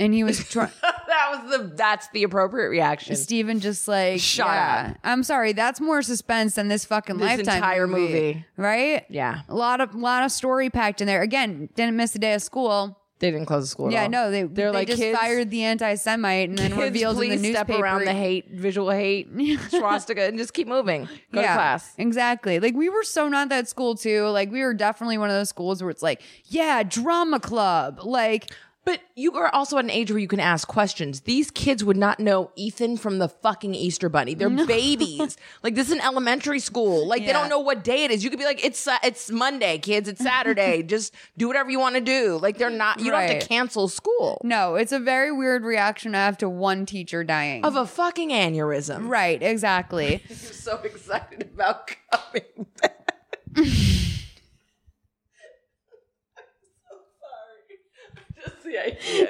[SPEAKER 2] and he was trying
[SPEAKER 3] that was the that's the appropriate reaction.
[SPEAKER 2] Steven just like
[SPEAKER 3] Shut
[SPEAKER 2] yeah. I'm sorry, that's more suspense than this fucking
[SPEAKER 3] This
[SPEAKER 2] lifetime
[SPEAKER 3] entire movie.
[SPEAKER 2] right?
[SPEAKER 3] Yeah.
[SPEAKER 2] a lot of lot of story packed in there. Again, didn't miss a day of school.
[SPEAKER 3] They didn't close the school. at
[SPEAKER 2] yeah,
[SPEAKER 3] all.
[SPEAKER 2] no, they
[SPEAKER 3] They're
[SPEAKER 2] they
[SPEAKER 3] like,
[SPEAKER 2] just
[SPEAKER 3] "Kids,
[SPEAKER 2] fired the anti-Semite and then
[SPEAKER 3] kids,
[SPEAKER 2] revealed in the
[SPEAKER 3] please
[SPEAKER 2] newspaper.
[SPEAKER 3] Step around the hate, visual hate, swastika, and just keep moving. Go to class.
[SPEAKER 2] Exactly. Like we were so not that school too. Like we were definitely one of those schools where it's like, yeah, drama club. Like
[SPEAKER 3] But you are also at an age where you can ask questions. These kids would not know Ethan from the fucking Easter Bunny. They're babies. Like this is an elementary school. Like they
[SPEAKER 13] Yeah.
[SPEAKER 3] don't know what day it is. You could be like, it's uh, it's Monday, kids. It's Saturday. Just do whatever you want to do. Like they're not. You don't have to
[SPEAKER 2] Right.
[SPEAKER 3] cancel school.
[SPEAKER 2] No, it's a very weird reaction after one teacher dying
[SPEAKER 3] of a fucking aneurysm.
[SPEAKER 2] Right, exactly.
[SPEAKER 3] I'm so excited about coming.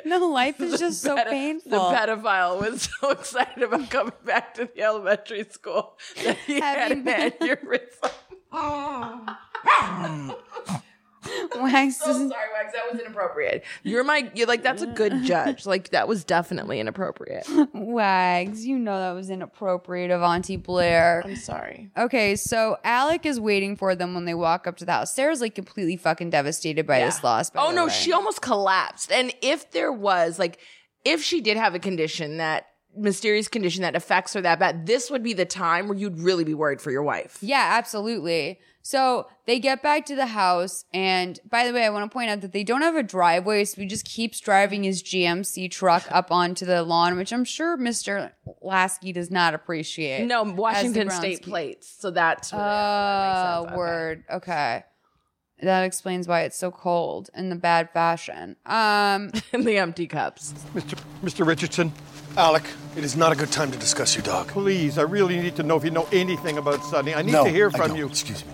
[SPEAKER 2] No, life is just so painful.
[SPEAKER 3] The pedophile was so excited about coming back to the elementary school that he
[SPEAKER 2] Having
[SPEAKER 3] had
[SPEAKER 2] been-
[SPEAKER 3] an aneurysm.
[SPEAKER 2] Wax
[SPEAKER 3] so Oh, sorry, Wax. That was inappropriate. You're my. You're like that's a good judge. Like that was definitely inappropriate.
[SPEAKER 2] Wags, you know that was inappropriate of Auntie Blair. I'm
[SPEAKER 3] sorry.
[SPEAKER 2] Okay, so Alec is waiting for them when they walk up to the house. Sarah's like completely fucking devastated by this loss. by
[SPEAKER 3] Oh
[SPEAKER 2] the
[SPEAKER 3] no,
[SPEAKER 2] way.
[SPEAKER 3] she almost collapsed. And if there was like, if she did have a condition that mysterious condition that affects her that bad, this would be the time where you'd really be worried for your wife.
[SPEAKER 2] Yeah, absolutely. So they get back to the house, and by the way, I want to point out that they don't have a driveway, so he just keeps driving his GMC truck up onto the lawn, which I'm sure Mr. Lasky does not appreciate.
[SPEAKER 3] No,
[SPEAKER 2] as the
[SPEAKER 3] Washington
[SPEAKER 2] grounds
[SPEAKER 3] State
[SPEAKER 2] keep-
[SPEAKER 3] plates. So that's
[SPEAKER 2] Oh,
[SPEAKER 3] what that makes sense.
[SPEAKER 2] word. Okay. That explains why it's so cold in the bad fashion. Um,
[SPEAKER 3] in the empty cups.
[SPEAKER 8] Mr. Mr. Richardson. Alec.
[SPEAKER 10] It is not a good time to discuss your dog.
[SPEAKER 8] Please, I really need to know if you know anything about Sunny. I need
[SPEAKER 10] No,
[SPEAKER 8] to hear
[SPEAKER 10] I
[SPEAKER 8] from
[SPEAKER 10] don't.
[SPEAKER 8] you.
[SPEAKER 10] Excuse me.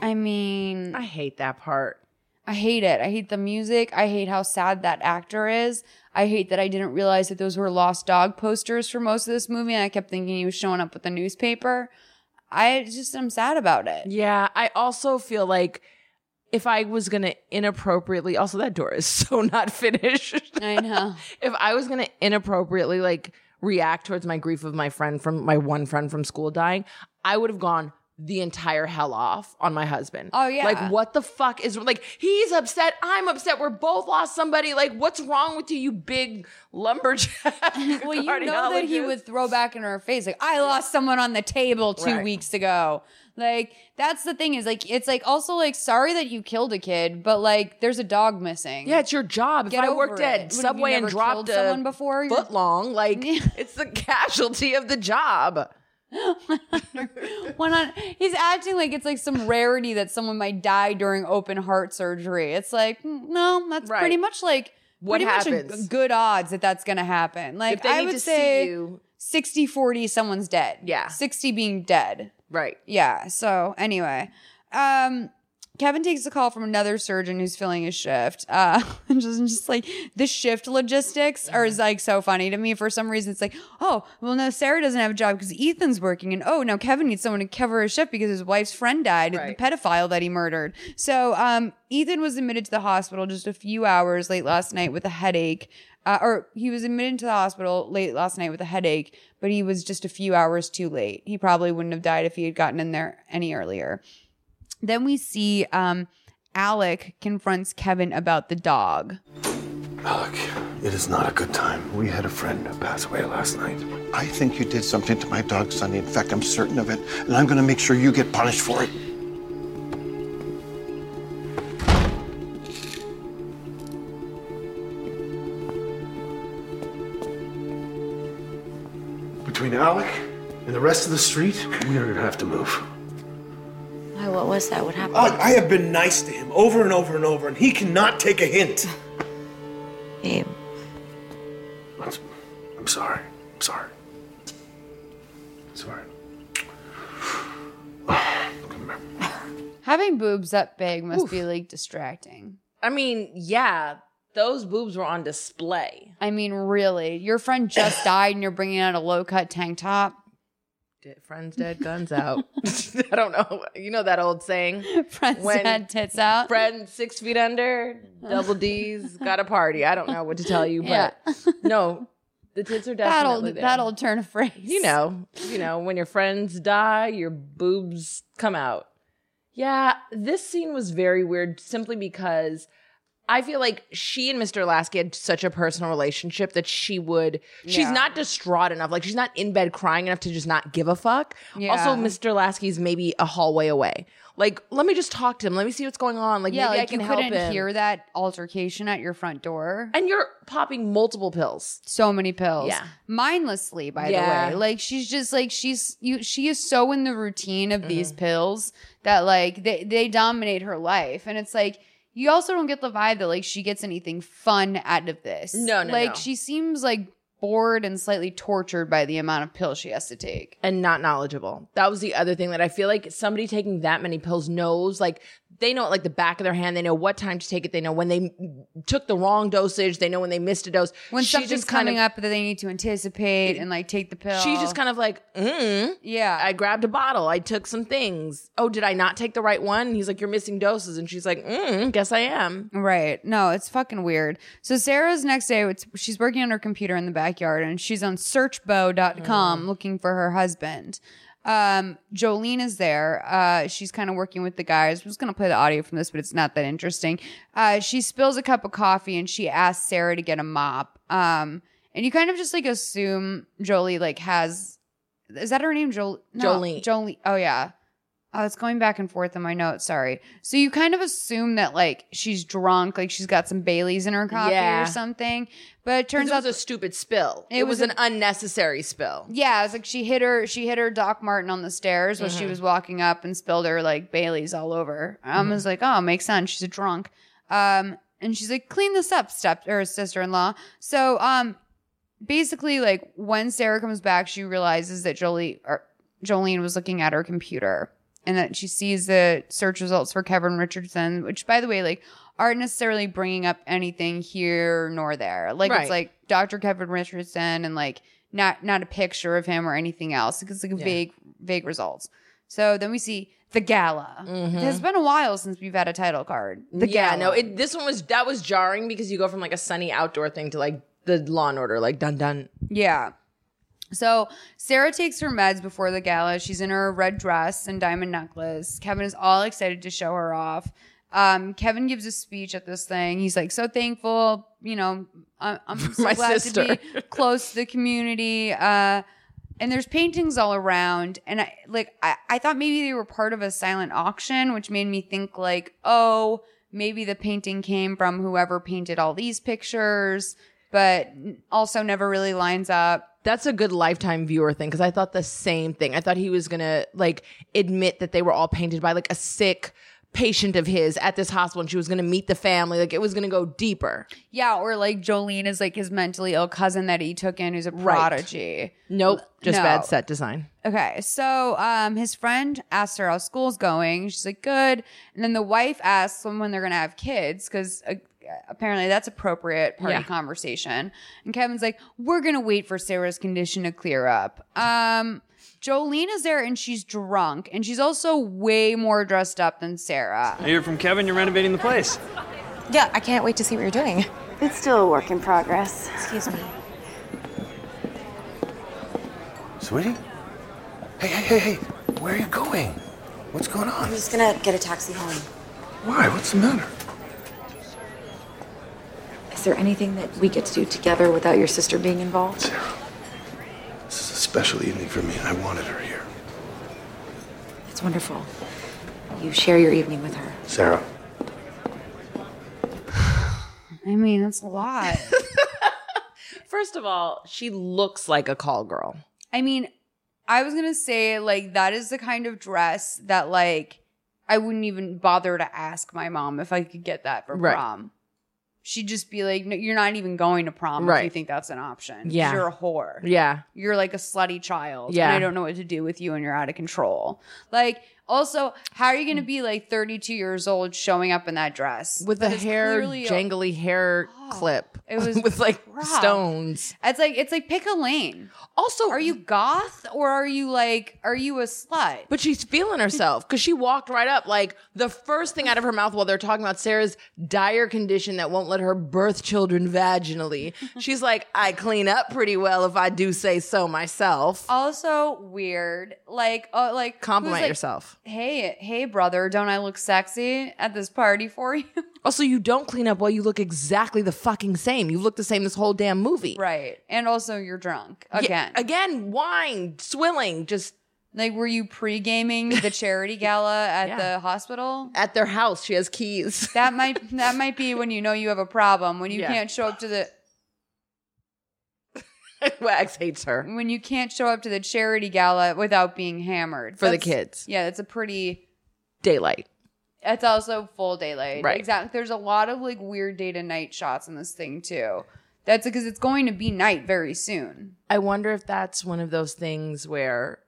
[SPEAKER 2] I mean,
[SPEAKER 3] I hate that part.
[SPEAKER 2] I hate it. I hate the music. I hate how sad that actor is. I hate that I didn't realize that those were lost dog posters for most of this movie, and I kept thinking he was showing up with the newspaper. I just am sad about it.
[SPEAKER 3] Yeah, I also feel like if I was gonna inappropriately, also that door is so not finished.
[SPEAKER 2] I know.
[SPEAKER 3] if I was gonna inappropriately like react towards my grief of my friend from my one friend from school dying, I would have gone the entire hell off on my husband.
[SPEAKER 2] Oh, yeah.
[SPEAKER 3] Like what the fuck is like he's upset, I'm upset, we're both lost somebody. Like what's wrong with you, you big lumberjack?
[SPEAKER 2] Well, you know that he would throw back in her face like, "I lost someone on the table two
[SPEAKER 3] Right.
[SPEAKER 2] weeks ago." Like that's the thing is like it's like also like sorry that you killed a kid, but like there's a dog missing.
[SPEAKER 3] Yeah, it's your job.
[SPEAKER 2] Get
[SPEAKER 3] if I
[SPEAKER 2] over
[SPEAKER 3] worked
[SPEAKER 2] it. What,
[SPEAKER 3] at
[SPEAKER 2] have you
[SPEAKER 3] Subway and
[SPEAKER 2] never
[SPEAKER 3] dropped
[SPEAKER 2] killed
[SPEAKER 3] a
[SPEAKER 2] someone before
[SPEAKER 3] foot long, like it's the casualty of the job.
[SPEAKER 2] Why not? He's acting like it's like some rarity that someone might die during open heart surgery. It's like, mm, no, that's pretty much like
[SPEAKER 3] What
[SPEAKER 2] pretty much a
[SPEAKER 3] happens?
[SPEAKER 2] g- good odds that that's going to happen. Like
[SPEAKER 3] they
[SPEAKER 2] I
[SPEAKER 3] need
[SPEAKER 2] would
[SPEAKER 3] to see
[SPEAKER 2] say
[SPEAKER 3] you-
[SPEAKER 2] 60 40 someone's dead.
[SPEAKER 3] Yeah.
[SPEAKER 2] 60 being dead.
[SPEAKER 3] Right.
[SPEAKER 2] Yeah. So anyway, um, Kevin takes a call from another surgeon who's filling his shift. Uh, and just, just like the shift logistics are is like so funny to me. For some reason, it's like, oh, well, no, Sarah doesn't have a job because Ethan's working, and oh, now Kevin needs someone to cover his shift because his wife's friend died, the pedophile that he murdered. So, um, Ethan was admitted to the hospital just a few hours late last night with a headache. Uh, or he was admitted to the hospital late last night with a headache, but he was just a few hours too late. He probably wouldn't have died if he had gotten in there any earlier. Then we see um, Alec confronts Kevin about the dog.
[SPEAKER 10] Alec, it is not a good time. We had a friend who passed away last night. I think you did something to my dog, Sonny. In fact, I'm certain of it, and I'm going to make sure you get punished for it. Between Alec and the rest of the street, we are going to have to move.
[SPEAKER 5] Why, what was that? What happened?
[SPEAKER 10] Oh,
[SPEAKER 14] Alec, I have been nice to him over and over and over, and he cannot take a hint.
[SPEAKER 5] Babe.
[SPEAKER 10] I'm, I'm sorry. I'm sorry. Sorry.
[SPEAKER 2] Having boobs that big must be like distracting.
[SPEAKER 3] I mean, yeah, those boobs were on display.
[SPEAKER 2] I mean, really, your friend just died and you're bringing out a low cut tank top.
[SPEAKER 3] Dead friends dead, guns out. I don't know. You know that old saying?
[SPEAKER 2] Friends dead, tits out.
[SPEAKER 3] Friends six feet under, double D's, got a party. I don't know what to tell you, but no, the tits are
[SPEAKER 2] That'll
[SPEAKER 3] definitely there.
[SPEAKER 2] that'll turn a phrase.
[SPEAKER 3] You know, you know, when your friends die, your boobs come out. Yeah, this scene was very weird simply because I feel like she and Mr. Lasky had such a personal relationship that she would. She's
[SPEAKER 2] Yeah.
[SPEAKER 3] not distraught enough. Like she's not in bed crying enough to just not give a fuck.
[SPEAKER 2] Yeah.
[SPEAKER 3] Also, Mr. Lasky's maybe a hallway away. Like, let me just talk to him. Let me see what's going on. Like,
[SPEAKER 2] yeah,
[SPEAKER 3] maybe
[SPEAKER 2] like
[SPEAKER 3] I can
[SPEAKER 2] you
[SPEAKER 3] help
[SPEAKER 2] couldn't
[SPEAKER 3] him.
[SPEAKER 2] hear that altercation at your front door.
[SPEAKER 3] And you're popping multiple pills.
[SPEAKER 2] So many pills.
[SPEAKER 3] Yeah.
[SPEAKER 2] Mindlessly, by
[SPEAKER 3] Yeah.
[SPEAKER 2] the way. Like she's just like she's you she is so in the routine of
[SPEAKER 3] Mm-hmm.
[SPEAKER 2] these pills that like they, they dominate her life. And it's like you also don't get the vibe that like she gets anything fun out of this.
[SPEAKER 3] No, no,
[SPEAKER 2] Like
[SPEAKER 3] no.
[SPEAKER 2] she seems like bored and slightly tortured by the amount of pills she has to take.
[SPEAKER 3] and not knowledgeable. That was the other thing that I feel like somebody taking that many pills knows, like they know it like the back of their hand. They know what time to take it. They know when they took the wrong dosage. They know when they missed a dose.
[SPEAKER 2] When
[SPEAKER 3] She
[SPEAKER 2] something's
[SPEAKER 3] just kind
[SPEAKER 2] coming
[SPEAKER 3] of-
[SPEAKER 2] up that they need to anticipate and like take the pill.
[SPEAKER 3] She's just kind of like, mm,
[SPEAKER 2] yeah.
[SPEAKER 3] I grabbed a bottle. I took some things. Oh, did I not take the right one? And he's like, you're missing doses. And she's like, mm, guess I am.
[SPEAKER 2] Right. No, it's fucking weird. So Sarah's next day, it's, she's working on her computer in the backyard and she's on
[SPEAKER 3] Mm.
[SPEAKER 2] searchbow.com looking for her husband. Um, Jolene is there. Uh, she's kind of working with the guys. I'm just going to play the audio from this, but it's not that interesting. Uh, she spills a cup of coffee and she asks Sarah to get a mop. Um, and you kind of just like assume Jolie like has, is that her name? Jol- no,
[SPEAKER 3] Jolene.
[SPEAKER 2] Jolene. Oh yeah. Oh, it's going back and forth in my notes. Sorry. So you kind of assume that like she's drunk, like she's got some Baileys in her coffee
[SPEAKER 3] Yeah.
[SPEAKER 2] or something. But it turns
[SPEAKER 3] it
[SPEAKER 2] out
[SPEAKER 3] was a stupid spill.
[SPEAKER 2] It
[SPEAKER 3] It,
[SPEAKER 2] was
[SPEAKER 3] was,
[SPEAKER 2] a-
[SPEAKER 3] an unnecessary spill.
[SPEAKER 2] yeah, it's like she hit her she hit her Doc Martin on the stairs when she
[SPEAKER 3] Mhm.
[SPEAKER 2] was walking up and spilled her like Bailey's all over. I
[SPEAKER 3] Mhm.
[SPEAKER 2] was like, oh, makes sense. She's a drunk. Um, and she's like, clean this up, step or sister in law. So um, basically, like when Sarah comes back, she realizes that Jolie or Jolene was looking at her computer and that she sees the search results for Kevin Richardson, which by the way, like aren't necessarily bringing up anything here nor there. Like
[SPEAKER 3] Right.
[SPEAKER 2] it's like Dr. Kevin Richardson and like not not a picture of him or anything else. It's like
[SPEAKER 3] Yeah.
[SPEAKER 2] vague vague results. So then we see the gala. It's been a while since we've had a title card. The
[SPEAKER 3] Mm-hmm. yeah,
[SPEAKER 2] gala.
[SPEAKER 3] no, it, this one was, that was jarring because you go from like a sunny outdoor thing to like the law and order, like dun dun.
[SPEAKER 2] Yeah. So Sarah takes her meds before the gala. She's in her red dress and diamond necklace. Kevin is all excited to show her off. Um, Kevin gives a speech at this thing. He's like, "So thankful, you know, I'm, I'm so
[SPEAKER 3] my
[SPEAKER 2] glad to
[SPEAKER 3] sister."
[SPEAKER 2] be close to the community." Uh, and there's paintings all around, and I like I, I thought maybe they were part of a silent auction, which made me think like, oh, maybe the painting came from whoever painted all these pictures, but also never really lines up.
[SPEAKER 3] That's a good lifetime viewer thing because I thought the same thing. I thought he was gonna like admit that they were all painted by like a sick patient of his at this hospital and she was gonna meet the family. Like it was gonna go deeper.
[SPEAKER 2] Yeah, or like Jolene is like his mentally ill cousin that he took in who's a
[SPEAKER 3] Right.
[SPEAKER 2] prodigy.
[SPEAKER 3] Nope. Just
[SPEAKER 2] No.
[SPEAKER 3] bad set design.
[SPEAKER 2] Okay, so um, his friend asks her how school's going. She's like, good. And then the wife asks them when they're going to have kids because uh, apparently that's appropriate part of
[SPEAKER 3] Yeah.
[SPEAKER 2] the conversation. And Kevin's like, we're going to wait for Sarah's condition to clear up. Um, Jolene is there and she's drunk and she's also way more dressed up than Sarah.
[SPEAKER 13] I hear from Kevin you're renovating the place.
[SPEAKER 5] Yeah, I can't wait to see what you're doing. It's still a work in progress. Excuse me.
[SPEAKER 10] Sweetie? Hey, hey, hey, hey. Where are you going? What's going on?
[SPEAKER 5] I'm just gonna get a taxi home.
[SPEAKER 10] Why? What's the matter?
[SPEAKER 11] Is there anything that we get to do together without your sister being involved?
[SPEAKER 10] This is a special evening for me, and I wanted her here.
[SPEAKER 11] It's wonderful. You share your evening with her.
[SPEAKER 10] Sarah.
[SPEAKER 2] I mean, that's a lot.
[SPEAKER 3] First of all, she looks like a call girl.
[SPEAKER 2] I mean, I was gonna say like that is the kind of dress that like I wouldn't even bother to ask my mom if I could get that for
[SPEAKER 3] Right.
[SPEAKER 2] prom. She'd just be like, no, "You're not even going to prom if you
[SPEAKER 3] Right.
[SPEAKER 2] think that's an option. 'cause
[SPEAKER 3] Yeah.
[SPEAKER 2] you're a whore.
[SPEAKER 3] Yeah.
[SPEAKER 2] you're like a slutty child.
[SPEAKER 3] Yeah.
[SPEAKER 2] and I don't know what to do with you, and you're out of control. Like." Also, how are you going to be like 32 years old showing up in that dress
[SPEAKER 3] With a
[SPEAKER 2] That is
[SPEAKER 3] hair
[SPEAKER 2] clearly a- Ah.
[SPEAKER 3] jangly hair clip.
[SPEAKER 2] It was
[SPEAKER 3] with like
[SPEAKER 2] rough.
[SPEAKER 3] stones.
[SPEAKER 2] It's like it's like pick a lane.
[SPEAKER 3] Also,
[SPEAKER 2] are you goth or are you like are you a slut?
[SPEAKER 3] But she's feeling herself because she walked right up. Like the first thing out of her mouth while they're talking about Sarah's dire condition that won't let her birth children vaginally. She's like, I clean up pretty well if I do say so myself.
[SPEAKER 2] Also weird, like oh, like Oh, who's
[SPEAKER 3] Compliment
[SPEAKER 2] like,
[SPEAKER 3] yourself.
[SPEAKER 2] Hey, hey, brother, don't I look sexy at this party for you?
[SPEAKER 3] Also, you don't clean up while you look exactly the fucking same. You've looked the same this whole damn movie.
[SPEAKER 2] Right. And also, you're drunk
[SPEAKER 3] Yeah,
[SPEAKER 2] again.
[SPEAKER 3] again, wine, swilling, just.
[SPEAKER 2] Like, were you pre gaming the charity gala at
[SPEAKER 3] Yeah.
[SPEAKER 2] the hospital?
[SPEAKER 3] At their house, she has keys.
[SPEAKER 2] That might that might be when you know you have a problem when you
[SPEAKER 3] Yeah.
[SPEAKER 2] can't show up to the
[SPEAKER 3] Wax hates her.
[SPEAKER 2] when you can't show up to the charity gala without being hammered
[SPEAKER 3] For the
[SPEAKER 2] That's-
[SPEAKER 3] kids.
[SPEAKER 2] Yeah, that's a pretty.
[SPEAKER 3] Daylight.
[SPEAKER 2] That's also full daylight.
[SPEAKER 3] Right.
[SPEAKER 2] Exactly. There's a lot of like weird day to night shots in this thing too. That's because it's going to be night very soon.
[SPEAKER 3] I wonder if that's one of those things where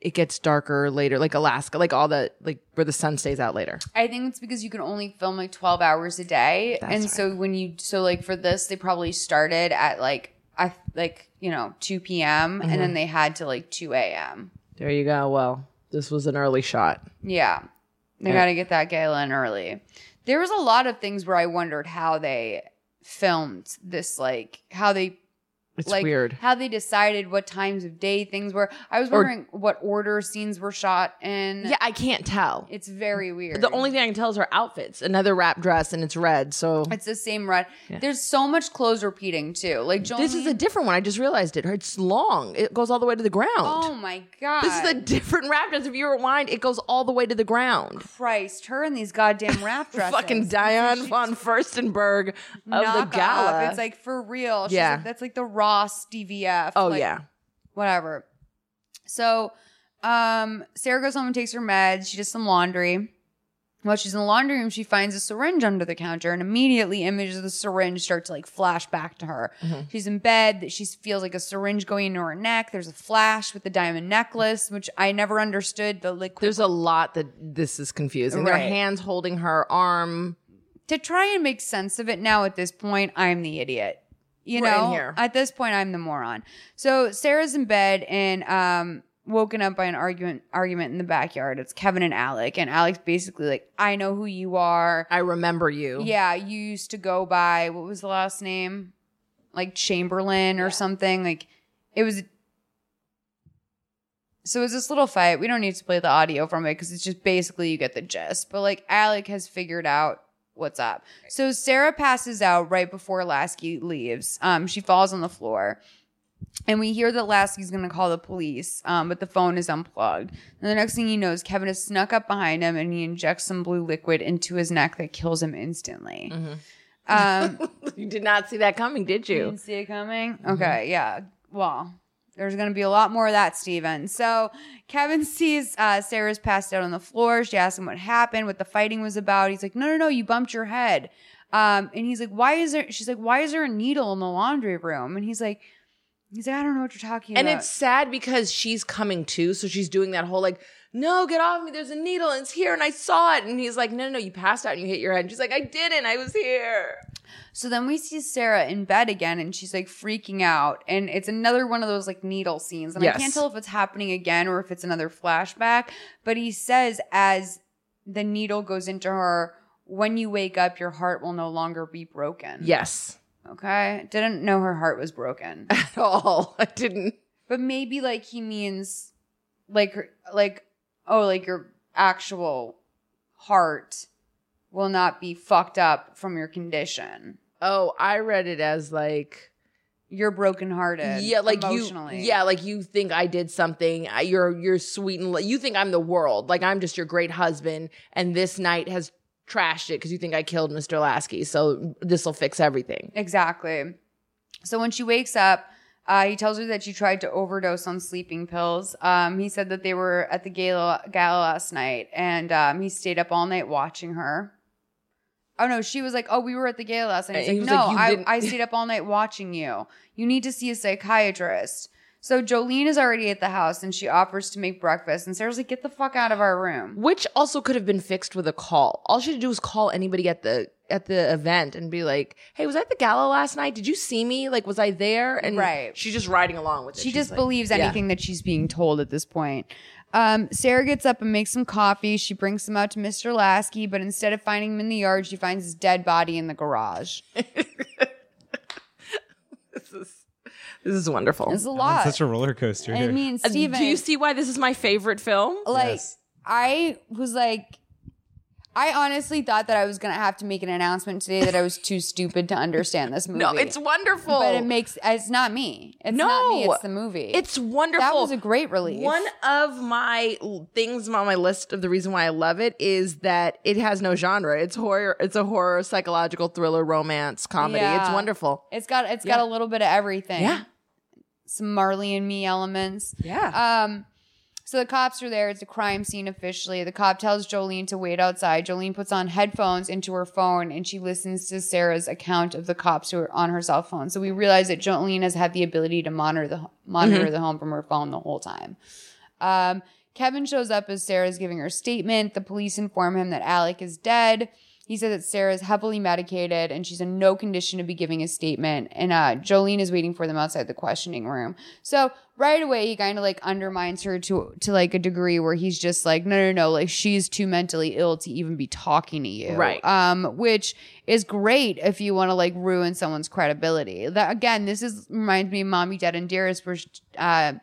[SPEAKER 3] it gets darker later, like Alaska, like all the like where the sun stays out later.
[SPEAKER 2] I think it's because you can only film like 12 hours a day. and so when you, so like for this, they probably started at like, I like, you know, 2 p.m.
[SPEAKER 3] Mhm.
[SPEAKER 2] and then they had to like 2 a.m.
[SPEAKER 3] There you go. Well, this was an early shot.
[SPEAKER 2] Yeah. They
[SPEAKER 3] Yeah.
[SPEAKER 2] got to get that gala in early. There was a lot of things where I wondered how they filmed this, like how they.
[SPEAKER 3] It's weird.
[SPEAKER 2] how they decided what times of day things were. I was
[SPEAKER 3] Or-
[SPEAKER 2] wondering what order scenes were shot in.
[SPEAKER 3] Yeah, I can't tell.
[SPEAKER 2] It's very weird.
[SPEAKER 3] The only thing I can tell is her outfits. Another wrap dress, and it's red. So
[SPEAKER 2] It's the same red.
[SPEAKER 3] Yeah.
[SPEAKER 2] There's so much clothes repeating too. Like Jolene,
[SPEAKER 3] this is a different one. I just realized it. It's long. It goes all the way to the ground.
[SPEAKER 2] Oh my god!
[SPEAKER 3] This is a different wrap dress. If you rewind, it goes all the way to the ground.
[SPEAKER 2] Christ. Her in these goddamn wrap dresses.
[SPEAKER 3] Fucking Diane von Furstenberg of
[SPEAKER 2] Knock
[SPEAKER 3] the gala.
[SPEAKER 2] Off. It's like for real. She's
[SPEAKER 3] Yeah.
[SPEAKER 2] like, that's like the Ross DVF.
[SPEAKER 3] Oh,
[SPEAKER 2] like,
[SPEAKER 3] yeah.
[SPEAKER 2] whatever. So, um, Sarah goes home and takes her meds. She does some laundry. While she's in the laundry room, she finds a syringe under the counter, and immediately images of the syringe start to like flash back to her.
[SPEAKER 11] Mhm.
[SPEAKER 2] She's in bed. She feels like a syringe going into her neck. There's a flash with the diamond necklace, which I never understood. The liquid.
[SPEAKER 3] There's a lot that this is confusing. Their
[SPEAKER 2] Right.
[SPEAKER 3] hands holding her arm.
[SPEAKER 2] to try and make sense of it now at this point, I'm the idiot. You
[SPEAKER 3] We're in
[SPEAKER 2] know,
[SPEAKER 3] here.
[SPEAKER 2] at this point, I'm the moron. So Sarah's in bed and um, woken up by an argument argument in the backyard. It's Kevin and Alec, and Alec's basically like, "I know who you are.
[SPEAKER 3] I remember you.
[SPEAKER 2] Yeah, you used to go by what was the last name, like Chamberlain or something. Like it was." So it's this little fight. We don't need to play the audio from it because it's just basically you get the gist. But like Alec has figured out what's up. So Sarah passes out right before Lasky leaves. Um, she falls on the floor. And we hear that Lasky's gonna call the police, um, but the phone is unplugged. And the next thing he knows, Kevin has snuck up behind him and he injects some blue liquid into his neck that kills him instantly. Um,
[SPEAKER 3] you did not see that coming, did
[SPEAKER 2] you
[SPEAKER 3] you?
[SPEAKER 2] didn't see it coming?
[SPEAKER 3] Mm-hmm.
[SPEAKER 2] Okay, yeah. Well, there's going to be a lot more of that, Steven. So Kevin sees uh, Sarah's passed out on the floor. She asks him what happened, what the fighting was about. He's like, no, no, no, you bumped your head. Um, and he's like, why is there, she's like, why is there a needle in the laundry room? And he's like, he's like, I don't know what you're talking
[SPEAKER 3] And
[SPEAKER 2] about.
[SPEAKER 3] it's sad because she's coming too, so she's doing that whole like, no, get off me. There's a needle and it's here and I saw it. And he's like, no, no, no, you passed out and you hit your head. And she's like, I didn't. I was here.
[SPEAKER 2] So then we see Sarah in bed again and she's like freaking out. And it's another one of those like needle scenes. And I
[SPEAKER 11] Yes.
[SPEAKER 2] can't tell if it's happening again or if it's another flashback. But he says, as the needle goes into her, when you wake up, your heart will no longer be broken.
[SPEAKER 3] Yes.
[SPEAKER 2] Okay. Didn't know her heart was broken
[SPEAKER 3] at all. I didn't.
[SPEAKER 2] But maybe like he means like, her- like, oh, like your actual heart will not be fucked up from your condition.
[SPEAKER 3] Oh, I read it as like
[SPEAKER 2] you're brokenhearted.
[SPEAKER 3] Yeah, like you.
[SPEAKER 2] emotionally.
[SPEAKER 3] Yeah, like you think I did something. I- You're you're sweet and li- you think I'm the world. Like I'm just your great husband, and this night has trashed it because you think I killed Mr. Lasky. So this will fix everything.
[SPEAKER 2] Exactly. So when she wakes up, uh, he tells her that she tried to overdose on sleeping pills. Um, he said that they were at the gala, gala last night, and um, he stayed up all night watching her. Oh no, she was like, "Oh, we were at the gala last night." He's
[SPEAKER 11] And he was
[SPEAKER 2] like, "No,
[SPEAKER 11] like, "You didn't."
[SPEAKER 2] I, I stayed up all night watching you. You need to see a psychiatrist." So Jolene is already at the house, and she offers to make breakfast. And Sarah's like, "Get the fuck out of our room."
[SPEAKER 3] Which also could have been fixed with a call. All she had to do was call anybody at the at the event and be like, "Hey, was I at the gala last night? Did you see me? Like, was I there?" And
[SPEAKER 2] Right.
[SPEAKER 3] she's just riding along with it.
[SPEAKER 2] She
[SPEAKER 3] She's
[SPEAKER 2] just
[SPEAKER 3] like-
[SPEAKER 2] believes
[SPEAKER 3] Yeah.
[SPEAKER 2] anything that she's being told at this point. Um, Sarah gets up and makes some coffee. She brings some out to Mr. Lasky, but instead of finding him in the yard, she finds his dead body in the garage.
[SPEAKER 3] This is wonderful.
[SPEAKER 2] It's a lot.
[SPEAKER 4] Such a roller coaster.
[SPEAKER 2] I mean,
[SPEAKER 3] Uh,
[SPEAKER 2] Steven.
[SPEAKER 3] Do you see why this is my favorite film?
[SPEAKER 2] Like, I was like, I honestly thought that I was gonna have to make an announcement today that I was too stupid to understand this movie.
[SPEAKER 3] No, it's wonderful.
[SPEAKER 2] But it makes it's not me. It's not me.
[SPEAKER 3] No.
[SPEAKER 2] It's the movie.
[SPEAKER 3] It's wonderful.
[SPEAKER 2] That was a great relief.
[SPEAKER 3] One of my l- things on my list of the reason why I love it is that it has no genre. It's horror. It's a horror, psychological thriller, romance, comedy. It's
[SPEAKER 2] Yeah.
[SPEAKER 3] wonderful.
[SPEAKER 2] It's got it's
[SPEAKER 3] Yeah.
[SPEAKER 2] got a little bit of everything.
[SPEAKER 3] Yeah.
[SPEAKER 2] Some Marley and me elements. Yeah. Um so the cops are there. It's a crime scene officially. The cop tells Jolene to wait outside. Jolene puts on headphones into her phone and she listens to Sarah's account of the cops who are on her cell phone. So we realize that Jolene has had the ability to monitor the monitor
[SPEAKER 3] Mm-hmm.
[SPEAKER 15] Mhm.
[SPEAKER 2] the home from her phone the whole time. Um, Kevin shows up as Sarah's giving her statement. The police inform him that Alec is dead. He says that Sarah is heavily medicated and she's in no condition to be giving a statement. And uh, Jolene is waiting for them outside the questioning room. So right away, he kind of like undermines her to to like a degree where he's just like, no, no, no, like she's too mentally ill to even be talking to you,
[SPEAKER 3] Right.
[SPEAKER 2] Um, which is great if you want to like ruin someone's credibility. That again, this is reminds me of Mommy, Dead and Dearest, where. Uh,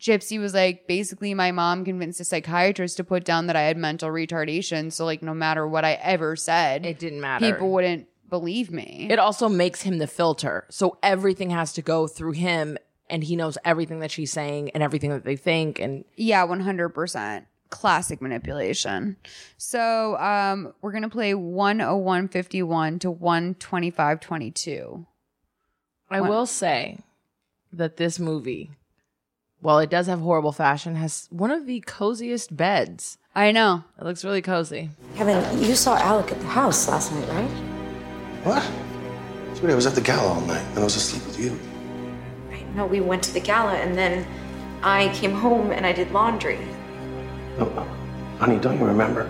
[SPEAKER 2] Gypsy was like, basically, my mom convinced a psychiatrist to put down that I had mental retardation. So, like, no matter what I ever said, it
[SPEAKER 3] didn't matter.
[SPEAKER 2] People wouldn't believe me.
[SPEAKER 3] It also makes him the filter. So everything has to go through him and he knows everything that she's saying and everything that they think and
[SPEAKER 2] yeah, 100%. Classic manipulation. So, um, we're going to play 101.51 to 125.22.
[SPEAKER 3] I
[SPEAKER 2] One-
[SPEAKER 3] will say that this movie, while it does have horrible fashion, has one of the coziest beds.
[SPEAKER 2] I know.
[SPEAKER 3] It looks really cozy.
[SPEAKER 11] Kevin, you saw Alec at the house last night, right?
[SPEAKER 10] What? Sweetie, I was at the gala all night, and I was asleep with you.
[SPEAKER 11] No, we went to the gala and then I came home and I did laundry.
[SPEAKER 10] Oh, Honey, don't you remember?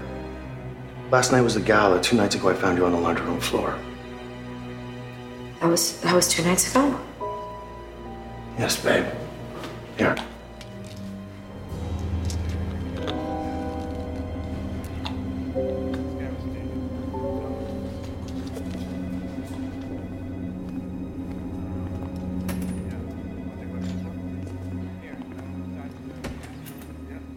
[SPEAKER 10] Last night was the gala. Two nights ago, I found you on the laundry room floor.
[SPEAKER 11] That was that was two nights ago.
[SPEAKER 10] Yes, babe. Here.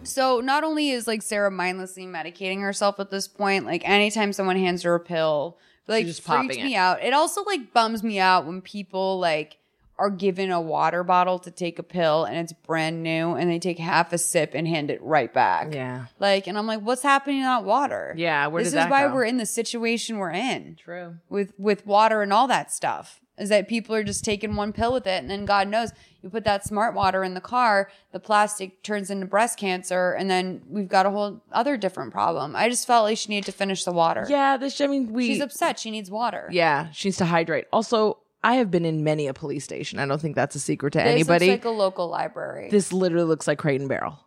[SPEAKER 2] So not only is like Sarah mindlessly medicating herself at this point, like anytime someone hands her a pill, like
[SPEAKER 3] She's just
[SPEAKER 2] freaks
[SPEAKER 3] popping
[SPEAKER 2] me
[SPEAKER 3] it.
[SPEAKER 2] out. It also like bums me out when people like are given a water bottle to take a pill and it's brand new and they take half a sip and hand it right back.
[SPEAKER 3] Yeah.
[SPEAKER 2] Like and I'm like, what's happening in that water?
[SPEAKER 3] Yeah, where
[SPEAKER 2] this is
[SPEAKER 3] did that
[SPEAKER 2] why
[SPEAKER 3] go?
[SPEAKER 2] we're in the situation we're in.
[SPEAKER 3] True.
[SPEAKER 2] With with water and all that stuff. Is that people are just taking one pill with it and then God knows you put that smart water in the car, the plastic turns into breast cancer, and then we've got a whole other different problem. I just felt like she needed to finish the water.
[SPEAKER 3] Yeah, this I mean we
[SPEAKER 2] She's upset. She needs water.
[SPEAKER 3] Yeah, she needs to hydrate. Also, I have been in many a police station. I don't think that's a secret to
[SPEAKER 2] This
[SPEAKER 3] anybody.
[SPEAKER 2] looks like a local library.
[SPEAKER 3] this literally looks like Crate and Barrel.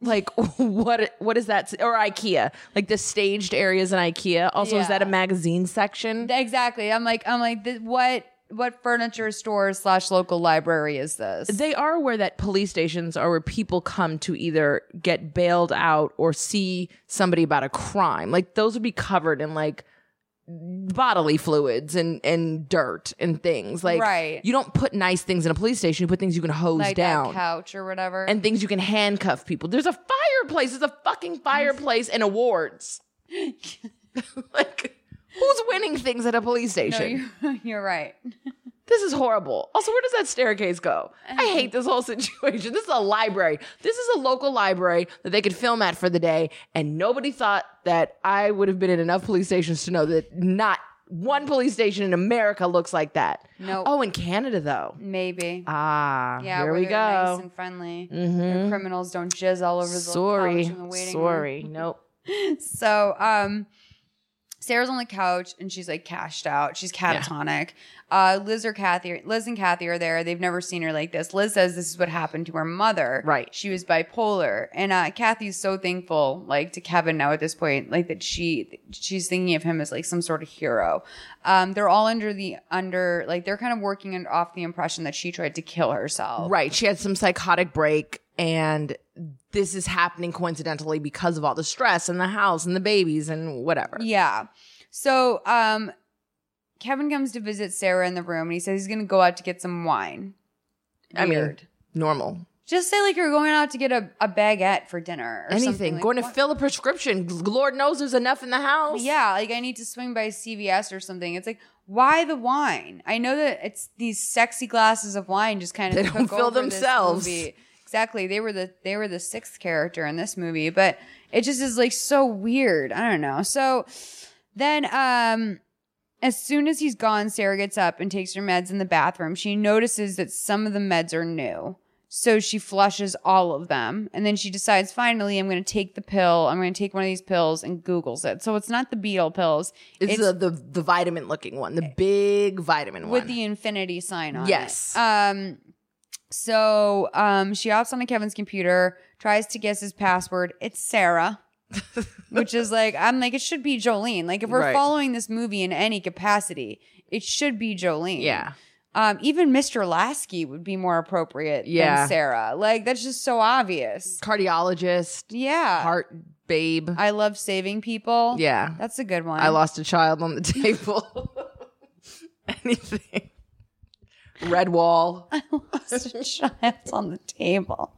[SPEAKER 3] Like what? What is that? Or IKEA? Like the staged areas in IKEA. Also, is
[SPEAKER 2] Yeah.
[SPEAKER 3] that a magazine section?
[SPEAKER 2] exactly. I'm like I'm like th- what what furniture store slash local library is this?
[SPEAKER 3] They are aware that police stations are where people come to either get bailed out or see somebody about a crime. Like those would be covered in like bodily fluids and and dirt and things. Like
[SPEAKER 2] Right.
[SPEAKER 3] you don't put nice things in a police station. You put things you can hose
[SPEAKER 2] like
[SPEAKER 3] down.
[SPEAKER 2] that couch or whatever.
[SPEAKER 3] and things you can handcuff people. There's a fireplace. There's a fucking fireplace and awards. like, who's winning things at a police
[SPEAKER 2] no,
[SPEAKER 3] station?
[SPEAKER 2] you're, you're right.
[SPEAKER 3] This is horrible. Also, where does that staircase go?
[SPEAKER 2] Uh-huh.
[SPEAKER 3] I hate this whole situation. This is a library. This is a local library that they could film at for the day, and nobody thought that I would have been in enough police stations to know that not one police station in America looks like that.
[SPEAKER 2] No.
[SPEAKER 3] Oh, in Canada though.
[SPEAKER 2] Maybe.
[SPEAKER 3] Ah,
[SPEAKER 2] yeah,
[SPEAKER 3] here
[SPEAKER 2] where
[SPEAKER 3] we go. Mm-hmm.
[SPEAKER 2] they're Nice and friendly. Where criminals don't jizz all over the
[SPEAKER 3] Sorry.
[SPEAKER 2] couch in the waiting room.
[SPEAKER 3] Sorry. Nope.
[SPEAKER 2] so um Sarah's on the couch and she's like cashed out. She's catatonic. Uh, Liz or Kathy, Liz and Kathy are there. They've never seen her like this. Liz says this is what happened to her mother. Right. She was bipolar, and uh, Kathy's so thankful, like to Kevin now at this point, like that she she's thinking of him as like some sort of hero. Um, they're all under the under like they're kind of working in- off the impression that she tried to kill herself.
[SPEAKER 3] Right. She had some psychotic break, and this is happening coincidentally because of all the stress and the house and the babies and whatever.
[SPEAKER 2] Yeah. So um Kevin comes to visit Sarah in the room and he says he's gonna go out to get some wine.
[SPEAKER 3] I mean,
[SPEAKER 2] Weird.
[SPEAKER 3] normal.
[SPEAKER 2] Just say like you're going out to get a, a baguette for dinner or
[SPEAKER 3] Anything.
[SPEAKER 2] something. like-
[SPEAKER 3] Going to fill a prescription. Lord knows there's enough in the house.
[SPEAKER 2] Yeah, like I need to swing by CVS or something. It's like, why the wine? I know that it's these sexy glasses of wine just kind of
[SPEAKER 3] They
[SPEAKER 2] took
[SPEAKER 3] don't fill
[SPEAKER 2] over this
[SPEAKER 3] themselves.
[SPEAKER 2] movie. Exactly. They were the they were the sixth character in this movie, but it just is like so weird. I don't know. So then um as soon as he's gone, Sarah gets up and takes her meds in the bathroom. She notices that some of the meds are new. So she flushes all of them. And then she decides, finally, I'm going to take the pill. I'm going to take one of these pills and Googles it. So it's not the beetle pills.
[SPEAKER 3] It's, the, the the vitamin looking one,
[SPEAKER 2] Eh.
[SPEAKER 3] the big vitamin
[SPEAKER 2] with
[SPEAKER 3] one.
[SPEAKER 2] the infinity sign on
[SPEAKER 3] Yes.
[SPEAKER 2] it. Um, so um, she opts onto Kevin's computer, tries to guess his password. It's Sarah, which is like, I'm like, it should be Jolene. Like, if we're
[SPEAKER 3] Right.
[SPEAKER 2] following this movie in any capacity, it should be Jolene.
[SPEAKER 3] Yeah.
[SPEAKER 2] Um, even Mr. Lasky would be more appropriate
[SPEAKER 3] Yeah.
[SPEAKER 2] than Sarah. Like, that's just so obvious.
[SPEAKER 3] Cardiologist.
[SPEAKER 2] Yeah.
[SPEAKER 3] Heart babe.
[SPEAKER 2] I love saving people.
[SPEAKER 3] Yeah.
[SPEAKER 2] That's a good one.
[SPEAKER 3] I lost a child on the table. Anything. Red wall.
[SPEAKER 2] I lost a child on the table.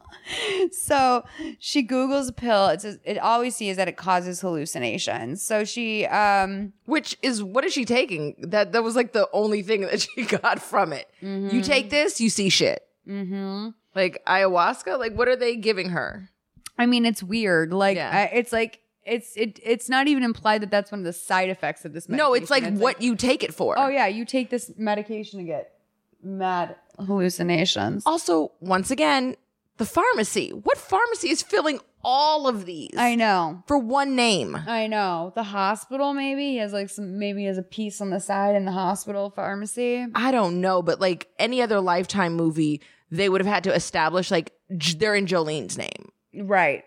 [SPEAKER 2] So she Googles a pill. It says it always sees that it causes hallucinations. So she um
[SPEAKER 3] Which is what is she taking? That that was like the only thing that she got from it. You take this, you see shit.
[SPEAKER 2] Mm-hmm.
[SPEAKER 3] Like ayahuasca? Like what are they giving her?
[SPEAKER 2] I mean it's weird. Like I, it's like it's it it's not even implied that that's one of the side effects of this medication.
[SPEAKER 3] No, it's like what you take it for.
[SPEAKER 2] Oh yeah, you take this medication to get mad hallucinations.
[SPEAKER 3] Also, once again, the pharmacy. What pharmacy is filling all of these? I
[SPEAKER 2] know.
[SPEAKER 3] For one name.
[SPEAKER 2] I know. The hospital maybe he has like some maybe he has a piece on the side in the hospital pharmacy.
[SPEAKER 3] I don't know, but like any other Lifetime movie, they would have had to establish like J- they're in Jolene's name.
[SPEAKER 2] Right.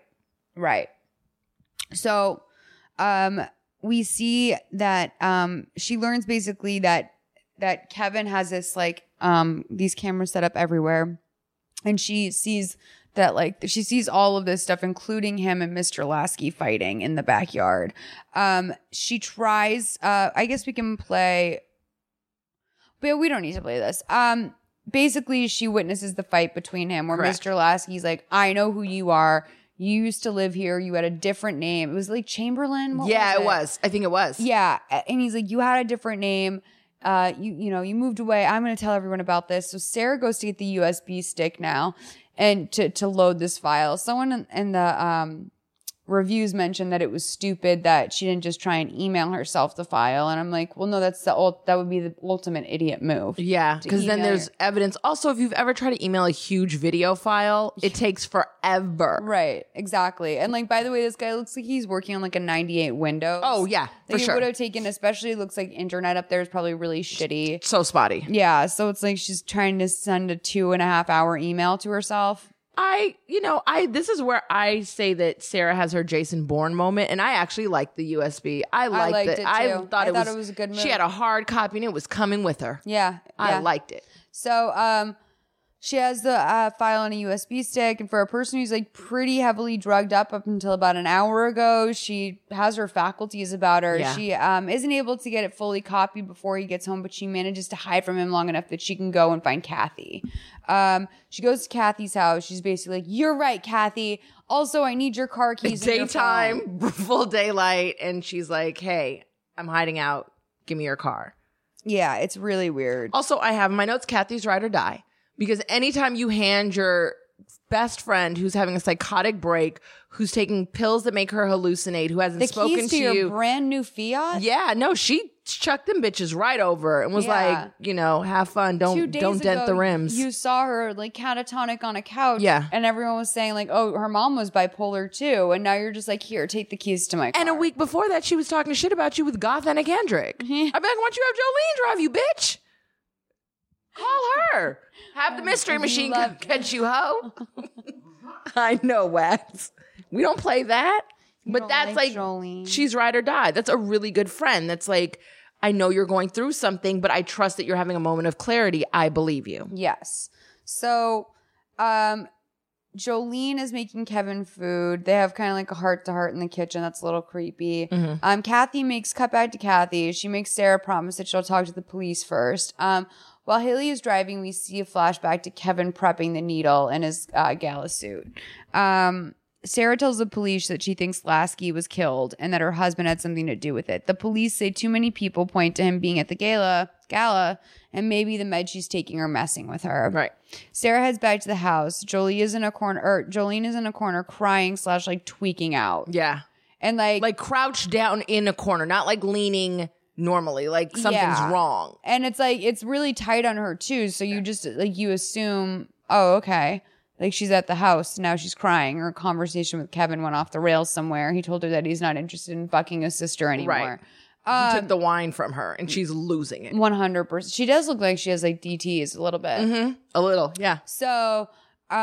[SPEAKER 2] Right. So um we see that um she learns basically that that Kevin has this like um these cameras set up everywhere and she sees that like she sees all of this stuff including him and Mr. Lasky fighting in the backyard. Um she tries uh I guess we can play but we don't need to play this. Um, basically, she witnesses the fight between him, where
[SPEAKER 3] Correct.
[SPEAKER 2] Mr. Lasky's like, "I know who you are. You used to live here. You had a different name. It was like Chamberlain. What
[SPEAKER 3] yeah, it was. I think it was.
[SPEAKER 2] Yeah, a- and he's like, "You had a different name. Uh, you you know, you moved away. I'm going to tell everyone about this." So Sarah goes to get the USB stick now, and to to load this file. Someone in, in the um reviews mentioned that it was stupid that she didn't just try and email herself the file and i'm like well no that's the ult- that would be the ultimate idiot move
[SPEAKER 3] Yeah,
[SPEAKER 2] to
[SPEAKER 3] because then
[SPEAKER 2] email
[SPEAKER 3] there's
[SPEAKER 2] your-
[SPEAKER 3] evidence. Also, if you've ever tried to email a huge video file, it takes forever.
[SPEAKER 2] Right, exactly. And like, by the way, this guy looks like he's working on like a '98 Windows.
[SPEAKER 3] Oh, yeah, for
[SPEAKER 2] like,
[SPEAKER 3] sure.
[SPEAKER 2] Would have taken, especially it looks like internet up there is probably really shitty.
[SPEAKER 3] So spotty.
[SPEAKER 2] Yeah, so it's like she's trying to send a two and a half hour email to herself.
[SPEAKER 3] I, you know, I this is where I say that Sarah has her Jason Bourne moment, and I actually liked the USB. I liked,
[SPEAKER 2] liked
[SPEAKER 3] it.
[SPEAKER 2] it,
[SPEAKER 3] I
[SPEAKER 2] too.
[SPEAKER 3] thought,
[SPEAKER 2] I
[SPEAKER 3] it,
[SPEAKER 2] thought
[SPEAKER 3] was,
[SPEAKER 2] it was a good
[SPEAKER 3] She
[SPEAKER 2] move.
[SPEAKER 3] had a hard copy, and it was coming with her.
[SPEAKER 2] Yeah,
[SPEAKER 3] I
[SPEAKER 2] yeah.
[SPEAKER 3] liked it.
[SPEAKER 2] So, um, she has the uh, file on a USB stick, and for a person who's like pretty heavily drugged up up until about an hour ago, she has her faculties about her.
[SPEAKER 3] Yeah.
[SPEAKER 2] She um, isn't able to get it fully copied before he gets home, but she manages to hide from him long enough that she can go and find Kathy. Um, she goes to Kathy's house. She's basically like, "You're right, Kathy. Also, I need your car keys." and your phone."
[SPEAKER 3] Daytime, full daylight, and she's like, "Hey, I'm hiding out. Give me your car."
[SPEAKER 2] Yeah, it's really weird.
[SPEAKER 3] Also, I have in my notes Kathy's ride or die because anytime you hand your best friend who's having a psychotic break, who's taking pills that make her hallucinate, who hasn't
[SPEAKER 2] The
[SPEAKER 3] spoken
[SPEAKER 2] keys to, your
[SPEAKER 3] you,
[SPEAKER 2] brand new Fiat.
[SPEAKER 3] yeah, no, she chucked them bitches right over and was
[SPEAKER 2] Yeah.
[SPEAKER 3] like, you know, have fun,
[SPEAKER 2] Two
[SPEAKER 3] don't
[SPEAKER 2] days
[SPEAKER 3] don't dent
[SPEAKER 2] ago,
[SPEAKER 3] the rims.
[SPEAKER 2] You saw her like catatonic on a couch.
[SPEAKER 3] Yeah.
[SPEAKER 2] And everyone was saying, like, oh, her mom was bipolar too. And now you're just like, here, take the keys to my car.
[SPEAKER 3] and a week before that, she was talking shit about you with Goth and Kendrick. I'd be like, why don't you have Jolene drive you, bitch? Call her. Have the mystery machine come catch you, hoe. I know, Wax. We don't play that. But
[SPEAKER 2] don't
[SPEAKER 3] that's
[SPEAKER 2] like
[SPEAKER 3] like, she's ride or die. That's a really good friend. That's like, I know you're going through something, but I trust that you're having a moment of clarity. I believe you.
[SPEAKER 2] Yes. So um Jolene is making Kevin food. They have kind of like a heart to heart in the kitchen. That's a little creepy.
[SPEAKER 3] Mm-hmm.
[SPEAKER 15] Mhm.
[SPEAKER 2] Um, Kathy makes cut back to Kathy. She makes Sarah promise that she'll talk to the police first. Um, while Haley is driving, we see a flashback to Kevin prepping the needle in his uh, gala suit. Um, Sarah tells the police that she thinks Lasky was killed and that her husband had something to do with it. The police say too many people point to him being at the gala, gala, and maybe the meds she's taking are messing with her. Right. Sarah heads back to the house. Jolie is in a corner. Or Jolene is in a corner crying slash like tweaking out.
[SPEAKER 3] Yeah.
[SPEAKER 2] And like
[SPEAKER 3] like crouched down in a corner, not like leaning normally, like something's
[SPEAKER 2] Yeah.
[SPEAKER 3] wrong.
[SPEAKER 2] And it's like it's really tight on her too. So you just like you assume, oh, okay. Like she's at the house, now she's crying. Her conversation with Kevin went off the rails somewhere. He told her that he's not interested in fucking his sister anymore. Um,
[SPEAKER 3] he took the wine from her and she's losing it.
[SPEAKER 2] One hundred percent. She does look like she has like DTs a little bit.
[SPEAKER 3] Mhm. A little, yeah.
[SPEAKER 2] So uh,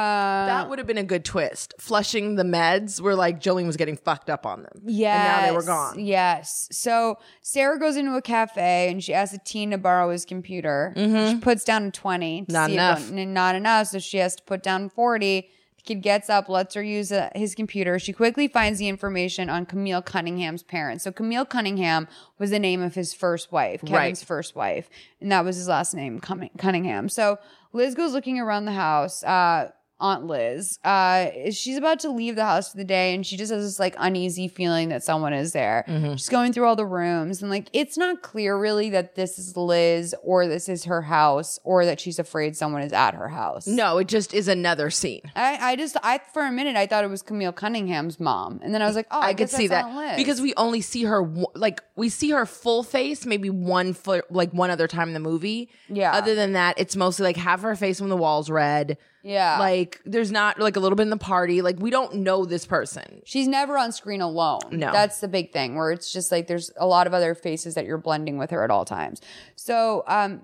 [SPEAKER 3] that would have been a good twist. Flushing the meds were like Jolene was getting fucked up on them.
[SPEAKER 2] Yeah.
[SPEAKER 3] And now they were gone.
[SPEAKER 2] Yes. So Sarah goes into a cafe and she asks a teen to borrow his computer. She puts down a 20. to
[SPEAKER 3] Mm-hmm. Not
[SPEAKER 2] see if
[SPEAKER 3] enough.
[SPEAKER 2] it- not enough. So she has to put down 40. The kid gets up, lets her use uh, his computer. She quickly finds the information on Camille Cunningham's parents. So Camille Cunningham was the name of his first wife, Kevin's
[SPEAKER 3] Right.
[SPEAKER 2] first wife, and that was his last name, Cunning- Cunningham. So Liz goes looking around the house. Uh, Aunt Liz, uh, she's about to leave the house for the day, and she just has this like uneasy feeling that someone is there.
[SPEAKER 3] Mm-hmm.
[SPEAKER 15] Mhm.
[SPEAKER 2] She's going through all the rooms, and like it's not clear really that this is Liz or this is her house or that she's afraid someone is at her house.
[SPEAKER 3] No, it just is another scene.
[SPEAKER 2] I, I just I for a minute I thought it was Camille Cunningham's mom, and then I was like, oh, I,
[SPEAKER 3] I could
[SPEAKER 2] guess
[SPEAKER 3] see
[SPEAKER 2] that's
[SPEAKER 3] that
[SPEAKER 2] Aunt Liz.
[SPEAKER 3] because we only see her wo- like we see her full face maybe one foot like one other time in the movie.
[SPEAKER 2] Yeah.
[SPEAKER 3] Other than that, it's mostly like half her face when the walls red.
[SPEAKER 2] Yeah.
[SPEAKER 3] Like there's not like a little bit in the party. Like we don't know this person.
[SPEAKER 2] She's never on screen alone.
[SPEAKER 3] No.
[SPEAKER 2] That's the big thing where it's just like there's a lot of other faces that you're blending with her at all times. So um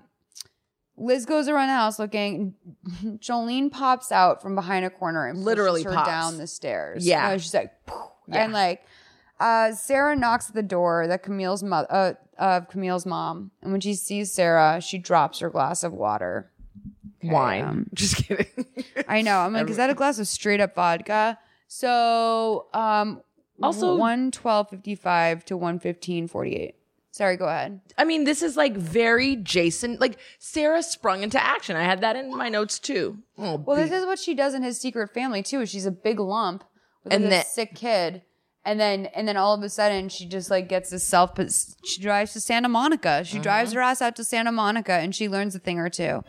[SPEAKER 2] Liz goes around the house looking. Jolene pops out from behind a corner and pushes
[SPEAKER 3] Literally
[SPEAKER 2] her
[SPEAKER 3] pops.
[SPEAKER 2] down the stairs.
[SPEAKER 3] Yeah.
[SPEAKER 2] Uh, she's like, "Poof,"
[SPEAKER 3] Yeah.
[SPEAKER 2] and like, uh, Sarah knocks at the door that Camille's mother uh, of Camille's mom, and when she sees Sarah, she drops her glass of water. um,
[SPEAKER 3] Wine. Just kidding.
[SPEAKER 2] I know. I'm like, is that a glass of straight up vodka? So, um,
[SPEAKER 3] Also-
[SPEAKER 2] one twelve fifty five to one fifteen forty eight. Sorry, go ahead.
[SPEAKER 3] I mean, this is like very Jason. Like Sarah sprung into action. I had that in my notes too. Oh,
[SPEAKER 2] Well, this is what she does in his secret family too. Is she's a big lump with
[SPEAKER 3] And
[SPEAKER 2] like,
[SPEAKER 3] then-
[SPEAKER 2] a sick kid, and then and then all of a sudden she just like gets this self. But she drives to Santa Monica.
[SPEAKER 3] Uh-huh.
[SPEAKER 2] She drives her ass out to Santa Monica, and she learns a thing or two.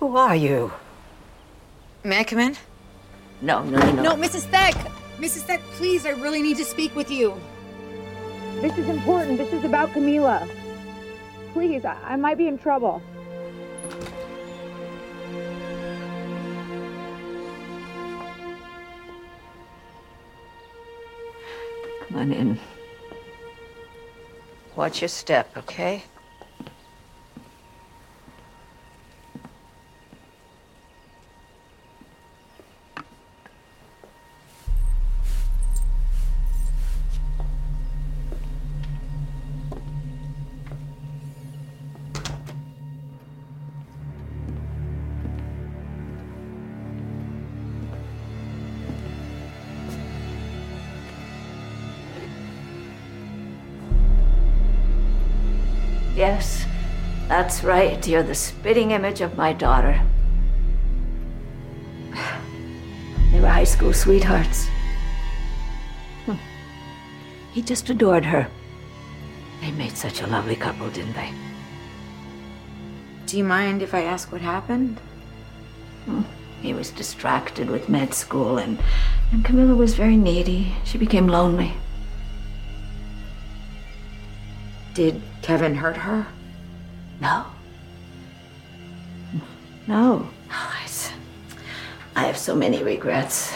[SPEAKER 16] Who are you?
[SPEAKER 7] May I come in?
[SPEAKER 16] No, no, no.
[SPEAKER 17] No, Mrs. Thack! Mrs. Thack, please, I really need to speak with you. This is important. This is about Camila. Please, I, I might be in trouble.
[SPEAKER 16] Come on in.
[SPEAKER 17] Watch your step, okay?
[SPEAKER 16] Yes, that's right. You're the spitting image of my daughter. They were high school sweethearts. Hmm. He just adored her. They made such a lovely couple, didn't they?
[SPEAKER 5] Do you mind if I ask what happened?
[SPEAKER 16] He was distracted with med school, and, and Camilla was very needy. She became lonely.
[SPEAKER 5] Did Kevin hurt her?
[SPEAKER 16] No. No.
[SPEAKER 5] Oh, I see.
[SPEAKER 16] I have so many regrets.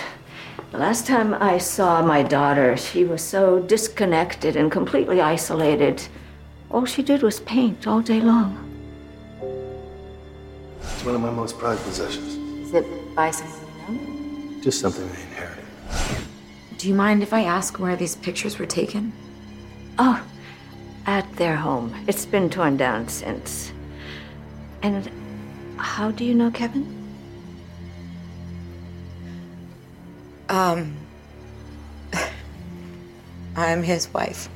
[SPEAKER 16] The last time I saw my daughter, she was so disconnected and completely isolated. All she did was paint all day long.
[SPEAKER 6] It's one of my most prized possessions.
[SPEAKER 5] Is it by someone you know?
[SPEAKER 6] Just something I inherited.
[SPEAKER 5] Do you mind if I ask where these pictures were taken?
[SPEAKER 16] Oh, at their home. It's been torn down since. And how do you know Kevin?
[SPEAKER 5] Um, I'm his wife.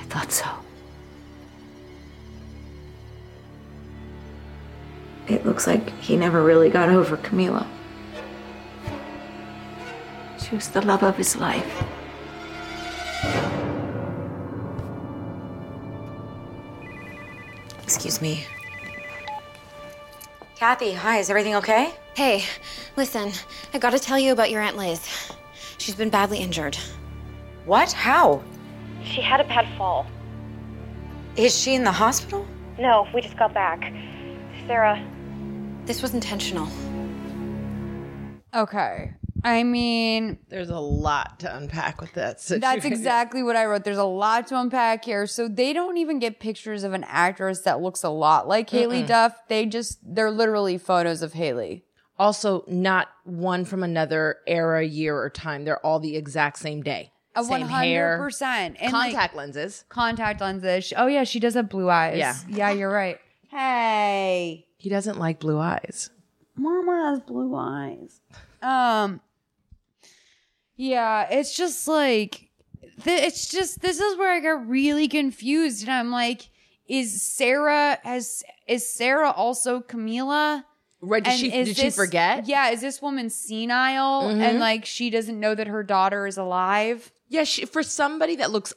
[SPEAKER 16] I thought so.
[SPEAKER 5] It looks like he never really got over Camila.
[SPEAKER 16] She was the love of his life.
[SPEAKER 5] Excuse me. Kathy, hi, is everything okay?
[SPEAKER 15] Hey, listen, I gotta tell you about your Aunt Liz. She's been badly injured.
[SPEAKER 5] What? How?
[SPEAKER 15] She had a bad fall.
[SPEAKER 5] Is she in the hospital?
[SPEAKER 15] No, we just got back. Sarah. This was intentional.
[SPEAKER 2] Okay. I mean,
[SPEAKER 3] There's a lot to unpack with that situation.
[SPEAKER 2] that's exactly what I wrote. There's a lot to unpack here. So they don't even get pictures of an actress that looks a lot like Haley
[SPEAKER 3] Mm-mm.
[SPEAKER 2] Duff. They just, they're literally photos of Haley.
[SPEAKER 3] Also, not one from another era, year, or time. They're all the exact same day.
[SPEAKER 2] A
[SPEAKER 3] same hair.
[SPEAKER 2] 100%.
[SPEAKER 3] Contact
[SPEAKER 2] lenses. Contact lenses. She- Oh, yeah, she does have blue eyes.
[SPEAKER 3] Yeah.
[SPEAKER 2] Yeah, you're right. Hey.
[SPEAKER 3] He doesn't like blue eyes.
[SPEAKER 2] Mama has blue eyes. Um, yeah, it's just like th- it's just this is where I got really confused, and I'm like, is Sarah has is Sarah also Camila?
[SPEAKER 3] Right? Did
[SPEAKER 2] And
[SPEAKER 3] she
[SPEAKER 2] is
[SPEAKER 3] did she
[SPEAKER 2] this-
[SPEAKER 3] forget?
[SPEAKER 2] Yeah, is this woman senile and
[SPEAKER 3] Mhm.
[SPEAKER 2] like she doesn't know that her daughter is alive?
[SPEAKER 3] Yeah, she, for somebody that looks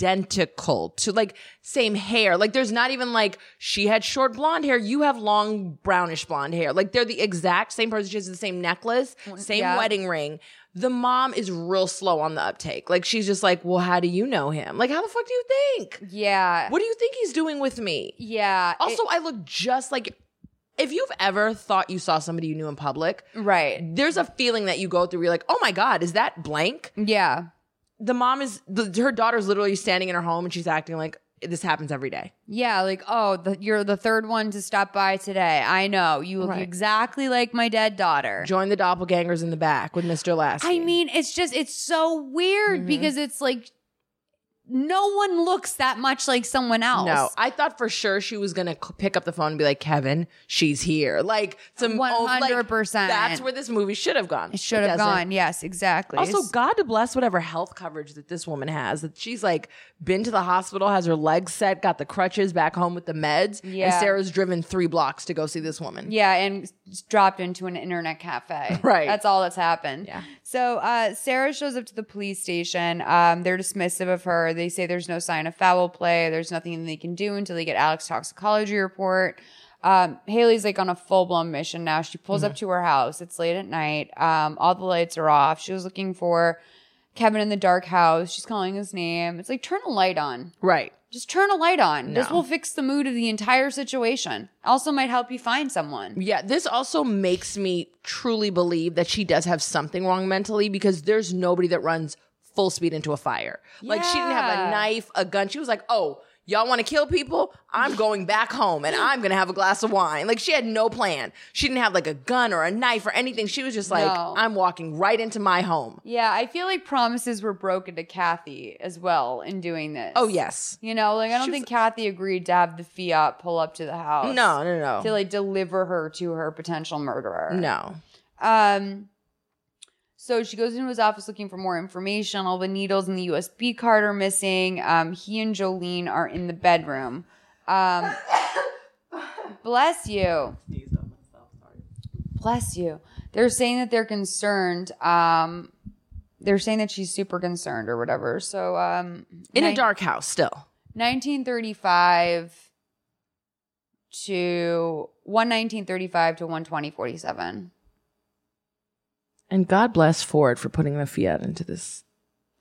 [SPEAKER 3] identical to like same hair, like there's not even like she had short blonde hair, you have long brownish blonde hair. Like they're the exact same person. She has the same necklace, same
[SPEAKER 2] yeah.
[SPEAKER 3] wedding ring. The mom is real slow on the uptake. Like she's just like, well, how do you know him? Like, how the fuck do you think?
[SPEAKER 2] Yeah.
[SPEAKER 3] What do you think he's doing with me?
[SPEAKER 2] Yeah.
[SPEAKER 3] Also, I look just like if you've ever thought you saw somebody you knew in public,
[SPEAKER 2] right?
[SPEAKER 3] There's a feeling that you go through. You're like, oh my god, is that blank?
[SPEAKER 2] Yeah.
[SPEAKER 3] The mom is the, her daughter's literally standing in her home and she's acting like this happens every day.
[SPEAKER 2] Yeah, like, oh, the, you're the third one to stop by today. I know. You look
[SPEAKER 3] Right.
[SPEAKER 2] exactly like my dead daughter.
[SPEAKER 3] Join the doppelgangers in the back with Mr. Lassie.
[SPEAKER 2] I mean, it's just, it's so weird
[SPEAKER 3] Mm-hmm.
[SPEAKER 2] because it's like no one looks that much like someone else.
[SPEAKER 3] No, I thought for sure she was gonna c- pick up the phone and be like, "Kevin, she's here." Like some
[SPEAKER 2] One
[SPEAKER 3] oh, like,
[SPEAKER 2] hundred percent.
[SPEAKER 3] That's where this movie should have gone.
[SPEAKER 2] it should have
[SPEAKER 3] doesn't.
[SPEAKER 2] gone. Yes, exactly.
[SPEAKER 3] Also,
[SPEAKER 2] It's-
[SPEAKER 3] God to bless whatever health coverage that this woman has. That she's like been to the hospital, has her legs set, got the crutches back home with the meds,
[SPEAKER 2] Yeah.
[SPEAKER 3] and Sarah's driven three blocks to go see this woman.
[SPEAKER 2] Yeah, and s- dropped into an internet cafe.
[SPEAKER 3] Right.
[SPEAKER 2] That's all that's happened. Yeah. So uh, Sarah shows up to the police station. Um, they're dismissive of her. They say there's no sign of foul play. There's nothing they can do until they get Alex's toxicology report. Um, Haley's like on a full blown mission now. She pulls
[SPEAKER 3] Mm-hmm.
[SPEAKER 2] up to her house. It's late at night. Um, all the lights are off. She was looking for Kevin in the dark house. She's calling his name. It's like, turn a light on.
[SPEAKER 3] Right.
[SPEAKER 2] Just turn a light on. This
[SPEAKER 3] No.
[SPEAKER 2] will fix the mood of the entire situation. Also, might help you find someone.
[SPEAKER 3] Yeah, this also makes me truly believe that she does have something wrong mentally because there's nobody that runs full speed into a fire. Like she didn't have
[SPEAKER 2] Yeah.
[SPEAKER 3] a knife, a gun. She was like, "Oh, y'all want to kill people? I'm going back home and I'm going to have a glass of wine." Like she had no plan. She didn't have like a gun or a knife or anything. She was just like,
[SPEAKER 2] No.
[SPEAKER 3] "I'm walking right into my home."
[SPEAKER 2] Yeah, I feel like promises were broken to Kathy as well in doing this.
[SPEAKER 3] Oh, yes.
[SPEAKER 2] You know, like I don't think Kathy agreed to have the fiat pull up to the house.
[SPEAKER 3] No, no, no.
[SPEAKER 2] To like deliver her to her potential murderer.
[SPEAKER 3] No.
[SPEAKER 2] Um so she goes into his office looking for more information. All the needles and the USB card are missing. Um, he and Jolene are in the bedroom. Um, bless you. bless you. They're saying that they're concerned. Um, they're saying that she's super concerned or whatever. So, um,
[SPEAKER 3] In a
[SPEAKER 2] nine-
[SPEAKER 3] dark house still.
[SPEAKER 2] 1935 to one 1935 to one 2047.
[SPEAKER 3] And God bless Ford for putting the Fiat into this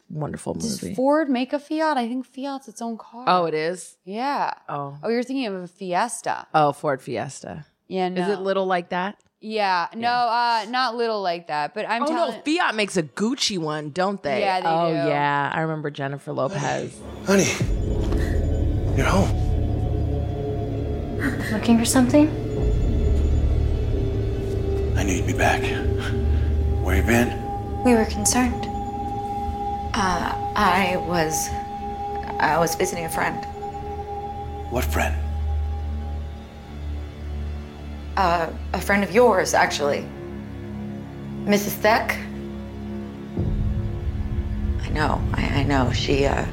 [SPEAKER 3] wonderful
[SPEAKER 2] Does
[SPEAKER 3] movie.
[SPEAKER 2] Ford make a Fiat? I think Fiat's its own car.
[SPEAKER 3] Oh, it is?
[SPEAKER 2] Yeah.
[SPEAKER 3] Oh.
[SPEAKER 2] Oh, you're thinking of a Fiesta.
[SPEAKER 3] Oh, Ford Fiesta.
[SPEAKER 2] Yeah, no.
[SPEAKER 3] Is it little like that?
[SPEAKER 2] Yeah. No, uh, not little like that, but I'm
[SPEAKER 3] oh
[SPEAKER 2] telling.
[SPEAKER 3] no, Fiat makes a Gucci one, don't they?
[SPEAKER 2] Yeah, they
[SPEAKER 3] oh
[SPEAKER 2] do.
[SPEAKER 3] yeah, I remember Jennifer Lopez.
[SPEAKER 6] Honey, you're home.
[SPEAKER 5] Looking for something?
[SPEAKER 6] I knew you'd be back. Where you been?
[SPEAKER 5] We were concerned.
[SPEAKER 7] Uh, I was, I was visiting a friend.
[SPEAKER 6] What friend?
[SPEAKER 7] Uh, a friend of yours, actually. Mrs. Theck. I know, I, I know. She, uh,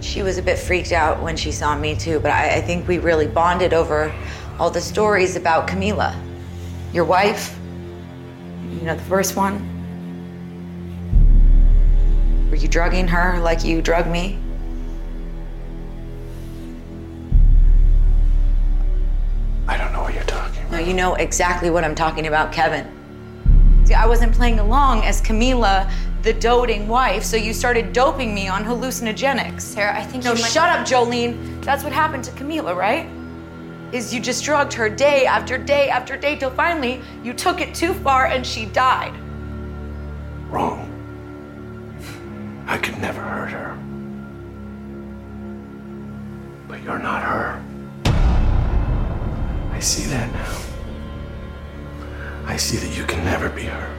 [SPEAKER 7] she was a bit freaked out when she saw me too, but I, I think we really bonded over all the stories about Camila, your wife. You know, the first one. Were you drugging her like you drug me?
[SPEAKER 6] I don't know what you're talking.
[SPEAKER 7] No, you know exactly what I'm talking about, Kevin. See, I wasn't playing along as Camila, the doting wife, so you started doping me on hallucinogenics. Sarah, I think no.
[SPEAKER 5] you might-
[SPEAKER 7] shut up, Jolene. That's what happened to Camila, right? Is you just drugged her day after day after day till finally you took it too far and she died.
[SPEAKER 6] Wrong. I could never hurt her. But you're not her. I see that now. I see that you can never be her.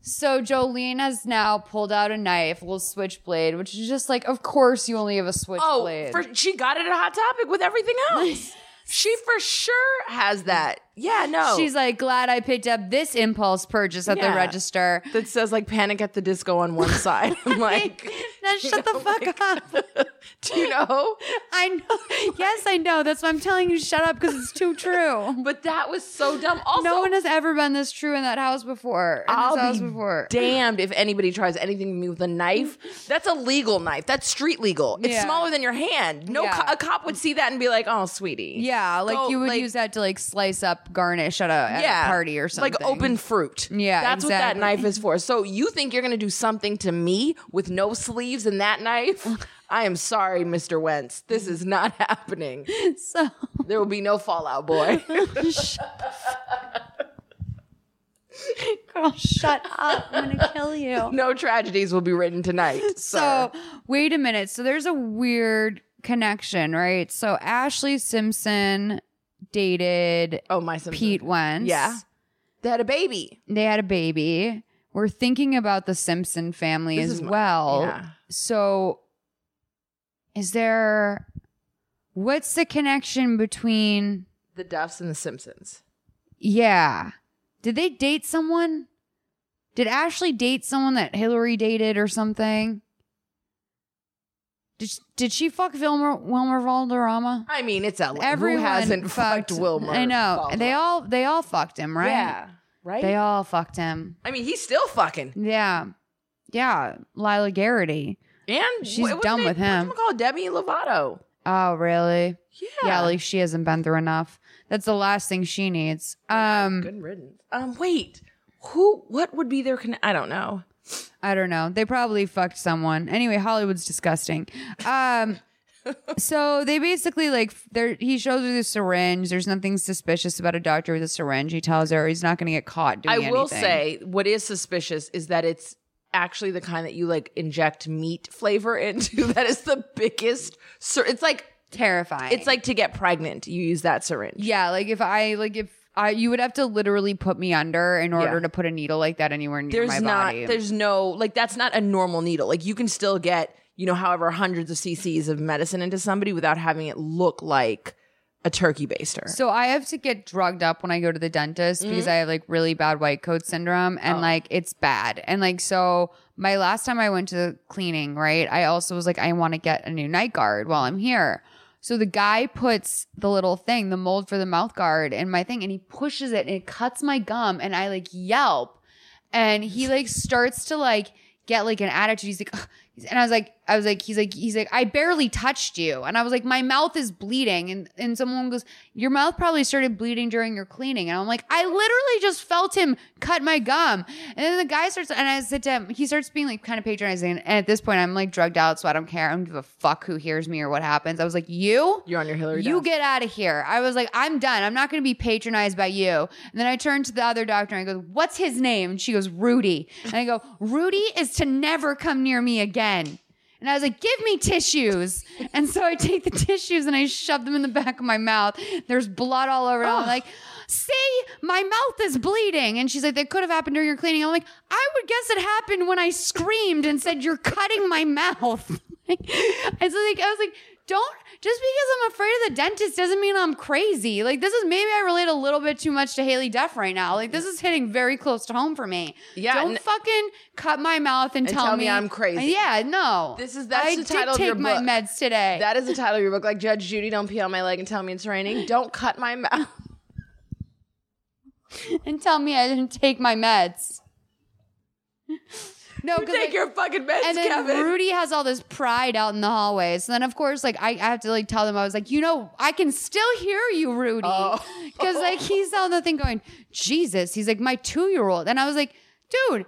[SPEAKER 2] So Jolene has now pulled out a knife, a little switchblade, which is just like, of course you only have a switchblade.
[SPEAKER 3] Oh, for, she got it at Hot Topic with everything else. she for sure has that. Yeah, no.
[SPEAKER 2] She's like, glad I picked up this impulse purchase at
[SPEAKER 3] Yeah.
[SPEAKER 2] the register.
[SPEAKER 3] that says like Panic at the Disco on one side. I'm like,
[SPEAKER 2] Now shut the fuck up.
[SPEAKER 3] Do you know?
[SPEAKER 2] I know. Yes, I know. That's why I'm telling you, shut up because it's too true.
[SPEAKER 3] but that was so dumb. Also,
[SPEAKER 2] no one has ever been this true in that house before. In this
[SPEAKER 3] I'll
[SPEAKER 2] house
[SPEAKER 3] be
[SPEAKER 2] before.
[SPEAKER 3] damned if anybody tries anything to me with a knife. That's a legal knife. That's street legal. It's
[SPEAKER 2] Yeah.
[SPEAKER 3] smaller than your hand. No,
[SPEAKER 2] Yeah.
[SPEAKER 3] co- a cop would see that and be like, "Oh, sweetie."
[SPEAKER 2] Yeah, like
[SPEAKER 3] Go-
[SPEAKER 2] you would
[SPEAKER 3] like-
[SPEAKER 2] use that to like slice up garnish at a, at a
[SPEAKER 3] Yeah,
[SPEAKER 2] party or something.
[SPEAKER 3] like open fruit.
[SPEAKER 2] Yeah,
[SPEAKER 3] That's what that
[SPEAKER 2] exactly.
[SPEAKER 3] knife is for. So you think you're going to do something to me with no sleeves and that knife? I am sorry, Mr. Wentz. This is not happening.
[SPEAKER 2] So
[SPEAKER 3] there will be no fallout, boy.
[SPEAKER 2] Girl, shut up. I'm going to kill you.
[SPEAKER 3] No tragedies will be written tonight.
[SPEAKER 2] So wait a minute. So there's a weird connection, right? So Ashley Simpson dated
[SPEAKER 3] oh my Simpson.
[SPEAKER 2] Pete Wentz.
[SPEAKER 3] Yeah. They had a baby.
[SPEAKER 2] They had a baby. We're thinking about the Simpson family
[SPEAKER 3] This
[SPEAKER 2] as
[SPEAKER 3] is my-
[SPEAKER 2] well.
[SPEAKER 3] yeah.
[SPEAKER 2] So is there what's the connection between
[SPEAKER 3] The Duffs and the Simpsons.
[SPEAKER 2] yeah. Did they date someone? Did Ashley date someone that Hillary dated or something? Did she, did she fuck Wilmer Wilmer Valderrama?
[SPEAKER 3] I mean, it's LA.
[SPEAKER 2] Everyone
[SPEAKER 3] Who hasn't fucked, Wilmer?
[SPEAKER 2] I know. They all they all fucked him, right?
[SPEAKER 3] Yeah. Right?
[SPEAKER 2] They all fucked him.
[SPEAKER 3] I mean, he's still fucking.
[SPEAKER 2] Yeah. Yeah, Lila Garrity.
[SPEAKER 3] And
[SPEAKER 2] She's done with him.
[SPEAKER 3] Call Debbie Lovato.
[SPEAKER 2] Oh, really? Yeah. Yeah, like she hasn't been through enough. That's the last thing she needs. Um
[SPEAKER 3] Oh Good riddance. Um, wait. Who? What would be their? Con- I don't know.
[SPEAKER 2] I don't know. They probably fucked someone. Anyway, Hollywood's disgusting. Um so they basically like there he shows her the syringe. There's nothing suspicious about a doctor with a syringe. He tells her he's not going to get caught doing
[SPEAKER 3] I
[SPEAKER 2] anything.
[SPEAKER 3] will say what is suspicious is that it's actually the kind that you like inject meat flavor into. that is the biggest. Sir, it's like
[SPEAKER 2] terrifying.
[SPEAKER 3] It's like to get pregnant. You use that syringe.
[SPEAKER 2] Yeah, like if I like if I you would have to literally put me under in order
[SPEAKER 3] Yeah.
[SPEAKER 2] to put a needle like that anywhere near
[SPEAKER 3] There's
[SPEAKER 2] my
[SPEAKER 3] not.
[SPEAKER 2] body.
[SPEAKER 3] There's no like that's not a normal needle. Like you can still get you know however hundreds of cc's of medicine into somebody without having it look like a turkey baster.
[SPEAKER 2] So I have to get drugged up when I go to the dentist because
[SPEAKER 3] Mhm.
[SPEAKER 2] I have like really bad white coat syndrome and like it's bad. And like so my last time I went to the cleaning, right? I also was like I want to get a new night guard while I'm here. So the guy puts the little thing, the mold for the mouth guard in my thing and he pushes it and it cuts my gum and I like yelp. And he like starts to like get like an attitude. He's like, "Ugh." He's- and I was like, I was like, he's like, he's like, I barely touched you. And I was like, my mouth is bleeding. And and someone goes, Your mouth probably started bleeding during your cleaning. And I'm like, I literally just felt him cut my gum. And then the guy starts and I sit down, he starts being like kind of patronizing. And at this point, I'm like drugged out, so I don't care. I don't give a fuck who hears me or what happens. I was like, You
[SPEAKER 3] You're on your Hillary.
[SPEAKER 2] you get out of here. I was like, I'm done. I'm not going to be patronized by you. And then I turned to the other doctor and I go, What's his name? And she goes, Rudy. And I go, Rudy is to never come near me again. And I was like, Give me tissues. And so I take the tissues and I shove them in the back of my mouth. There's blood all over. it. I'm like, See, my mouth is bleeding. And she's like, That could have happened during your cleaning. I'm like, I would guess it happened when I screamed and said, You're cutting my mouth. And so like I was like, don't just because I'm afraid of the dentist doesn't mean I'm crazy. Like this is maybe I relate a little bit too much to Haley Duff right now. Like this is hitting very close to home for me.
[SPEAKER 3] Yeah,
[SPEAKER 2] Don't
[SPEAKER 3] and-
[SPEAKER 2] fucking cut my mouth and,
[SPEAKER 3] And tell me I'm crazy.
[SPEAKER 2] Yeah, no.
[SPEAKER 3] This is that's
[SPEAKER 2] I
[SPEAKER 3] the
[SPEAKER 2] did
[SPEAKER 3] title
[SPEAKER 2] take
[SPEAKER 3] of your
[SPEAKER 2] my
[SPEAKER 3] book.
[SPEAKER 2] meds today.
[SPEAKER 3] That is the title of your book. Like Judge Judy, don't pee on my leg and tell me it's raining. Don't cut my mouth.
[SPEAKER 2] and tell me I didn't take my meds. No,
[SPEAKER 3] You take your fucking meds,
[SPEAKER 2] and then
[SPEAKER 3] Kevin.
[SPEAKER 2] Rudy has all this pride out in the hallway. So then, of course, like I, I have to like tell them I was like, you know, I can still hear you, Rudy,
[SPEAKER 3] Oh.
[SPEAKER 2] because like he's on the thing going, Jesus. He's like my two year old, and I was like, dude,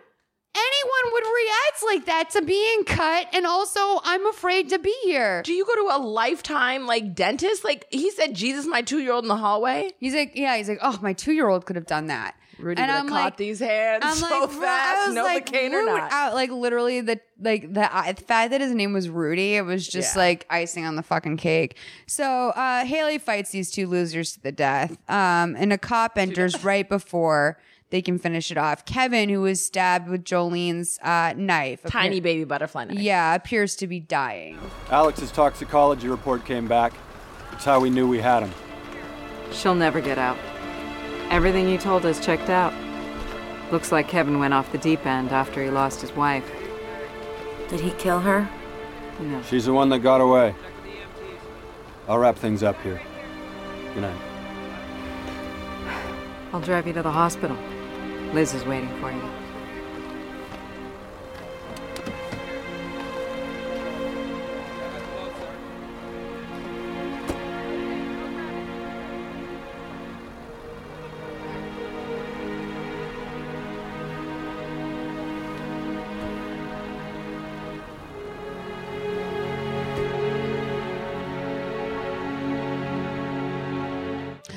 [SPEAKER 2] anyone would react like that to being cut, and also I'm afraid to be here.
[SPEAKER 3] Do you go to a lifetime like dentist? Like he said, Jesus, my two year old in the hallway.
[SPEAKER 2] He's like, yeah, he's like, oh, my two year old could have done that.
[SPEAKER 3] Rudy
[SPEAKER 2] And
[SPEAKER 3] would have
[SPEAKER 2] I'm
[SPEAKER 3] caught
[SPEAKER 2] like-
[SPEAKER 3] these hands so
[SPEAKER 2] "Bro," I
[SPEAKER 3] fast,
[SPEAKER 2] was
[SPEAKER 3] no
[SPEAKER 2] like,
[SPEAKER 3] cane or
[SPEAKER 2] rude
[SPEAKER 3] not.
[SPEAKER 2] Out. Uh, Like literally the like the, I the fact that his name was Rudy, it was just
[SPEAKER 3] Yeah.
[SPEAKER 2] like icing on the fucking cake. So uh, Haley fights these two losers to the death, um, and a cop enters right before they can finish it off. Kevin, who was stabbed with Jolene's uh, knife,
[SPEAKER 13] Tiny
[SPEAKER 3] baby butterfly
[SPEAKER 13] knife.
[SPEAKER 2] yeah, appears to be dying.
[SPEAKER 13] Alex's toxicology report came back. It's how we knew we had him.
[SPEAKER 18] She'll never get out. Everything you told us checked out. Looks like Kevin went off the deep end after he lost his wife. Did he kill her? No.
[SPEAKER 13] She's the one that got away. I'll wrap things up here. Good night.
[SPEAKER 18] I'll drive you to the hospital. Liz is waiting for you.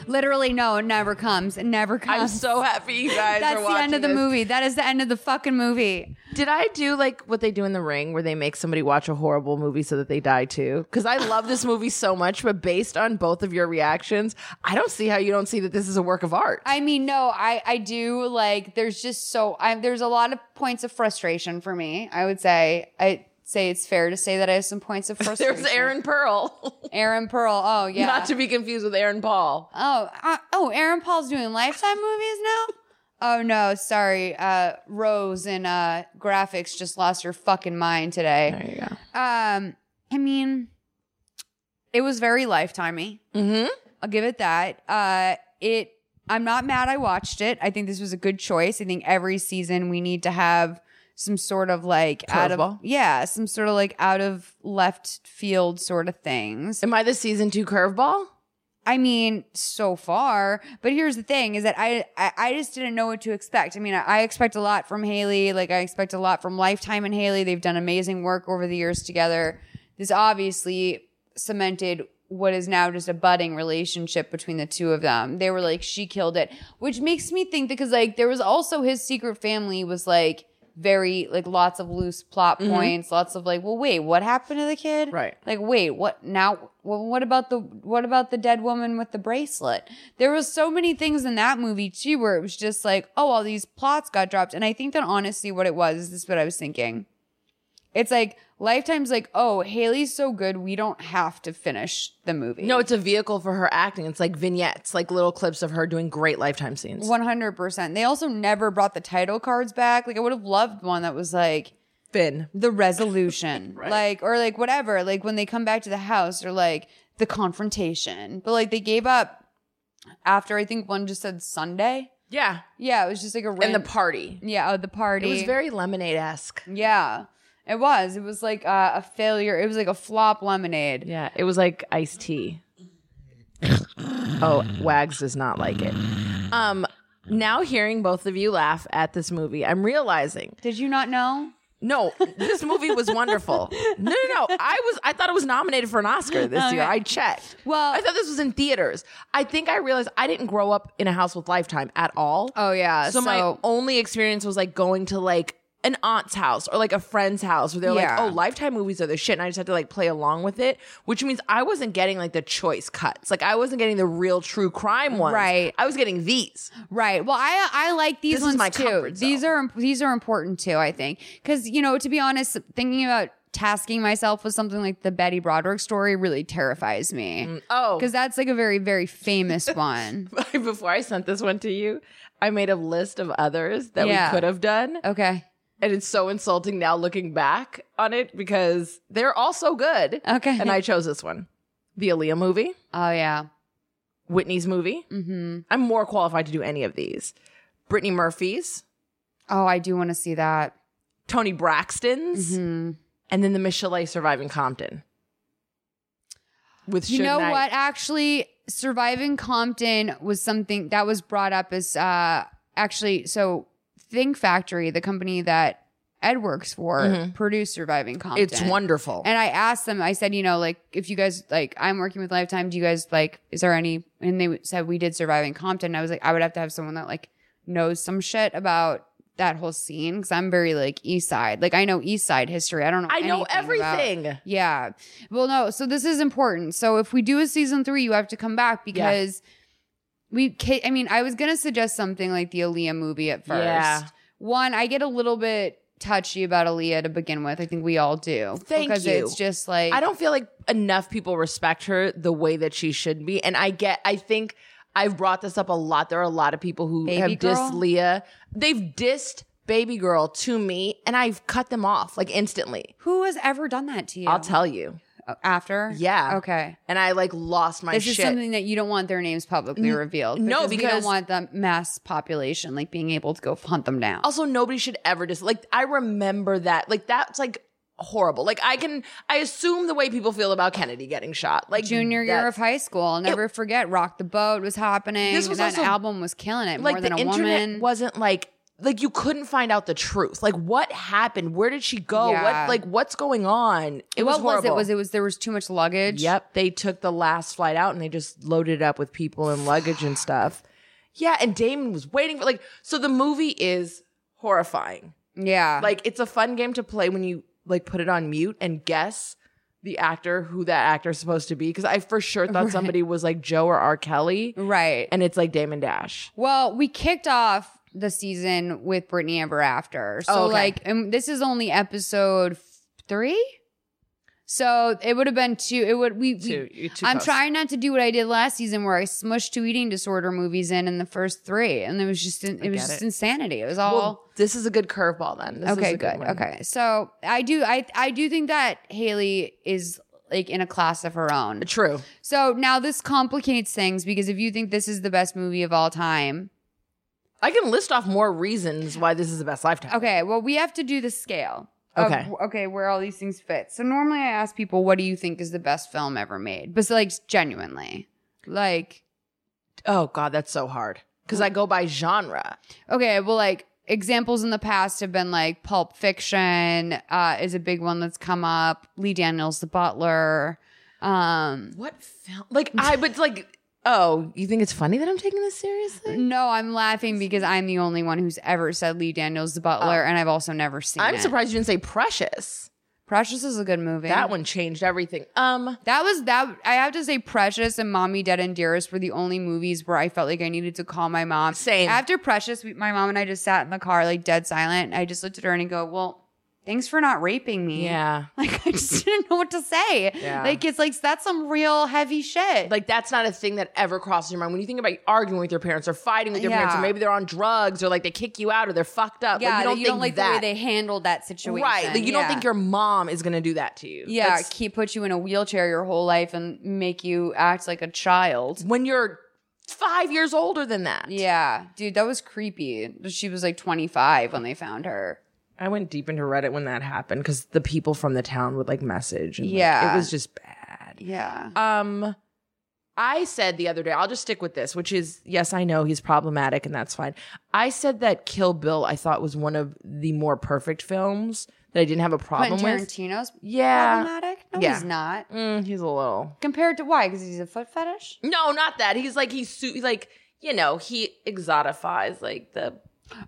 [SPEAKER 2] Literally, no, it never comes. It never comes.
[SPEAKER 3] I'm so happy you guys are
[SPEAKER 2] That's the end
[SPEAKER 3] watching
[SPEAKER 2] of the
[SPEAKER 3] this.
[SPEAKER 2] movie. That is the end of the fucking movie.
[SPEAKER 3] Did I do like what they do in The Ring, where they make somebody watch a horrible movie so that they die too? Because I love this movie so much, but based on both of your reactions, I don't see how you don't see that this is a work of art.
[SPEAKER 2] I mean, no, I I do like. There's just so I there's a lot of points of frustration for me. I would say I say it's fair to say that I have some points of frustration.
[SPEAKER 3] There's Aaron Pearl.
[SPEAKER 2] Aaron Pearl. Oh yeah.
[SPEAKER 3] Not to be confused with Aaron Paul.
[SPEAKER 2] Oh uh, oh, Aaron Paul's doing Lifetime movies now. Oh no, sorry. Uh, Rose in uh, graphics just lost her fucking mind today. There
[SPEAKER 3] you go.
[SPEAKER 2] Um, I mean, it was very lifetimey.
[SPEAKER 3] Mm-hmm.
[SPEAKER 2] I'll give it that. Uh, it. I'm not mad. I watched it. I think this was a good choice. I think every season we need to have some sort of like out of
[SPEAKER 3] Curveball.
[SPEAKER 2] yeah, some sort of like out of left field sort of things.
[SPEAKER 3] Am I the season two curveball?
[SPEAKER 2] I mean, so far. But here's the thing: is that I I, I just didn't know what to expect. I mean, I, I expect a lot from Haley. Like I expect a lot from Lifetime and Haley. They've done amazing work over the years together. This obviously cemented what is now just a budding relationship between the two of them. They were like, she killed it, which makes me think because like there was also his secret family was like very like lots of loose plot
[SPEAKER 3] Mhm.
[SPEAKER 2] points it's lots of like, well, wait, what happened to the kid? Right. Like, wait, what now? Well, what about the what about the dead woman with the bracelet? There was so many things in that movie too, where it was just like, oh, all these plots got dropped. And I think that honestly, what it was, this is what I was thinking. It's like Lifetime's like, oh, Haley's so good, we don't have to finish the movie.
[SPEAKER 3] No, it's a vehicle for her acting. It's like vignettes, like little clips of her doing great lifetime scenes.
[SPEAKER 2] One hundred percent. They also never brought the title cards back. Like I would have loved one that was like Finn, the resolution, like or like whatever. Like when they come back to the house, or like the confrontation. But like they gave up after I think one just said Sunday.
[SPEAKER 3] Yeah.
[SPEAKER 2] Yeah, it was just like a
[SPEAKER 3] And the
[SPEAKER 2] ran-
[SPEAKER 3] party.
[SPEAKER 2] Yeah, oh, the party.
[SPEAKER 3] It was very lemonade esque.
[SPEAKER 2] Yeah, it was. It was like uh, a failure. It was like a flop lemonade.
[SPEAKER 3] Yeah, it was like iced tea. oh, Wags does not like it. Um, now hearing both of you laugh at this movie, I'm realizing.
[SPEAKER 2] Did you not know?
[SPEAKER 3] No, this movie was wonderful. No, no, no. I was I thought it was nominated for an Oscar this year.
[SPEAKER 2] Okay.
[SPEAKER 3] I checked.
[SPEAKER 2] Well,
[SPEAKER 3] I thought this was in theaters. I think I realized I didn't grow up in a house with Lifetime at all.
[SPEAKER 2] Oh yeah.
[SPEAKER 3] So, my
[SPEAKER 2] so-
[SPEAKER 3] only experience was like going to like an aunt's house or like a friend's house where they're like,
[SPEAKER 2] Yeah.
[SPEAKER 3] oh, Lifetime movies are the shit, and I just had to like play along with it, which means I wasn't getting like the choice cuts. Like I wasn't getting the real true crime ones.
[SPEAKER 2] Right.
[SPEAKER 3] I was getting these.
[SPEAKER 2] Right. Well, I I like
[SPEAKER 3] This
[SPEAKER 2] these
[SPEAKER 3] is
[SPEAKER 2] ones
[SPEAKER 3] my
[SPEAKER 2] too.
[SPEAKER 3] comfort
[SPEAKER 2] These are imp- these are important too. I think because you know to be honest, thinking about tasking myself with something like the Betty Broderick story really terrifies me.
[SPEAKER 3] oh.
[SPEAKER 2] because that's like a very very famous one.
[SPEAKER 3] Before I sent this one to you, I made a list of others that
[SPEAKER 2] Yeah.
[SPEAKER 3] we could have done.
[SPEAKER 2] Okay.
[SPEAKER 3] And it's so insulting now looking back on it because they're all so good.
[SPEAKER 2] Okay.
[SPEAKER 3] And I chose this one. The Aaliyah movie.
[SPEAKER 2] Oh yeah.
[SPEAKER 3] Whitney's movie.
[SPEAKER 2] Mm-hmm.
[SPEAKER 3] I'm more qualified to do any of these. Brittany Murphy's,
[SPEAKER 2] Oh, I do want to see that. Mm-hmm.
[SPEAKER 3] Tony Braxton's, and then the Michelle surviving Compton. With
[SPEAKER 2] you
[SPEAKER 3] Suge
[SPEAKER 2] know
[SPEAKER 3] Knight.
[SPEAKER 2] what actually surviving compton was something that was brought up as uh actually so think factory the company that ed works for
[SPEAKER 3] Mhm.
[SPEAKER 2] produced surviving compton
[SPEAKER 3] It's wonderful.
[SPEAKER 2] and i asked them i said you know like if you guys like i'm working with lifetime do you guys like is there any and they said we did surviving compton i was like i would have to have someone that like knows some shit about that whole scene because i'm very like east side like i know east side history i don't know
[SPEAKER 3] I know
[SPEAKER 2] anything about-
[SPEAKER 3] everything.
[SPEAKER 2] yeah. Well, no. So this is important. So if we do a season three, you have to come back because we. Ca- I mean, I was gonna suggest something like the Aaliyah movie at first.
[SPEAKER 3] Yeah.
[SPEAKER 2] One, I get a little bit touchy about Aaliyah to begin with. I think we all do.
[SPEAKER 3] Thank
[SPEAKER 2] because
[SPEAKER 3] you.
[SPEAKER 2] It's just like
[SPEAKER 3] I don't feel like enough people respect her the way that she should be. And I get, I think I've brought this up a lot. There are a lot of people who
[SPEAKER 2] Baby
[SPEAKER 3] have
[SPEAKER 2] girl?
[SPEAKER 3] dissed Leah. They've dissed Baby Girl to me, and I've cut them off like instantly.
[SPEAKER 2] Who has ever done that to you? Uh,
[SPEAKER 3] I'll tell you.
[SPEAKER 2] After.
[SPEAKER 3] Yeah.
[SPEAKER 2] Okay.
[SPEAKER 3] And I like lost my
[SPEAKER 2] this
[SPEAKER 3] shit.
[SPEAKER 2] is something that you don't want their names publicly
[SPEAKER 3] N-
[SPEAKER 2] revealed.
[SPEAKER 3] no,
[SPEAKER 2] we don't
[SPEAKER 3] because-
[SPEAKER 2] want the mass population like being able to go hunt them down.
[SPEAKER 3] also nobody should ever just like i remember that like that's like horrible like i can i assume the way people feel about kennedy getting shot like
[SPEAKER 2] junior year
[SPEAKER 3] that-
[SPEAKER 2] of high school. I'll never forget. Rock the boat was happening.
[SPEAKER 3] This was
[SPEAKER 2] that
[SPEAKER 3] also-
[SPEAKER 2] album was killing it
[SPEAKER 3] like
[SPEAKER 2] more
[SPEAKER 3] the
[SPEAKER 2] than a
[SPEAKER 3] internet
[SPEAKER 2] woman.
[SPEAKER 3] wasn't like like you couldn't find out the truth like what happened where did she go
[SPEAKER 2] Yeah.
[SPEAKER 3] what like what's going on it was
[SPEAKER 2] what was
[SPEAKER 3] horrible
[SPEAKER 2] it? Was it was there was too much luggage?
[SPEAKER 3] yep they took the last flight out and they just loaded it up with people and luggage and stuff yeah and damon was waiting for like so the movie is horrifying
[SPEAKER 2] Yeah.
[SPEAKER 3] Like it's a fun game to play when you like put it on mute and guess the actor who that actor is supposed to be. Because I for sure thought
[SPEAKER 2] Right.
[SPEAKER 3] somebody was like Joe or R. Kelly.
[SPEAKER 2] Right.
[SPEAKER 3] And it's like Damon Dash.
[SPEAKER 2] Well, we kicked off the season with Brittany Amber After. So
[SPEAKER 3] Oh, okay.
[SPEAKER 2] like, and this is only episode f- three. So it would have been two. It would we. we-
[SPEAKER 3] Two. You're too
[SPEAKER 2] I'm
[SPEAKER 3] close.
[SPEAKER 2] trying not to do what I did last season, where I smushed two eating disorder movies in in the first three, and it was just in, it was
[SPEAKER 3] get
[SPEAKER 2] just
[SPEAKER 3] it.
[SPEAKER 2] insanity. It was all.
[SPEAKER 3] Well, this is a good curveball then. This
[SPEAKER 2] okay,
[SPEAKER 3] is a
[SPEAKER 2] good.
[SPEAKER 3] one.
[SPEAKER 2] okay, so I do, I, I do think that Haley is like in a class of her own.
[SPEAKER 3] True.
[SPEAKER 2] So now this complicates things because if you think this is the best movie of all time,
[SPEAKER 3] I can list off more reasons why this is the best lifetime.
[SPEAKER 2] okay, Um, well we have to do the scale. of-
[SPEAKER 3] Okay.
[SPEAKER 2] okay, where all these things fit. So normally I ask people, what do you think is the best film ever made? But like genuinely, like
[SPEAKER 3] Oh God, that's so hard. Because I go by genre.
[SPEAKER 2] Okay, well, like examples in the past have been like Pulp Fiction uh, is a big one that's come up. Lee Daniels, The Butler. Um,
[SPEAKER 3] what film? Like I, but like, oh, you think it's funny that I'm taking this seriously?
[SPEAKER 2] No, I'm laughing because I'm the only one who's ever said Lee Daniels, The Butler, and I've also never seen.
[SPEAKER 3] Oh. I'm
[SPEAKER 2] it.
[SPEAKER 3] surprised you didn't say Precious.
[SPEAKER 2] Precious is a good movie.
[SPEAKER 3] That one changed everything. Um,
[SPEAKER 2] that was that. I have to say, Precious and Mommy Dead and Dearest were the only movies where I felt like I needed to call my mom. Same. After Precious, we, my mom and I just sat in the car like dead silent. And I just looked at her and I go, "Well, thanks for not raping me.
[SPEAKER 3] Yeah.
[SPEAKER 2] Like I just didn't know what to say.
[SPEAKER 3] Yeah.
[SPEAKER 2] Like it's like that's some real heavy shit.
[SPEAKER 3] Like that's not a thing that ever crosses your mind when you think about arguing with your parents or fighting with your parents or
[SPEAKER 2] Yeah.
[SPEAKER 3] maybe they're on drugs or like they kick you out or they're fucked up.
[SPEAKER 2] yeah,
[SPEAKER 3] like, you
[SPEAKER 2] that
[SPEAKER 3] don't
[SPEAKER 2] you don't
[SPEAKER 3] think
[SPEAKER 2] like
[SPEAKER 3] that.
[SPEAKER 2] the way they handled that situation.
[SPEAKER 3] Right. Like, you don't
[SPEAKER 2] Yeah.
[SPEAKER 3] think your mom is going to do that to you.
[SPEAKER 2] Yeah,
[SPEAKER 3] That's-
[SPEAKER 2] keep put you in a wheelchair your whole life and make you act like a child
[SPEAKER 3] when you're five years older than that.
[SPEAKER 2] Yeah, dude, that was creepy. She was like 25 when they found her.
[SPEAKER 3] I went deep into Reddit when that happened because the people from the town would like message. And, like,
[SPEAKER 2] Yeah.
[SPEAKER 3] it was just bad.
[SPEAKER 2] Yeah.
[SPEAKER 3] Um, I said the other day, I'll just stick with this, which is yes, I know he's problematic and that's fine. I said that Kill Bill I thought was one of the more perfect films that I didn't have a problem
[SPEAKER 2] Quentin
[SPEAKER 3] with.
[SPEAKER 2] Tarantino's
[SPEAKER 3] Yeah.
[SPEAKER 2] problematic? No,
[SPEAKER 3] Yeah.
[SPEAKER 2] he's not.
[SPEAKER 3] Mm, he's a little.
[SPEAKER 2] Compared to why? Because he's a foot fetish?
[SPEAKER 3] No, not that. He's like he's su- he's like you know he exotifies like the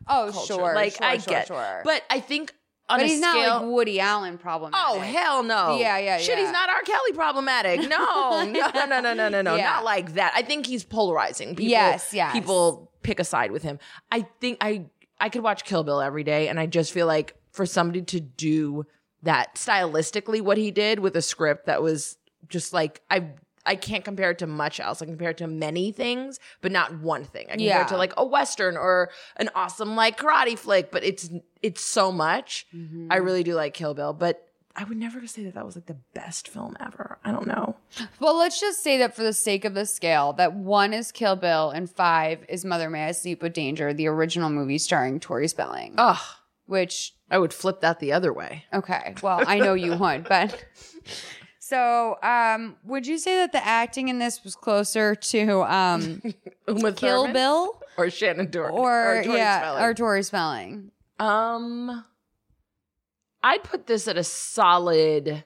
[SPEAKER 2] Oh,
[SPEAKER 3] culture.
[SPEAKER 2] sure.
[SPEAKER 3] like
[SPEAKER 2] sure,
[SPEAKER 3] I
[SPEAKER 2] sure,
[SPEAKER 3] get,
[SPEAKER 2] sure.
[SPEAKER 3] but I think on
[SPEAKER 2] But
[SPEAKER 3] a
[SPEAKER 2] he's
[SPEAKER 3] scale.
[SPEAKER 2] not like Woody Allen problematic.
[SPEAKER 3] Oh hell no!
[SPEAKER 2] Yeah, yeah,
[SPEAKER 3] Shit,
[SPEAKER 2] yeah.
[SPEAKER 3] he's not R. Kelly problematic. No, no, no, no, no, no, no, no.
[SPEAKER 2] Yeah.
[SPEAKER 3] not like that. I think he's polarizing. People,
[SPEAKER 2] Yes, yes.
[SPEAKER 3] People pick a side with him. I think I I could watch Kill Bill every day, and I just feel like for somebody to do that stylistically, what he did with a script that was just like I. I can't compare it to much else. I can compare it to many things, but not one thing. I can compare
[SPEAKER 2] Yeah.
[SPEAKER 3] it to like a western or an awesome like karate flick, but it's it's so much.
[SPEAKER 2] Mm-hmm.
[SPEAKER 3] I really do like Kill Bill, but I would never say that that was like the best film ever. I don't know.
[SPEAKER 2] Well, let's just say that for the sake of the scale, that one is Kill Bill and five is Mother May I Sleep with Danger, the original movie starring Tori Spelling.
[SPEAKER 3] Ugh.
[SPEAKER 2] Which
[SPEAKER 3] I would flip that the other way.
[SPEAKER 2] Okay. Well, I know you would, but so um would you say that the acting in this was closer to um
[SPEAKER 3] Uma
[SPEAKER 2] Kill
[SPEAKER 3] Thurman?
[SPEAKER 2] Bill
[SPEAKER 3] Or Shannon Doran.
[SPEAKER 2] or,
[SPEAKER 3] Tori
[SPEAKER 2] yeah,
[SPEAKER 3] Spelling.
[SPEAKER 2] or Tori Spelling?
[SPEAKER 3] um I'd put this at a solid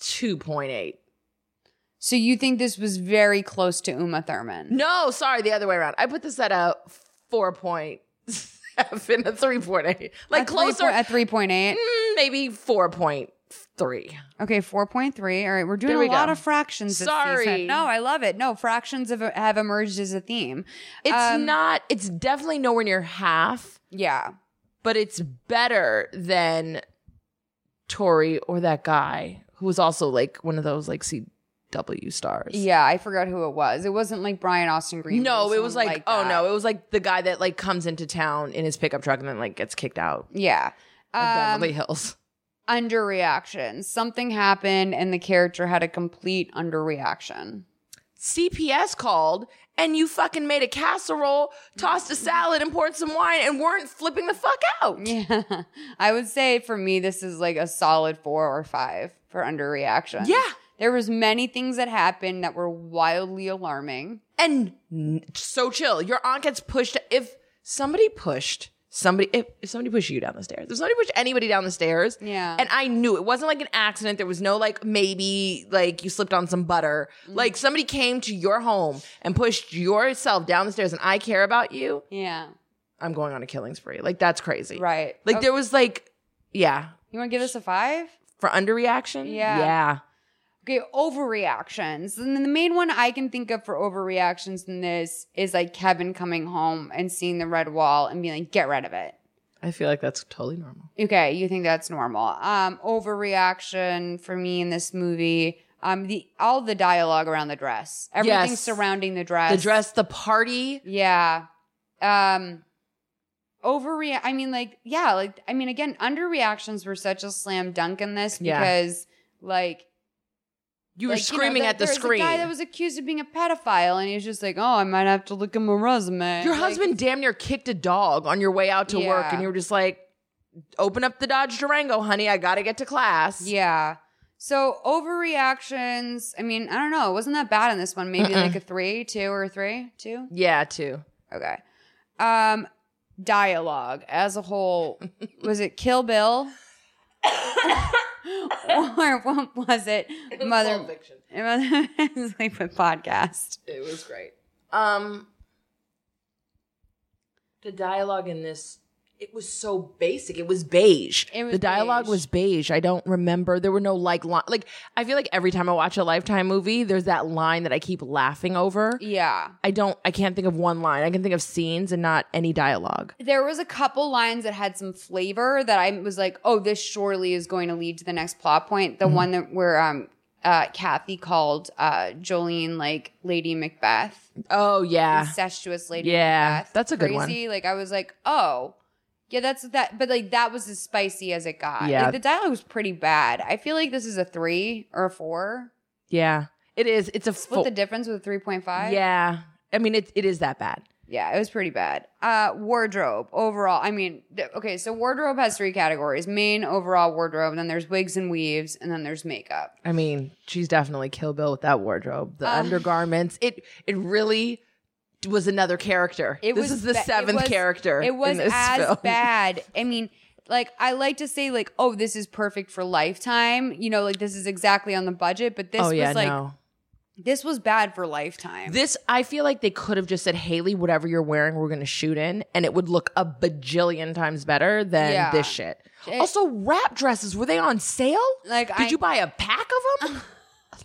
[SPEAKER 3] 2.8.
[SPEAKER 2] So you think this was very close to Uma Thurman?
[SPEAKER 3] No, sorry, the other way around. I put this at a 4.7 and a 3.8. Like
[SPEAKER 2] A three
[SPEAKER 3] closer
[SPEAKER 2] point- at 3.8.
[SPEAKER 3] mm, maybe 4.3.
[SPEAKER 2] Okay, 4.3. All right, we're doing
[SPEAKER 3] There we
[SPEAKER 2] a lot
[SPEAKER 3] go.
[SPEAKER 2] of fractions this
[SPEAKER 3] Sorry.
[SPEAKER 2] season. No, I love it. No, fractions have, have emerged as a theme.
[SPEAKER 3] It's
[SPEAKER 2] Um,
[SPEAKER 3] not, it's definitely nowhere near half,
[SPEAKER 2] Yeah.
[SPEAKER 3] but it's better than Tori or that guy who was also like one of those like CW stars.
[SPEAKER 2] Yeah, I forgot who it was. It wasn't like Brian Austin Green. but
[SPEAKER 3] No, it was
[SPEAKER 2] someone
[SPEAKER 3] like, oh
[SPEAKER 2] that.
[SPEAKER 3] no, it was like the guy that like comes into town in his pickup truck and then like gets kicked out
[SPEAKER 2] Yeah.
[SPEAKER 3] of
[SPEAKER 2] Um,
[SPEAKER 3] Beverly Hills.
[SPEAKER 2] underreaction. Something happened and the character had a complete underreaction.
[SPEAKER 3] CPS called and you fucking made a casserole, tossed a salad, and poured some wine and weren't flipping the fuck out.
[SPEAKER 2] Yeah. I would say for me this is like a solid 4 or 5 for underreaction.
[SPEAKER 3] Yeah.
[SPEAKER 2] There was many things that happened that were wildly alarming.
[SPEAKER 3] And so chill. Your aunt gets pushed. If somebody pushed somebody, if, if somebody pushed you down the stairs, if somebody pushed anybody down the stairs,
[SPEAKER 2] Yeah.
[SPEAKER 3] and I knew it wasn't like an accident. There was no like maybe like you slipped on some butter.
[SPEAKER 2] Mm-hmm.
[SPEAKER 3] Like somebody came to your home and pushed yourself down the stairs, and I care about you.
[SPEAKER 2] yeah.
[SPEAKER 3] I'm going on a killing spree. Like that's crazy.
[SPEAKER 2] Right. Oh.
[SPEAKER 3] Like
[SPEAKER 2] Okay.
[SPEAKER 3] there was like, yeah,
[SPEAKER 2] You want to give this a 5?
[SPEAKER 3] for underreaction.
[SPEAKER 2] Yeah.
[SPEAKER 3] Yeah.
[SPEAKER 2] Okay, overreactions. And then the main one I can think of for overreactions in this is like Kevin coming home and seeing the red wall and being like, get rid of it.
[SPEAKER 3] I feel like that's totally normal.
[SPEAKER 2] Okay, you think that's normal. Um, overreaction for me in this movie. Um, the all the dialogue around the dress, everything
[SPEAKER 3] Yes.
[SPEAKER 2] surrounding the dress,
[SPEAKER 3] The dress, the party.
[SPEAKER 2] yeah. Um, overreact. I mean, like, yeah, like I mean, again, underreactions were such a slam dunk in this
[SPEAKER 3] Yeah.
[SPEAKER 2] because, like,
[SPEAKER 3] You were
[SPEAKER 2] like, know,
[SPEAKER 3] screaming
[SPEAKER 2] there-
[SPEAKER 3] at the
[SPEAKER 2] there was
[SPEAKER 3] screen.
[SPEAKER 2] A guy that was accused of being a pedophile, and he was just like, "Oh, I might have to look at my resume."
[SPEAKER 3] Your
[SPEAKER 2] Like,
[SPEAKER 3] husband damn near kicked a dog on your way out to work,
[SPEAKER 2] Yeah.
[SPEAKER 3] and you were just like, "Open up the Dodge Durango, honey. I gotta get to class."
[SPEAKER 2] Yeah. So overreactions. I mean, I don't know. It wasn't that bad in this one. Maybe
[SPEAKER 3] Mm-mm.
[SPEAKER 2] like a three, two, or a three, two.
[SPEAKER 3] yeah, too.
[SPEAKER 2] Okay. Um, dialogue as a whole. was it Kill Bill? or what was it?
[SPEAKER 3] It was
[SPEAKER 2] Mother
[SPEAKER 3] Pulp Fiction.
[SPEAKER 2] Mother Sleep with podcast.
[SPEAKER 3] It was great. Um, the dialogue in this It was so basic. It was beige. the dialogue was beige. I don't remember. There were no like li- like I feel like every time I watch a Lifetime movie, there's that line that I keep laughing over.
[SPEAKER 2] Yeah.
[SPEAKER 3] I don't I can't think of one line. I can think of scenes and not any dialogue.
[SPEAKER 2] There was a couple lines that had some flavor that I was like, oh, this surely is going to lead to the next plot point. The
[SPEAKER 3] Mhm.
[SPEAKER 2] one that where um uh Kathy called uh Jolene like Lady Macbeth.
[SPEAKER 3] Oh yeah.
[SPEAKER 2] Incestuous Lady
[SPEAKER 3] Yeah,
[SPEAKER 2] Macbeth.
[SPEAKER 3] that's a good one.
[SPEAKER 2] Crazy. Like I was like, oh. Yeah, that's that but like that was as spicy as it got.
[SPEAKER 3] Yeah.
[SPEAKER 2] Like the dialogue was pretty bad. I feel like this is a three or a four.
[SPEAKER 3] Yeah. It is. It's a
[SPEAKER 2] Split
[SPEAKER 3] full-
[SPEAKER 2] the difference with a three point five.
[SPEAKER 3] Yeah. I mean it it is that bad.
[SPEAKER 2] Yeah, it was pretty bad. Uh, wardrobe overall. I mean, th- okay, so wardrobe has three categories: main, overall wardrobe. Then there's wigs and weaves, and then there's makeup.
[SPEAKER 3] I mean, she's definitely Kill Bill with that wardrobe, the
[SPEAKER 2] Uh.
[SPEAKER 3] undergarments. It it really was another character.
[SPEAKER 2] It
[SPEAKER 3] this
[SPEAKER 2] was
[SPEAKER 3] is the
[SPEAKER 2] ba- it
[SPEAKER 3] seventh
[SPEAKER 2] was-
[SPEAKER 3] character.
[SPEAKER 2] It was
[SPEAKER 3] in this
[SPEAKER 2] as
[SPEAKER 3] film.
[SPEAKER 2] bad. I mean, like I like to say, like, oh, this is perfect for Lifetime. You know, like this is exactly on the budget. But this
[SPEAKER 3] Oh, yeah,
[SPEAKER 2] was like,
[SPEAKER 3] no.
[SPEAKER 2] this was bad for Lifetime.
[SPEAKER 3] This I feel like they could have just said, Haley, whatever you're wearing, we're gonna shoot in, and it would look a bajillion times better than
[SPEAKER 2] Yeah.
[SPEAKER 3] this shit. also, wrap dresses were they on sale?
[SPEAKER 2] Like,
[SPEAKER 3] did you buy a pack of them?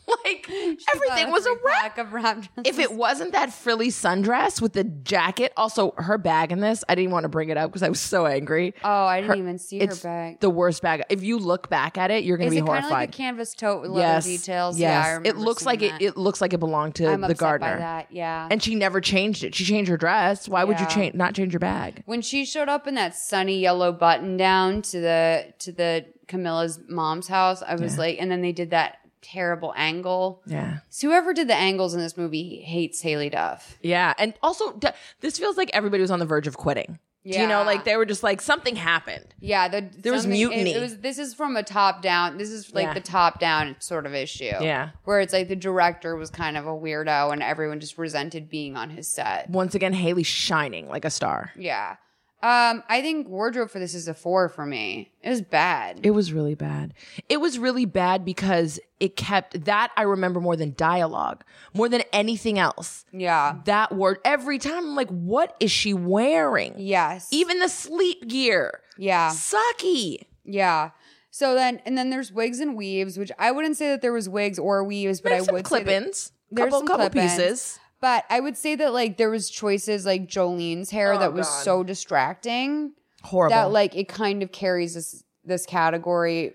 [SPEAKER 3] like everything was a
[SPEAKER 2] wrap. Of wrap
[SPEAKER 3] if it wasn't that frilly sundress with the jacket, also her bag in this, I didn't want to bring it up because I was so angry.
[SPEAKER 2] Oh, I didn't even see her
[SPEAKER 3] it's
[SPEAKER 2] bag.
[SPEAKER 3] The worst bag. If you look back at it, you're gonna
[SPEAKER 2] is
[SPEAKER 3] be
[SPEAKER 2] it kind of
[SPEAKER 3] horrified.
[SPEAKER 2] like a canvas tote with
[SPEAKER 3] yes,
[SPEAKER 2] little details?
[SPEAKER 3] Yes,
[SPEAKER 2] Yeah, I remember
[SPEAKER 3] it looks
[SPEAKER 2] seeing
[SPEAKER 3] like
[SPEAKER 2] that.
[SPEAKER 3] it. It looks like it belonged to
[SPEAKER 2] I'm
[SPEAKER 3] the
[SPEAKER 2] upset
[SPEAKER 3] gardener.
[SPEAKER 2] by that. Yeah,
[SPEAKER 3] And she never changed it. She changed her dress. Why would you
[SPEAKER 2] Yeah.
[SPEAKER 3] change? Not change your bag?
[SPEAKER 2] when she showed up in that sunny yellow button down to the to the Camilla's mom's house, I was
[SPEAKER 3] Yeah.
[SPEAKER 2] like, and then they did that terrible angle.
[SPEAKER 3] Yeah.
[SPEAKER 2] So whoever did the angles in this movie hates Haley Duff.
[SPEAKER 3] Yeah, and also d- this feels like everybody was on the verge of quitting. Do you know,
[SPEAKER 2] Yeah.
[SPEAKER 3] like they were just like something happened.
[SPEAKER 2] Yeah, the,
[SPEAKER 3] There was
[SPEAKER 2] something-
[SPEAKER 3] mutiny.
[SPEAKER 2] It, it was this is from a top down. This is like
[SPEAKER 3] Yeah.
[SPEAKER 2] the top down sort of issue.
[SPEAKER 3] Yeah.
[SPEAKER 2] where it's like the director was kind of a weirdo and everyone just resented being on his set.
[SPEAKER 3] Once again, Haley shining like a star.
[SPEAKER 2] Yeah. Um, I think wardrobe for this is a four for me. It was bad.
[SPEAKER 3] It was really bad. It was really bad because it kept that I remember more than dialogue, more than anything else.
[SPEAKER 2] Yeah.
[SPEAKER 3] That word every time I'm like, what is she wearing?
[SPEAKER 2] Yes.
[SPEAKER 3] Even the sleep gear.
[SPEAKER 2] Yeah.
[SPEAKER 3] Sucky.
[SPEAKER 2] Yeah. So then, and then there's wigs and weaves, which I wouldn't say that there was wigs or weaves, but
[SPEAKER 3] There's
[SPEAKER 2] I
[SPEAKER 3] some
[SPEAKER 2] would
[SPEAKER 3] clip-ins.
[SPEAKER 2] say that there's
[SPEAKER 3] Couple-
[SPEAKER 2] some
[SPEAKER 3] couple
[SPEAKER 2] clip-ins.
[SPEAKER 3] pieces.
[SPEAKER 2] But I would say that like there was choices like Jolene's hair
[SPEAKER 3] Oh,
[SPEAKER 2] that was
[SPEAKER 3] God.
[SPEAKER 2] so distracting,
[SPEAKER 3] Horrible.
[SPEAKER 2] that like it kind of carries this this category.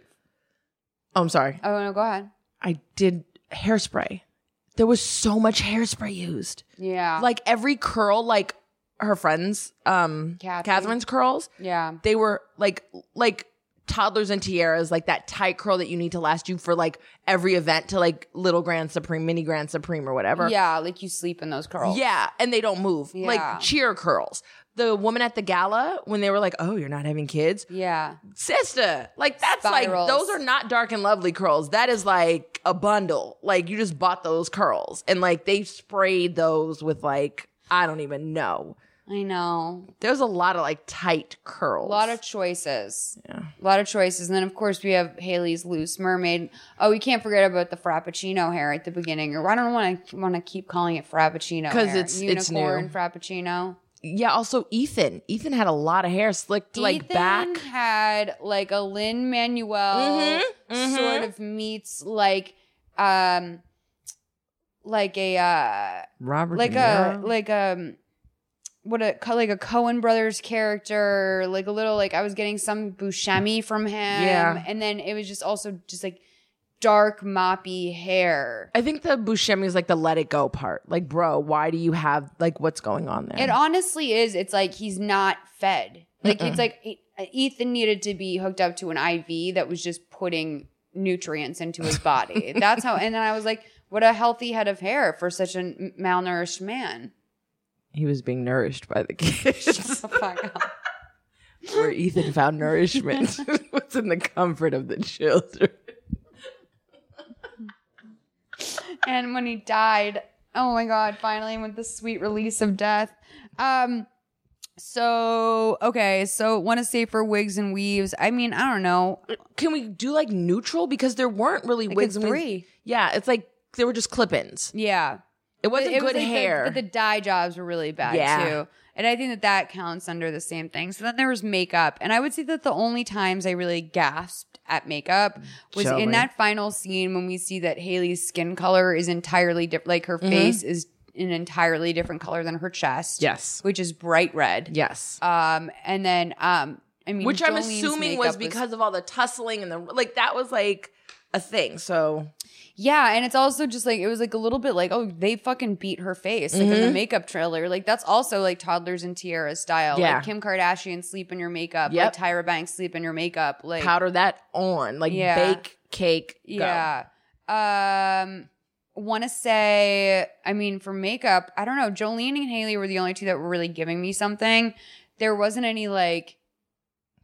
[SPEAKER 3] oh, I'm sorry.
[SPEAKER 2] Oh no, go ahead.
[SPEAKER 3] I did hairspray. There was so much hairspray used.
[SPEAKER 2] Yeah.
[SPEAKER 3] Like every curl, like her friends, um, Catherine's curls.
[SPEAKER 2] Yeah.
[SPEAKER 3] They were like, like toddlers and tiaras, like that tight curl that you need to last you for like every event to like little grand supreme, mini grand supreme or whatever.
[SPEAKER 2] Yeah, like you sleep in those curls.
[SPEAKER 3] Yeah. And they don't move.
[SPEAKER 2] Yeah.
[SPEAKER 3] Like cheer curls. The woman at the gala, when they were like, oh, you're not having kids.
[SPEAKER 2] Yeah.
[SPEAKER 3] Sister, like that's
[SPEAKER 2] Spirals.
[SPEAKER 3] like those are not dark and lovely curls. That is like a bundle. Like you just bought those curls and like they sprayed those with like I don't even know.
[SPEAKER 2] I know.
[SPEAKER 3] There's a lot of like tight
[SPEAKER 2] A
[SPEAKER 3] curls.
[SPEAKER 2] lot of choices.
[SPEAKER 3] Yeah.
[SPEAKER 2] A lot of choices. And then, of course, we have Haley's Loose Mermaid. Oh, we can't forget about the Frappuccino hair at the beginning. Or I don't want to want to keep calling it Frappuccino
[SPEAKER 3] 'Cause
[SPEAKER 2] hair.
[SPEAKER 3] it's- it's new.
[SPEAKER 2] unicorn Frappuccino.
[SPEAKER 3] yeah, also Ethan. Ethan had a lot of hair slicked like
[SPEAKER 2] Ethan
[SPEAKER 3] back.
[SPEAKER 2] had like a Lynn Manuel
[SPEAKER 3] Mhm, mhm.
[SPEAKER 2] sort of meets like um like a uh
[SPEAKER 3] Robert
[SPEAKER 2] like
[SPEAKER 3] De
[SPEAKER 2] a
[SPEAKER 3] Niro?
[SPEAKER 2] like um what a co- like a Cohen brothers character like a little like I was getting some Buscemi from him
[SPEAKER 3] Yeah.
[SPEAKER 2] and then it was just also just like dark moppy hair.
[SPEAKER 3] I think the Buscemi is like the let it go part. Like, bro, why do you have like what's going on there?
[SPEAKER 2] It honestly is. It's like he's not fed. Like
[SPEAKER 3] Mm-mm.
[SPEAKER 2] it's like E- Ethan needed to be hooked up to an IV that was just putting nutrients into his body. That's how. And then I was like, what a healthy head of hair for such a m- malnourished man. Oh
[SPEAKER 3] he was being nourished by the kids. Where Ethan found nourishment was in the comfort of the children.
[SPEAKER 2] And when he died, oh my god! Finally, with the sweet release of death. Um. So okay, so want to say for wigs and weaves. I mean, I don't know.
[SPEAKER 3] Uh, Can we do like neutral because there weren't really
[SPEAKER 2] Like a
[SPEAKER 3] wigs? and weaves.
[SPEAKER 2] three.
[SPEAKER 3] Yeah, it's like they were just clip-ins.
[SPEAKER 2] Yeah.
[SPEAKER 3] It wasn't
[SPEAKER 2] was
[SPEAKER 3] good
[SPEAKER 2] like the-
[SPEAKER 3] hair.
[SPEAKER 2] but The, dye jobs were really bad
[SPEAKER 3] Yeah.
[SPEAKER 2] too. And I think that that counts under the same thing. So then there was makeup. And I would say that the only times I really gasped at makeup was
[SPEAKER 3] Show
[SPEAKER 2] in
[SPEAKER 3] me.
[SPEAKER 2] that final scene when we see that Haley's skin color is entirely different. Like her
[SPEAKER 3] Mhm.
[SPEAKER 2] face is an entirely different color than her chest.
[SPEAKER 3] Yes.
[SPEAKER 2] Which is bright red.
[SPEAKER 3] Yes.
[SPEAKER 2] Um, and then, um, I mean,
[SPEAKER 3] which I'm
[SPEAKER 2] Jolene's
[SPEAKER 3] assuming was
[SPEAKER 2] makeup
[SPEAKER 3] because of all the tussling and the like. That was like a thing. So
[SPEAKER 2] Yeah, and it's also just like it was like a little bit like, oh, they fucking beat her face like in the
[SPEAKER 3] Mhm.
[SPEAKER 2] makeup trailer. Like that's also like toddlers and tiara style.
[SPEAKER 3] Yeah.
[SPEAKER 2] Like Kim Kardashian sleep in your makeup.
[SPEAKER 3] Yep.
[SPEAKER 2] Like Tyra Banks sleep in your makeup. Like
[SPEAKER 3] powder that on, like
[SPEAKER 2] Yeah.
[SPEAKER 3] bake cake. go.
[SPEAKER 2] Yeah. Um want to say I mean for makeup, I don't know, Jolene and Haley were the only two that were really giving me something. There wasn't any like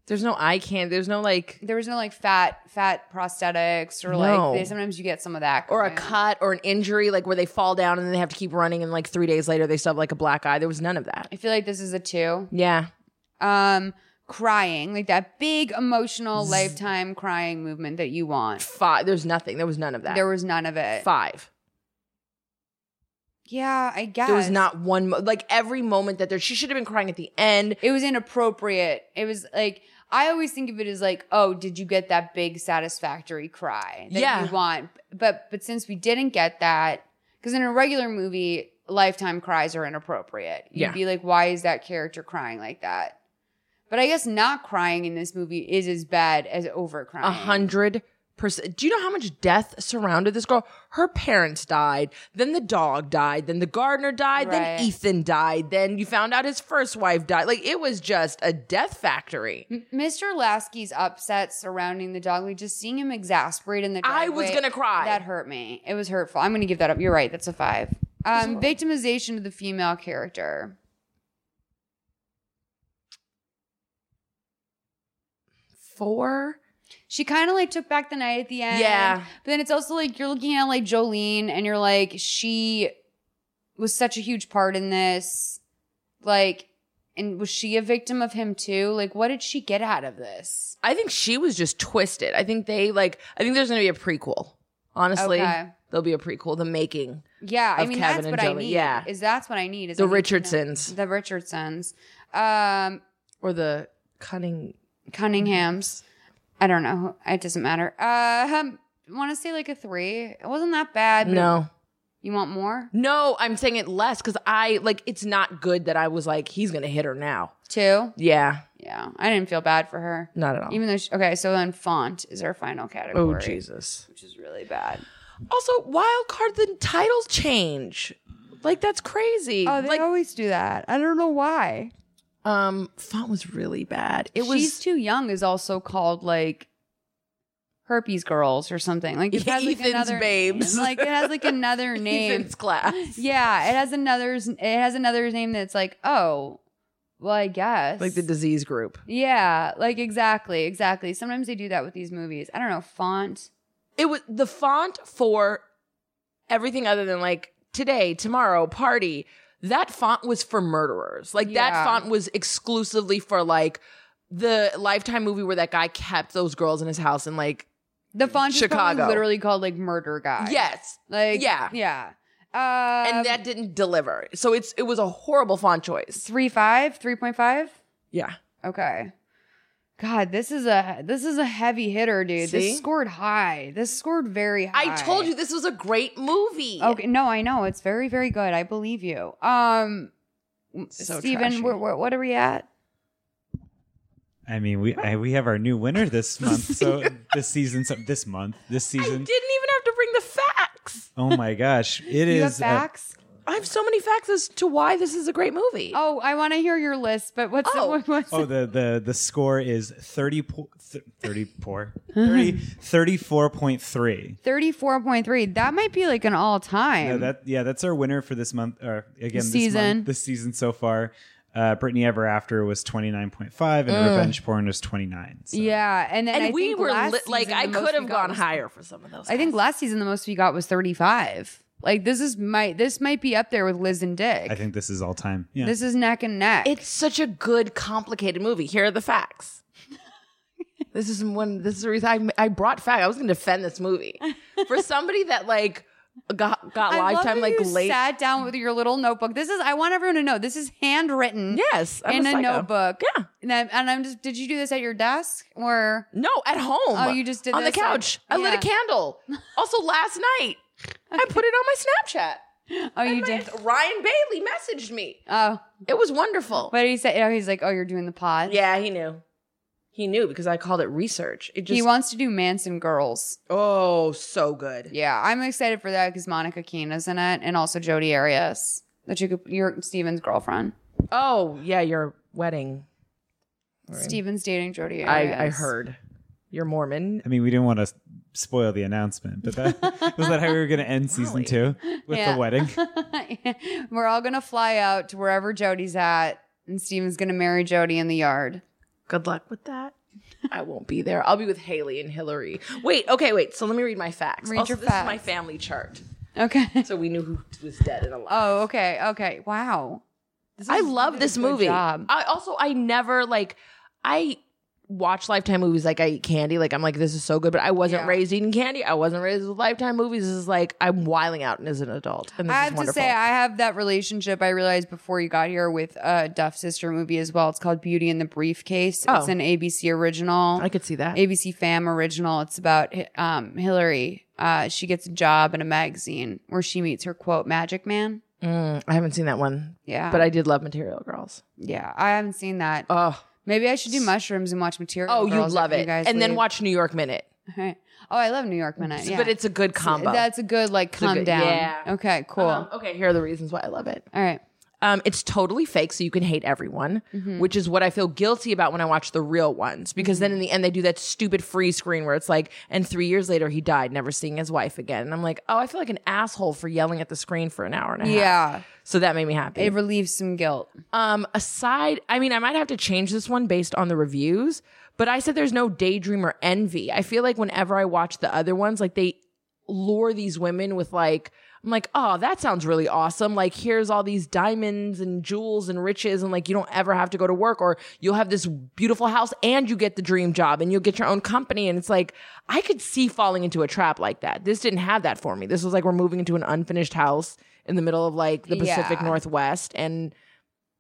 [SPEAKER 3] There's no eye candy. There's no like
[SPEAKER 2] there was no like fat fat prosthetics or
[SPEAKER 3] No.
[SPEAKER 2] like they, sometimes you get some of that
[SPEAKER 3] or a
[SPEAKER 2] going.
[SPEAKER 3] cut or an injury, like where they fall down and then they have to keep running, and like three days later they still have like a black eye. There was none of that.
[SPEAKER 2] I feel like this is a 2.
[SPEAKER 3] Yeah.
[SPEAKER 2] um crying like that big emotional lifetime crying movement that you want
[SPEAKER 3] five there's nothing there was none of that
[SPEAKER 2] there was none of it
[SPEAKER 3] Five.
[SPEAKER 2] yeah i guess
[SPEAKER 3] There was not one mo- like every moment that there she should have been crying at the end.
[SPEAKER 2] It was inappropriate. It was like i always think of it as like oh did you get that big satisfactory cry that
[SPEAKER 3] Yeah.
[SPEAKER 2] you want but but since we didn't get that because in a regular movie lifetime cries are inappropriate you'd
[SPEAKER 3] Yeah.
[SPEAKER 2] be like why is that character crying like that but i guess not crying in this movie is as bad as over crying
[SPEAKER 3] A hundred percent. Do you know how much death surrounded this girl? Her parents died, then the dog died, then the gardener died,
[SPEAKER 2] Right.
[SPEAKER 3] then Ethan died, then you found out his first wife died. Like it was just a death factory.
[SPEAKER 2] Mm-hmm. Mr. Lasky's upset surrounding the dog, like just seeing him exasperated in the
[SPEAKER 3] I
[SPEAKER 2] driveway.
[SPEAKER 3] was gonna cry.
[SPEAKER 2] That hurt me. It was hurtful. I'm gonna give that up. You're right. That's a five. Um, victimization of the female character.
[SPEAKER 3] Four.
[SPEAKER 2] She kind of like took back the night at the end.
[SPEAKER 3] Yeah.
[SPEAKER 2] But then it's also like you're looking at like Jolene and you're like, she was such a huge part in this. Like, and was she a victim of him too? Like, what did she get out of this?
[SPEAKER 3] I think she was just twisted. I think they like I think there's gonna be a prequel. Honestly.
[SPEAKER 2] Okay.
[SPEAKER 3] There'll be a prequel, the making.
[SPEAKER 2] Yeah, I
[SPEAKER 3] of
[SPEAKER 2] mean
[SPEAKER 3] Kevin
[SPEAKER 2] that's
[SPEAKER 3] and
[SPEAKER 2] what I
[SPEAKER 3] Jolene.
[SPEAKER 2] need.
[SPEAKER 3] Yeah.
[SPEAKER 2] is that's what I need. Is
[SPEAKER 3] The
[SPEAKER 2] I need to know-
[SPEAKER 3] Richardsons.
[SPEAKER 2] the Richardsons, um,
[SPEAKER 3] or the Cunning
[SPEAKER 2] Cunninghams. I don't know. It doesn't matter. Uh, um, want to say like a three? It wasn't that bad. but-
[SPEAKER 3] No.
[SPEAKER 2] you want more?
[SPEAKER 3] No, I'm saying it less because I like it's not good that I was like, he's gonna hit her now.
[SPEAKER 2] Two?
[SPEAKER 3] Yeah.
[SPEAKER 2] Yeah. I didn't feel bad for her.
[SPEAKER 3] Not at all.
[SPEAKER 2] Even though she, okay, so then font is our final category.
[SPEAKER 3] Oh Jesus.
[SPEAKER 2] which is really bad.
[SPEAKER 3] Also, wild card the titles change. Like that's crazy.
[SPEAKER 2] Oh, they
[SPEAKER 3] like
[SPEAKER 2] always do that. I don't know why.
[SPEAKER 3] Um, font was really bad. It was
[SPEAKER 2] She's too young is also called like herpes girls or something. Like it has like
[SPEAKER 3] Ethan's
[SPEAKER 2] another
[SPEAKER 3] babes.
[SPEAKER 2] Like it has like another name.
[SPEAKER 3] Ethan's class.
[SPEAKER 2] Yeah, it has another. It has another name that's like oh, well I guess
[SPEAKER 3] like the disease group.
[SPEAKER 2] yeah, like exactly, exactly. Sometimes they do that with these movies. I don't know font.
[SPEAKER 3] It was the font for everything other than like today, tomorrow, party. That font was for murderers. Like
[SPEAKER 2] Yeah.
[SPEAKER 3] that font was exclusively for like the Lifetime movie where that guy kept those girls in his house and like
[SPEAKER 2] The font is
[SPEAKER 3] Chicago.
[SPEAKER 2] probably literally called like murder guy.
[SPEAKER 3] Yes.
[SPEAKER 2] like
[SPEAKER 3] Yeah.
[SPEAKER 2] yeah. Um,
[SPEAKER 3] and that didn't deliver. So it's it was a horrible font choice.
[SPEAKER 2] three five, three point five.
[SPEAKER 3] Yeah.
[SPEAKER 2] Okay. God, this is a this is a heavy hitter, dude.
[SPEAKER 3] See?
[SPEAKER 2] This scored high. This scored very high.
[SPEAKER 3] I told you this was a great movie.
[SPEAKER 2] Okay, no, I know it's very very good. I believe you. Um,
[SPEAKER 3] So
[SPEAKER 2] Steven,
[SPEAKER 3] trashy.
[SPEAKER 2] wh- wh- what are we at?
[SPEAKER 4] I mean, we I, we have our new winner this month. So this season, so this month, this season.
[SPEAKER 3] Didn't even have to bring the facts.
[SPEAKER 4] Oh my gosh, it is uh,
[SPEAKER 2] you
[SPEAKER 3] uh,
[SPEAKER 2] have
[SPEAKER 4] a-
[SPEAKER 2] facts.
[SPEAKER 3] I have so many facts as to why this is a great movie.
[SPEAKER 2] Oh, I want to hear your list, but what's the what, what's
[SPEAKER 4] oh, the the the score is 30 po- th- 30 poor 30 34.3.
[SPEAKER 2] thirty four point three? That might be like an all time.
[SPEAKER 4] Yeah, that yeah, that's our winner for this month. Or again, this
[SPEAKER 2] Season.
[SPEAKER 4] month, this season so far. Uh, Brittany Ever After was 29.5 and
[SPEAKER 2] Mm.
[SPEAKER 4] Revenge Porn was 29.
[SPEAKER 2] yeah, and then
[SPEAKER 3] and
[SPEAKER 2] I
[SPEAKER 3] we
[SPEAKER 2] think
[SPEAKER 3] were
[SPEAKER 2] last
[SPEAKER 3] li- like,
[SPEAKER 2] season
[SPEAKER 3] I
[SPEAKER 2] the most
[SPEAKER 3] could
[SPEAKER 2] we
[SPEAKER 3] have
[SPEAKER 2] got
[SPEAKER 3] gone
[SPEAKER 2] was-
[SPEAKER 3] higher for some of those.
[SPEAKER 2] I think last season the most we got was thirty five. Like this is my this might be up there with Liz and Dick.
[SPEAKER 4] I think this is all time. Yeah.
[SPEAKER 2] This is neck and neck.
[SPEAKER 3] It's such a good, complicated movie. Here are the facts. this is one. This is the reason I, I brought facts. I was going to defend this movie for somebody that like got, got
[SPEAKER 2] I love
[SPEAKER 3] lifetime
[SPEAKER 2] that
[SPEAKER 3] like
[SPEAKER 2] you
[SPEAKER 3] late.
[SPEAKER 2] sat down with your little notebook. This is I want everyone to know this is handwritten.
[SPEAKER 3] Yes, I'm
[SPEAKER 2] in
[SPEAKER 3] a
[SPEAKER 2] a,
[SPEAKER 3] psycho.
[SPEAKER 2] notebook. Yeah, and, I'm, and I'm just. Did you do this at your desk or
[SPEAKER 3] no at home?
[SPEAKER 2] Oh, you just did
[SPEAKER 3] on
[SPEAKER 2] this
[SPEAKER 3] the couch. I lit a candle. Also, last night I put it on my Snapchat.
[SPEAKER 2] Oh, you did.
[SPEAKER 3] Ryan Bailey messaged me.
[SPEAKER 2] Oh,
[SPEAKER 3] it was wonderful.
[SPEAKER 2] But he said, "Oh, he's like, oh, you're doing the pod."
[SPEAKER 3] Yeah, he knew. He knew because I called it research. It just
[SPEAKER 2] he wants to do Manson Girls.
[SPEAKER 3] Oh, so good.
[SPEAKER 2] Yeah, I'm excited for that because Monica Keene is in it, and also Jodi Arias, that you could, you're Steven's girlfriend.
[SPEAKER 3] Oh yeah, your wedding.
[SPEAKER 2] Steven's dating Jodi Arias.
[SPEAKER 3] I, I heard. You're Mormon.
[SPEAKER 4] I mean, we didn't want to spoil the announcement, but that was that how we were going to end season two with
[SPEAKER 2] Yeah.
[SPEAKER 4] the wedding.
[SPEAKER 2] We're all gonna fly out to wherever Jody's at, and Steven's gonna marry Jody in the yard.
[SPEAKER 3] Good luck with that. I won't be there. I'll be with Haley and Hillary. Wait, okay, wait. So let me read my facts.
[SPEAKER 2] Read
[SPEAKER 3] also,
[SPEAKER 2] your
[SPEAKER 3] this is my
[SPEAKER 2] facts.
[SPEAKER 3] family chart.
[SPEAKER 2] Okay.
[SPEAKER 3] So we knew who was dead and alive.
[SPEAKER 2] Oh, okay, okay. Wow.
[SPEAKER 3] I love this movie. I also I never like I watch Lifetime movies like I eat candy. Like I'm like this is so good, but I wasn't
[SPEAKER 2] Yeah.
[SPEAKER 3] raised eating candy. I wasn't raised with Lifetime movies. This is like I'm wiling out as an adult. And this
[SPEAKER 2] I
[SPEAKER 3] is
[SPEAKER 2] have to
[SPEAKER 3] wonderful.
[SPEAKER 2] say, I have that relationship I realized before you got here with a Duff sister movie as well. It's called Beauty in the Briefcase.
[SPEAKER 3] Oh.
[SPEAKER 2] It's an ABC original. I
[SPEAKER 3] could see that.
[SPEAKER 2] ABC Fam original. It's about um, Hillary. Uh, she gets a job in a magazine where she meets her quote magic man.
[SPEAKER 3] Mm, I haven't seen that one.
[SPEAKER 2] Yeah.
[SPEAKER 3] But I did love Material Girls.
[SPEAKER 2] Yeah, I haven't seen that.
[SPEAKER 3] Oh,
[SPEAKER 2] maybe I should do mushrooms and watch Material.
[SPEAKER 3] Oh, you'd
[SPEAKER 2] Girls
[SPEAKER 3] love
[SPEAKER 2] after
[SPEAKER 3] it.
[SPEAKER 2] you guys
[SPEAKER 3] and then
[SPEAKER 2] leave.
[SPEAKER 3] watch New York Minute.
[SPEAKER 2] Right. Oh, I love New York Minute.
[SPEAKER 3] But
[SPEAKER 2] Yeah.
[SPEAKER 3] it's a good
[SPEAKER 2] It's-
[SPEAKER 3] combo.
[SPEAKER 2] That's a good like
[SPEAKER 3] It's a
[SPEAKER 2] calm
[SPEAKER 3] good-
[SPEAKER 2] down.
[SPEAKER 3] yeah.
[SPEAKER 2] Okay. Cool.
[SPEAKER 3] Um, okay, here are the reasons why I love it.
[SPEAKER 2] All right.
[SPEAKER 3] Um, it's totally fake, so you can hate everyone,
[SPEAKER 2] Mhm.
[SPEAKER 3] which is what I feel guilty about when I watch the real ones. Because then in
[SPEAKER 2] Mm-hmm.
[SPEAKER 3] the end, they do that stupid free screen where it's like, and three years later, he died, never seeing his wife again. And I'm like, oh, I feel like an asshole for yelling at the screen for an hour and a half.
[SPEAKER 2] Yeah.
[SPEAKER 3] So that made me happy.
[SPEAKER 2] It relieves some guilt.
[SPEAKER 3] Um, aside, I mean, I might have to change this one based on the reviews, but I said there's no daydream or envy. I feel like whenever I watch the other ones, like they lure these women with like, I'm like, oh, that sounds really awesome. Like, here's all these diamonds and jewels and riches, and like, you don't ever have to go to work, or you'll have this beautiful house and you get the dream job and you'll get your own company. And it's like, I could see falling into a trap like that. This didn't have that for me. This was like, we're moving into an unfinished house in the middle of like the Pacific
[SPEAKER 2] Yeah.
[SPEAKER 3] Northwest. And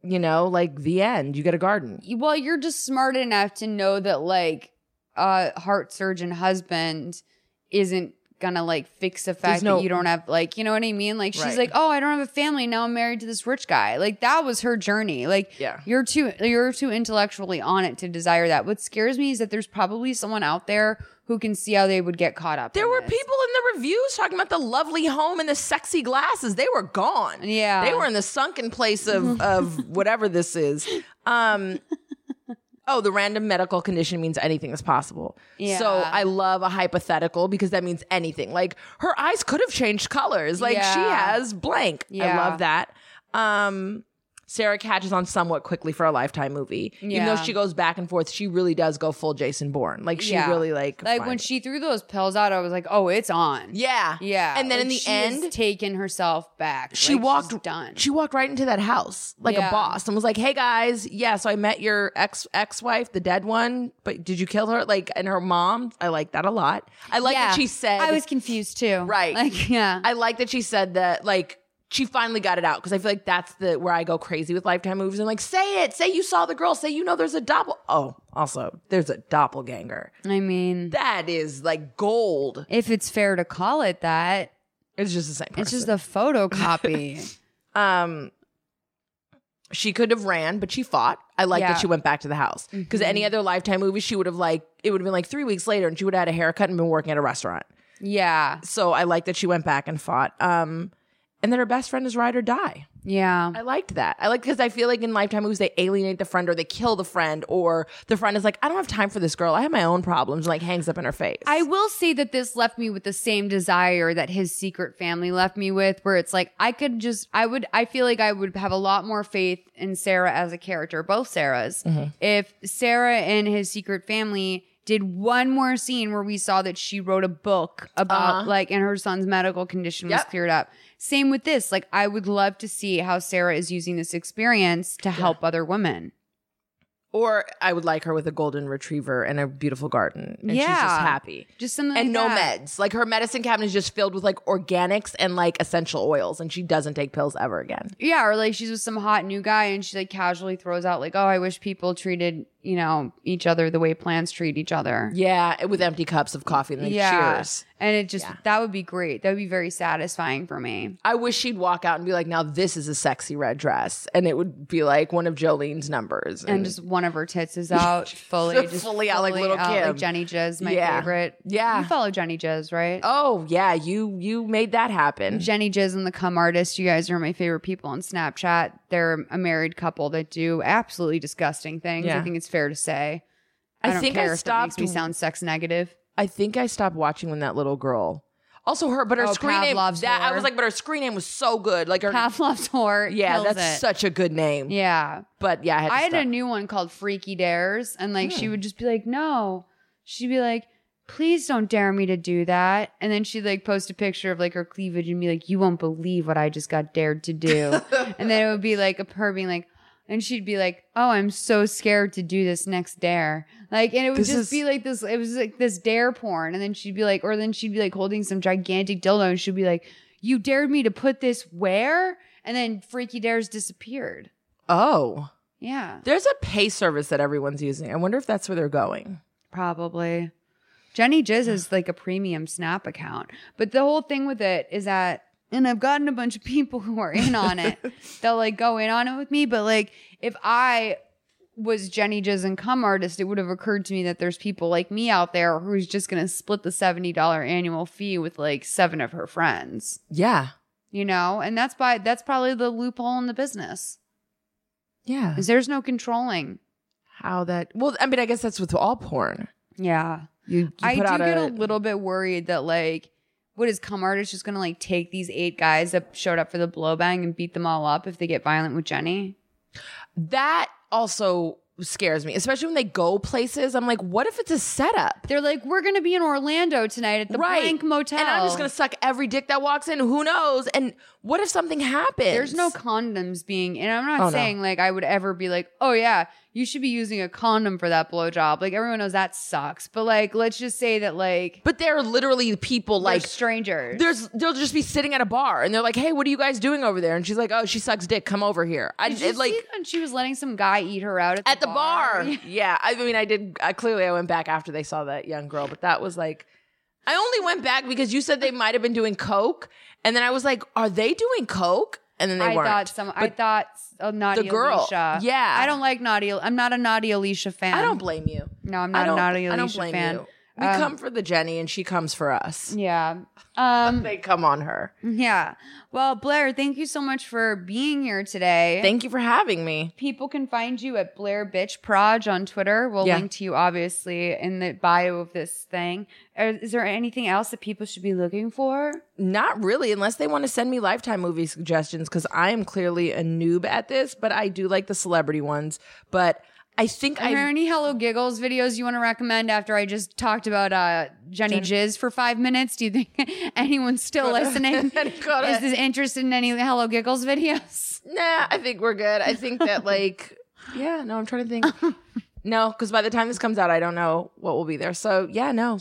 [SPEAKER 3] you know, like the end. You get a garden.
[SPEAKER 2] Well, you're just smart enough to know that like a heart surgeon husband isn't gonna like fix the fact
[SPEAKER 3] There's no-
[SPEAKER 2] that you don't have like you know what I mean. Like she's
[SPEAKER 3] Right.
[SPEAKER 2] like, oh, I don't have a family now. I'm married to this rich guy. Like that was her journey. Like
[SPEAKER 3] Yeah.
[SPEAKER 2] you're too you're too intellectually on it to desire that. What scares me is that there's probably someone out there who can see how they would get caught up.
[SPEAKER 3] There were people in the reviews talking about the lovely home and the sexy glasses. They were gone.
[SPEAKER 2] Yeah.
[SPEAKER 3] They were in the sunken place of of whatever this is. Um Oh, the random medical condition means anything is possible.
[SPEAKER 2] Yeah.
[SPEAKER 3] So I love a hypothetical because that means anything. Like her eyes could have changed colors. Like she
[SPEAKER 2] Yeah.
[SPEAKER 3] has blank.
[SPEAKER 2] Yeah.
[SPEAKER 3] I love that. Um Sarah catches on somewhat quickly for a lifetime movie. Even though
[SPEAKER 2] Yeah.
[SPEAKER 3] she goes back and forth, she really does go full Jason Bourne. Like she
[SPEAKER 2] Yeah.
[SPEAKER 3] really like
[SPEAKER 2] like
[SPEAKER 3] finds
[SPEAKER 2] when she threw those pills out, I was like, oh, it's on.
[SPEAKER 3] Yeah,
[SPEAKER 2] yeah.
[SPEAKER 3] And then in
[SPEAKER 2] Like,
[SPEAKER 3] the
[SPEAKER 2] she has
[SPEAKER 3] end-
[SPEAKER 2] taken herself back.
[SPEAKER 3] she
[SPEAKER 2] Like, she's
[SPEAKER 3] walked
[SPEAKER 2] done.
[SPEAKER 3] She walked right into that house like
[SPEAKER 2] Yeah.
[SPEAKER 3] a boss and was like, "Hey guys, yeah, so I met your ex ex wife, the dead one, but did you kill her?" Like, and her mom. I like that a lot. I like
[SPEAKER 2] Yeah.
[SPEAKER 3] that she said.
[SPEAKER 2] I was confused too.
[SPEAKER 3] Right.
[SPEAKER 2] Like, yeah.
[SPEAKER 3] I like that she said that. Like. She finally got it out because I feel like that's the where I go crazy with Lifetime movies. I'm like, say it, say you saw the girl, say you know there's a doppel. Oh, also there's a doppelganger.
[SPEAKER 2] I mean,
[SPEAKER 3] that is like gold.
[SPEAKER 2] If it's fair to call it that,
[SPEAKER 3] it's just the same.
[SPEAKER 2] It's just a photocopy.
[SPEAKER 3] um she could have ran but she fought i like
[SPEAKER 2] Yeah. Mm-hmm.
[SPEAKER 3] that she went back to the house because any other lifetime movie she would have like it would have been like three weeks later and she would have had a haircut and been working at a restaurant
[SPEAKER 2] yeah.
[SPEAKER 3] so i like that she went back and fought um and that her best friend is ride or die
[SPEAKER 2] Yeah.
[SPEAKER 3] i liked that i like because i feel like in lifetime movies they alienate the friend or they kill the friend or the friend is like i don't have time for this girl i have my own problems and like hangs up in her face
[SPEAKER 2] I will say that this left me with the same desire that his secret family left me with, where it's like I could just, I would, I feel like I would have a lot more faith in Sarah as a character, both Sarahs,
[SPEAKER 7] Mhm.
[SPEAKER 2] if Sarah and his secret family did one more scene where we saw that she wrote a book about
[SPEAKER 7] Uh-huh.
[SPEAKER 2] like and her son's medical condition was
[SPEAKER 7] Yep.
[SPEAKER 2] cleared up. Same with this. Like I would love to see how Sarah is using this experience to help other women.
[SPEAKER 3] Or I would like her with a golden retriever and a beautiful garden. And she's just
[SPEAKER 2] Yeah.
[SPEAKER 3] happy.
[SPEAKER 2] Just something
[SPEAKER 3] And
[SPEAKER 2] like
[SPEAKER 3] no
[SPEAKER 2] that.
[SPEAKER 3] meds. Like her medicine cabinet is just filled with like organics and like essential oils, and she doesn't take pills ever again.
[SPEAKER 2] Yeah, or like she's with some hot new guy and she like casually throws out like, "Oh, I wish people treated, you know, each other the way plants treat each other."
[SPEAKER 3] Yeah, with empty cups of coffee and like
[SPEAKER 2] yeah.
[SPEAKER 3] cheers.
[SPEAKER 2] And it just that would be great. That would be very satisfying for me.
[SPEAKER 3] I wish she'd walk out and be like, now this is a sexy red dress. And it would be like one of Jolene's numbers.
[SPEAKER 2] And just one of her tits is out fully, just
[SPEAKER 3] Fully out like little Kim.
[SPEAKER 2] like Jenny Jizz, my
[SPEAKER 3] Yeah.
[SPEAKER 2] favorite.
[SPEAKER 3] Yeah,
[SPEAKER 2] you follow Jenny Jizz, right?
[SPEAKER 3] Oh yeah, you you made that happen.
[SPEAKER 2] Jenny Jizz and the Cum Artist, you guys are my favorite people on Snapchat. They're a married couple that do absolutely disgusting things. I
[SPEAKER 3] Yeah.
[SPEAKER 2] think it's fair to say.
[SPEAKER 3] I
[SPEAKER 2] don't
[SPEAKER 3] think I
[SPEAKER 2] care if that makes
[SPEAKER 3] stopped-
[SPEAKER 2] me sound sex negative.
[SPEAKER 3] I think I stopped watching when that little girl. Also, her but her
[SPEAKER 2] Oh,
[SPEAKER 3] screen name
[SPEAKER 2] Pavlov's
[SPEAKER 3] that I
[SPEAKER 2] whore.
[SPEAKER 3] was like, but her screen name was so good. Like her
[SPEAKER 2] Pavlov's whore.
[SPEAKER 3] Yeah,
[SPEAKER 2] kills
[SPEAKER 3] that's
[SPEAKER 2] it.
[SPEAKER 3] such a good name.
[SPEAKER 2] Yeah.
[SPEAKER 3] But yeah, I had, to
[SPEAKER 2] I had
[SPEAKER 3] stop.
[SPEAKER 2] a new one called Freaky Dares, and like she
[SPEAKER 3] Hmm.
[SPEAKER 2] would just be like, "No," she'd be like, "Please don't dare me to do that," and then she'd like post a picture of like her cleavage and be like, "You won't believe what I just got dared to do," and then it would be like a her being like. And she'd be like, "Oh, I'm so scared to do this next dare." Like, and it would
[SPEAKER 3] This
[SPEAKER 2] just
[SPEAKER 3] is-
[SPEAKER 2] be like this. It was like this dare porn, and then she'd be like, or then she'd be like holding some gigantic dildo, and she'd be like, "You dared me to put this where?" And then Freaky Dares disappeared.
[SPEAKER 3] Oh.
[SPEAKER 2] Yeah.
[SPEAKER 3] There's a pay service that everyone's using. I wonder if that's where they're going.
[SPEAKER 2] Probably. Jenny Jizz is like a premium Snap account. But the whole thing with it is that, and I've gotten a bunch of people who are in on it. They'll like go in on it with me. But like, if I was Jenny Jizz and cum artist, it would have occurred to me that there's people like me out there who's just going to split the $70 annual fee with like seven of her friends,
[SPEAKER 3] Yeah.
[SPEAKER 2] you know? Oh, And that's by, that's probably the loophole in the business.
[SPEAKER 3] Yeah.
[SPEAKER 2] Is there's no controlling.
[SPEAKER 3] How that well, I mean, I guess that's with all porn.
[SPEAKER 2] Yeah.
[SPEAKER 3] You, you
[SPEAKER 2] I do
[SPEAKER 3] put out
[SPEAKER 2] get a little bit worried that like what is cum artist just gonna like take these eight guys that showed up for the blow bang and beat them all up if they get violent with Jenny?
[SPEAKER 3] that also scares me, especially when they go places. I'm like, what if it's a setup?
[SPEAKER 2] They're like, we're gonna be in Orlando tonight at the blank motel.
[SPEAKER 3] And I'm just gonna suck every dick that walks in. Who knows? And what if something happens?
[SPEAKER 2] There's no condoms being, and I'm not
[SPEAKER 3] Oh, no.
[SPEAKER 2] saying like I would ever be like, oh yeah, you should be using a condom for that blowjob. Like everyone knows that sucks, but like let's just say that like,
[SPEAKER 3] but there are literally people like
[SPEAKER 2] strangers.
[SPEAKER 3] There's they'll just be sitting at a bar and they're like, hey, what are you guys doing over there? And she's like, oh, she sucks dick. Come over here. I
[SPEAKER 2] Did
[SPEAKER 3] did
[SPEAKER 2] you
[SPEAKER 3] like.
[SPEAKER 2] see when she was letting some guy eat her out at the,
[SPEAKER 3] at the bar. Yeah, I mean, I did. I, clearly, I went back after they saw that young girl, but that was like, I only went back because you said they might have been doing coke, and then I was like, are they doing coke? And then they
[SPEAKER 2] I
[SPEAKER 3] weren't.
[SPEAKER 2] thought some. I
[SPEAKER 3] But
[SPEAKER 2] thought s- uh, Naughty
[SPEAKER 3] the girl.
[SPEAKER 2] Alicia.
[SPEAKER 3] Yeah.
[SPEAKER 2] I don't like Naughty. Al- I'm not a Naughty Alicia fan.
[SPEAKER 3] I don't blame you.
[SPEAKER 2] No, I'm
[SPEAKER 3] I
[SPEAKER 2] not a
[SPEAKER 3] don't.
[SPEAKER 2] Naughty
[SPEAKER 3] I
[SPEAKER 2] Alicia
[SPEAKER 3] don't blame
[SPEAKER 2] fan.
[SPEAKER 3] you. We
[SPEAKER 2] Um,
[SPEAKER 3] come for the Jenny, and she comes for us.
[SPEAKER 2] Yeah. Um,
[SPEAKER 3] they come on her.
[SPEAKER 2] Yeah. Well, Blair, thank you so much for being here today.
[SPEAKER 3] Thank you for having me.
[SPEAKER 2] People can find you at Blair Bitch Proj on Twitter. We'll
[SPEAKER 3] Yeah.
[SPEAKER 2] link to you obviously in the bio of this thing. Uh, Is there anything else that people should be looking for?
[SPEAKER 3] Not really, unless they want to send me lifetime movie suggestions, because I am clearly a noob at this, but I do like the celebrity ones. But I think
[SPEAKER 2] Are
[SPEAKER 3] I
[SPEAKER 2] there any Hello Giggles videos you want to recommend after I just talked about uh, Jenny Jizz for five minutes? Do you think anyone's still listening?
[SPEAKER 3] Got
[SPEAKER 2] Is
[SPEAKER 3] it.
[SPEAKER 2] this interested in any Hello Giggles videos?
[SPEAKER 3] Nah, I think we're good. I think that like yeah, no, I'm trying to think. No, because by the time this comes out, I don't know what will be there. So yeah, no.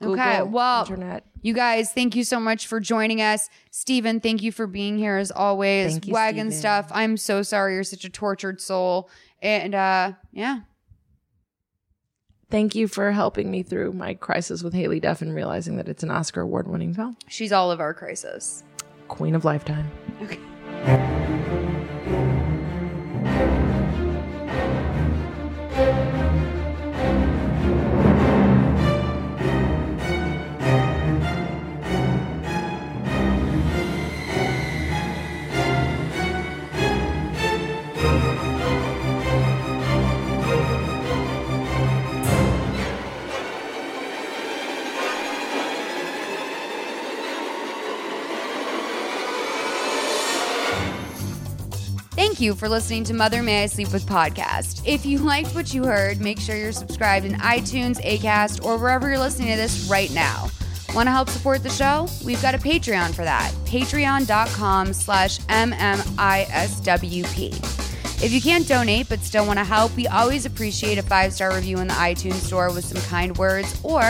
[SPEAKER 2] okay.
[SPEAKER 3] Google,
[SPEAKER 2] Well,
[SPEAKER 3] internet.
[SPEAKER 2] you guys, thank you so much for joining us. Steven, thank you for being here as always.
[SPEAKER 3] Thank you,
[SPEAKER 2] Wagon
[SPEAKER 3] Steven.
[SPEAKER 2] stuff. I'm so sorry you're such a tortured soul. And uh, yeah.
[SPEAKER 3] Thank you for helping me through my crisis with Haley Duff and realizing that it's an Oscar award winning film.
[SPEAKER 2] She's all of our crisis.
[SPEAKER 3] Queen of Lifetime.
[SPEAKER 2] Thank you for listening to Mother May I Sleep With podcast. If you liked what you heard, make sure you're subscribed in iTunes, Acast, or wherever you're listening to this right now. Want to help support the show? We've got a Patreon for that. Patreon.com slash MMISWP. If you can't donate but still want to help, we always appreciate a five star review in the iTunes store with some kind words or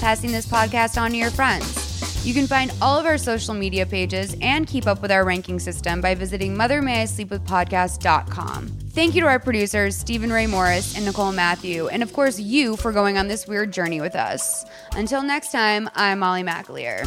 [SPEAKER 2] passing this podcast on to your friends. You can find all of our social media pages and keep up with our ranking system by visiting mothermayisleepwithpodcast.com. Thank you to our producers, Stephen Ray Morris and Nicole Matthew, and of course, you for going on this weird journey with us. Until next time, I'm Molly McAleer.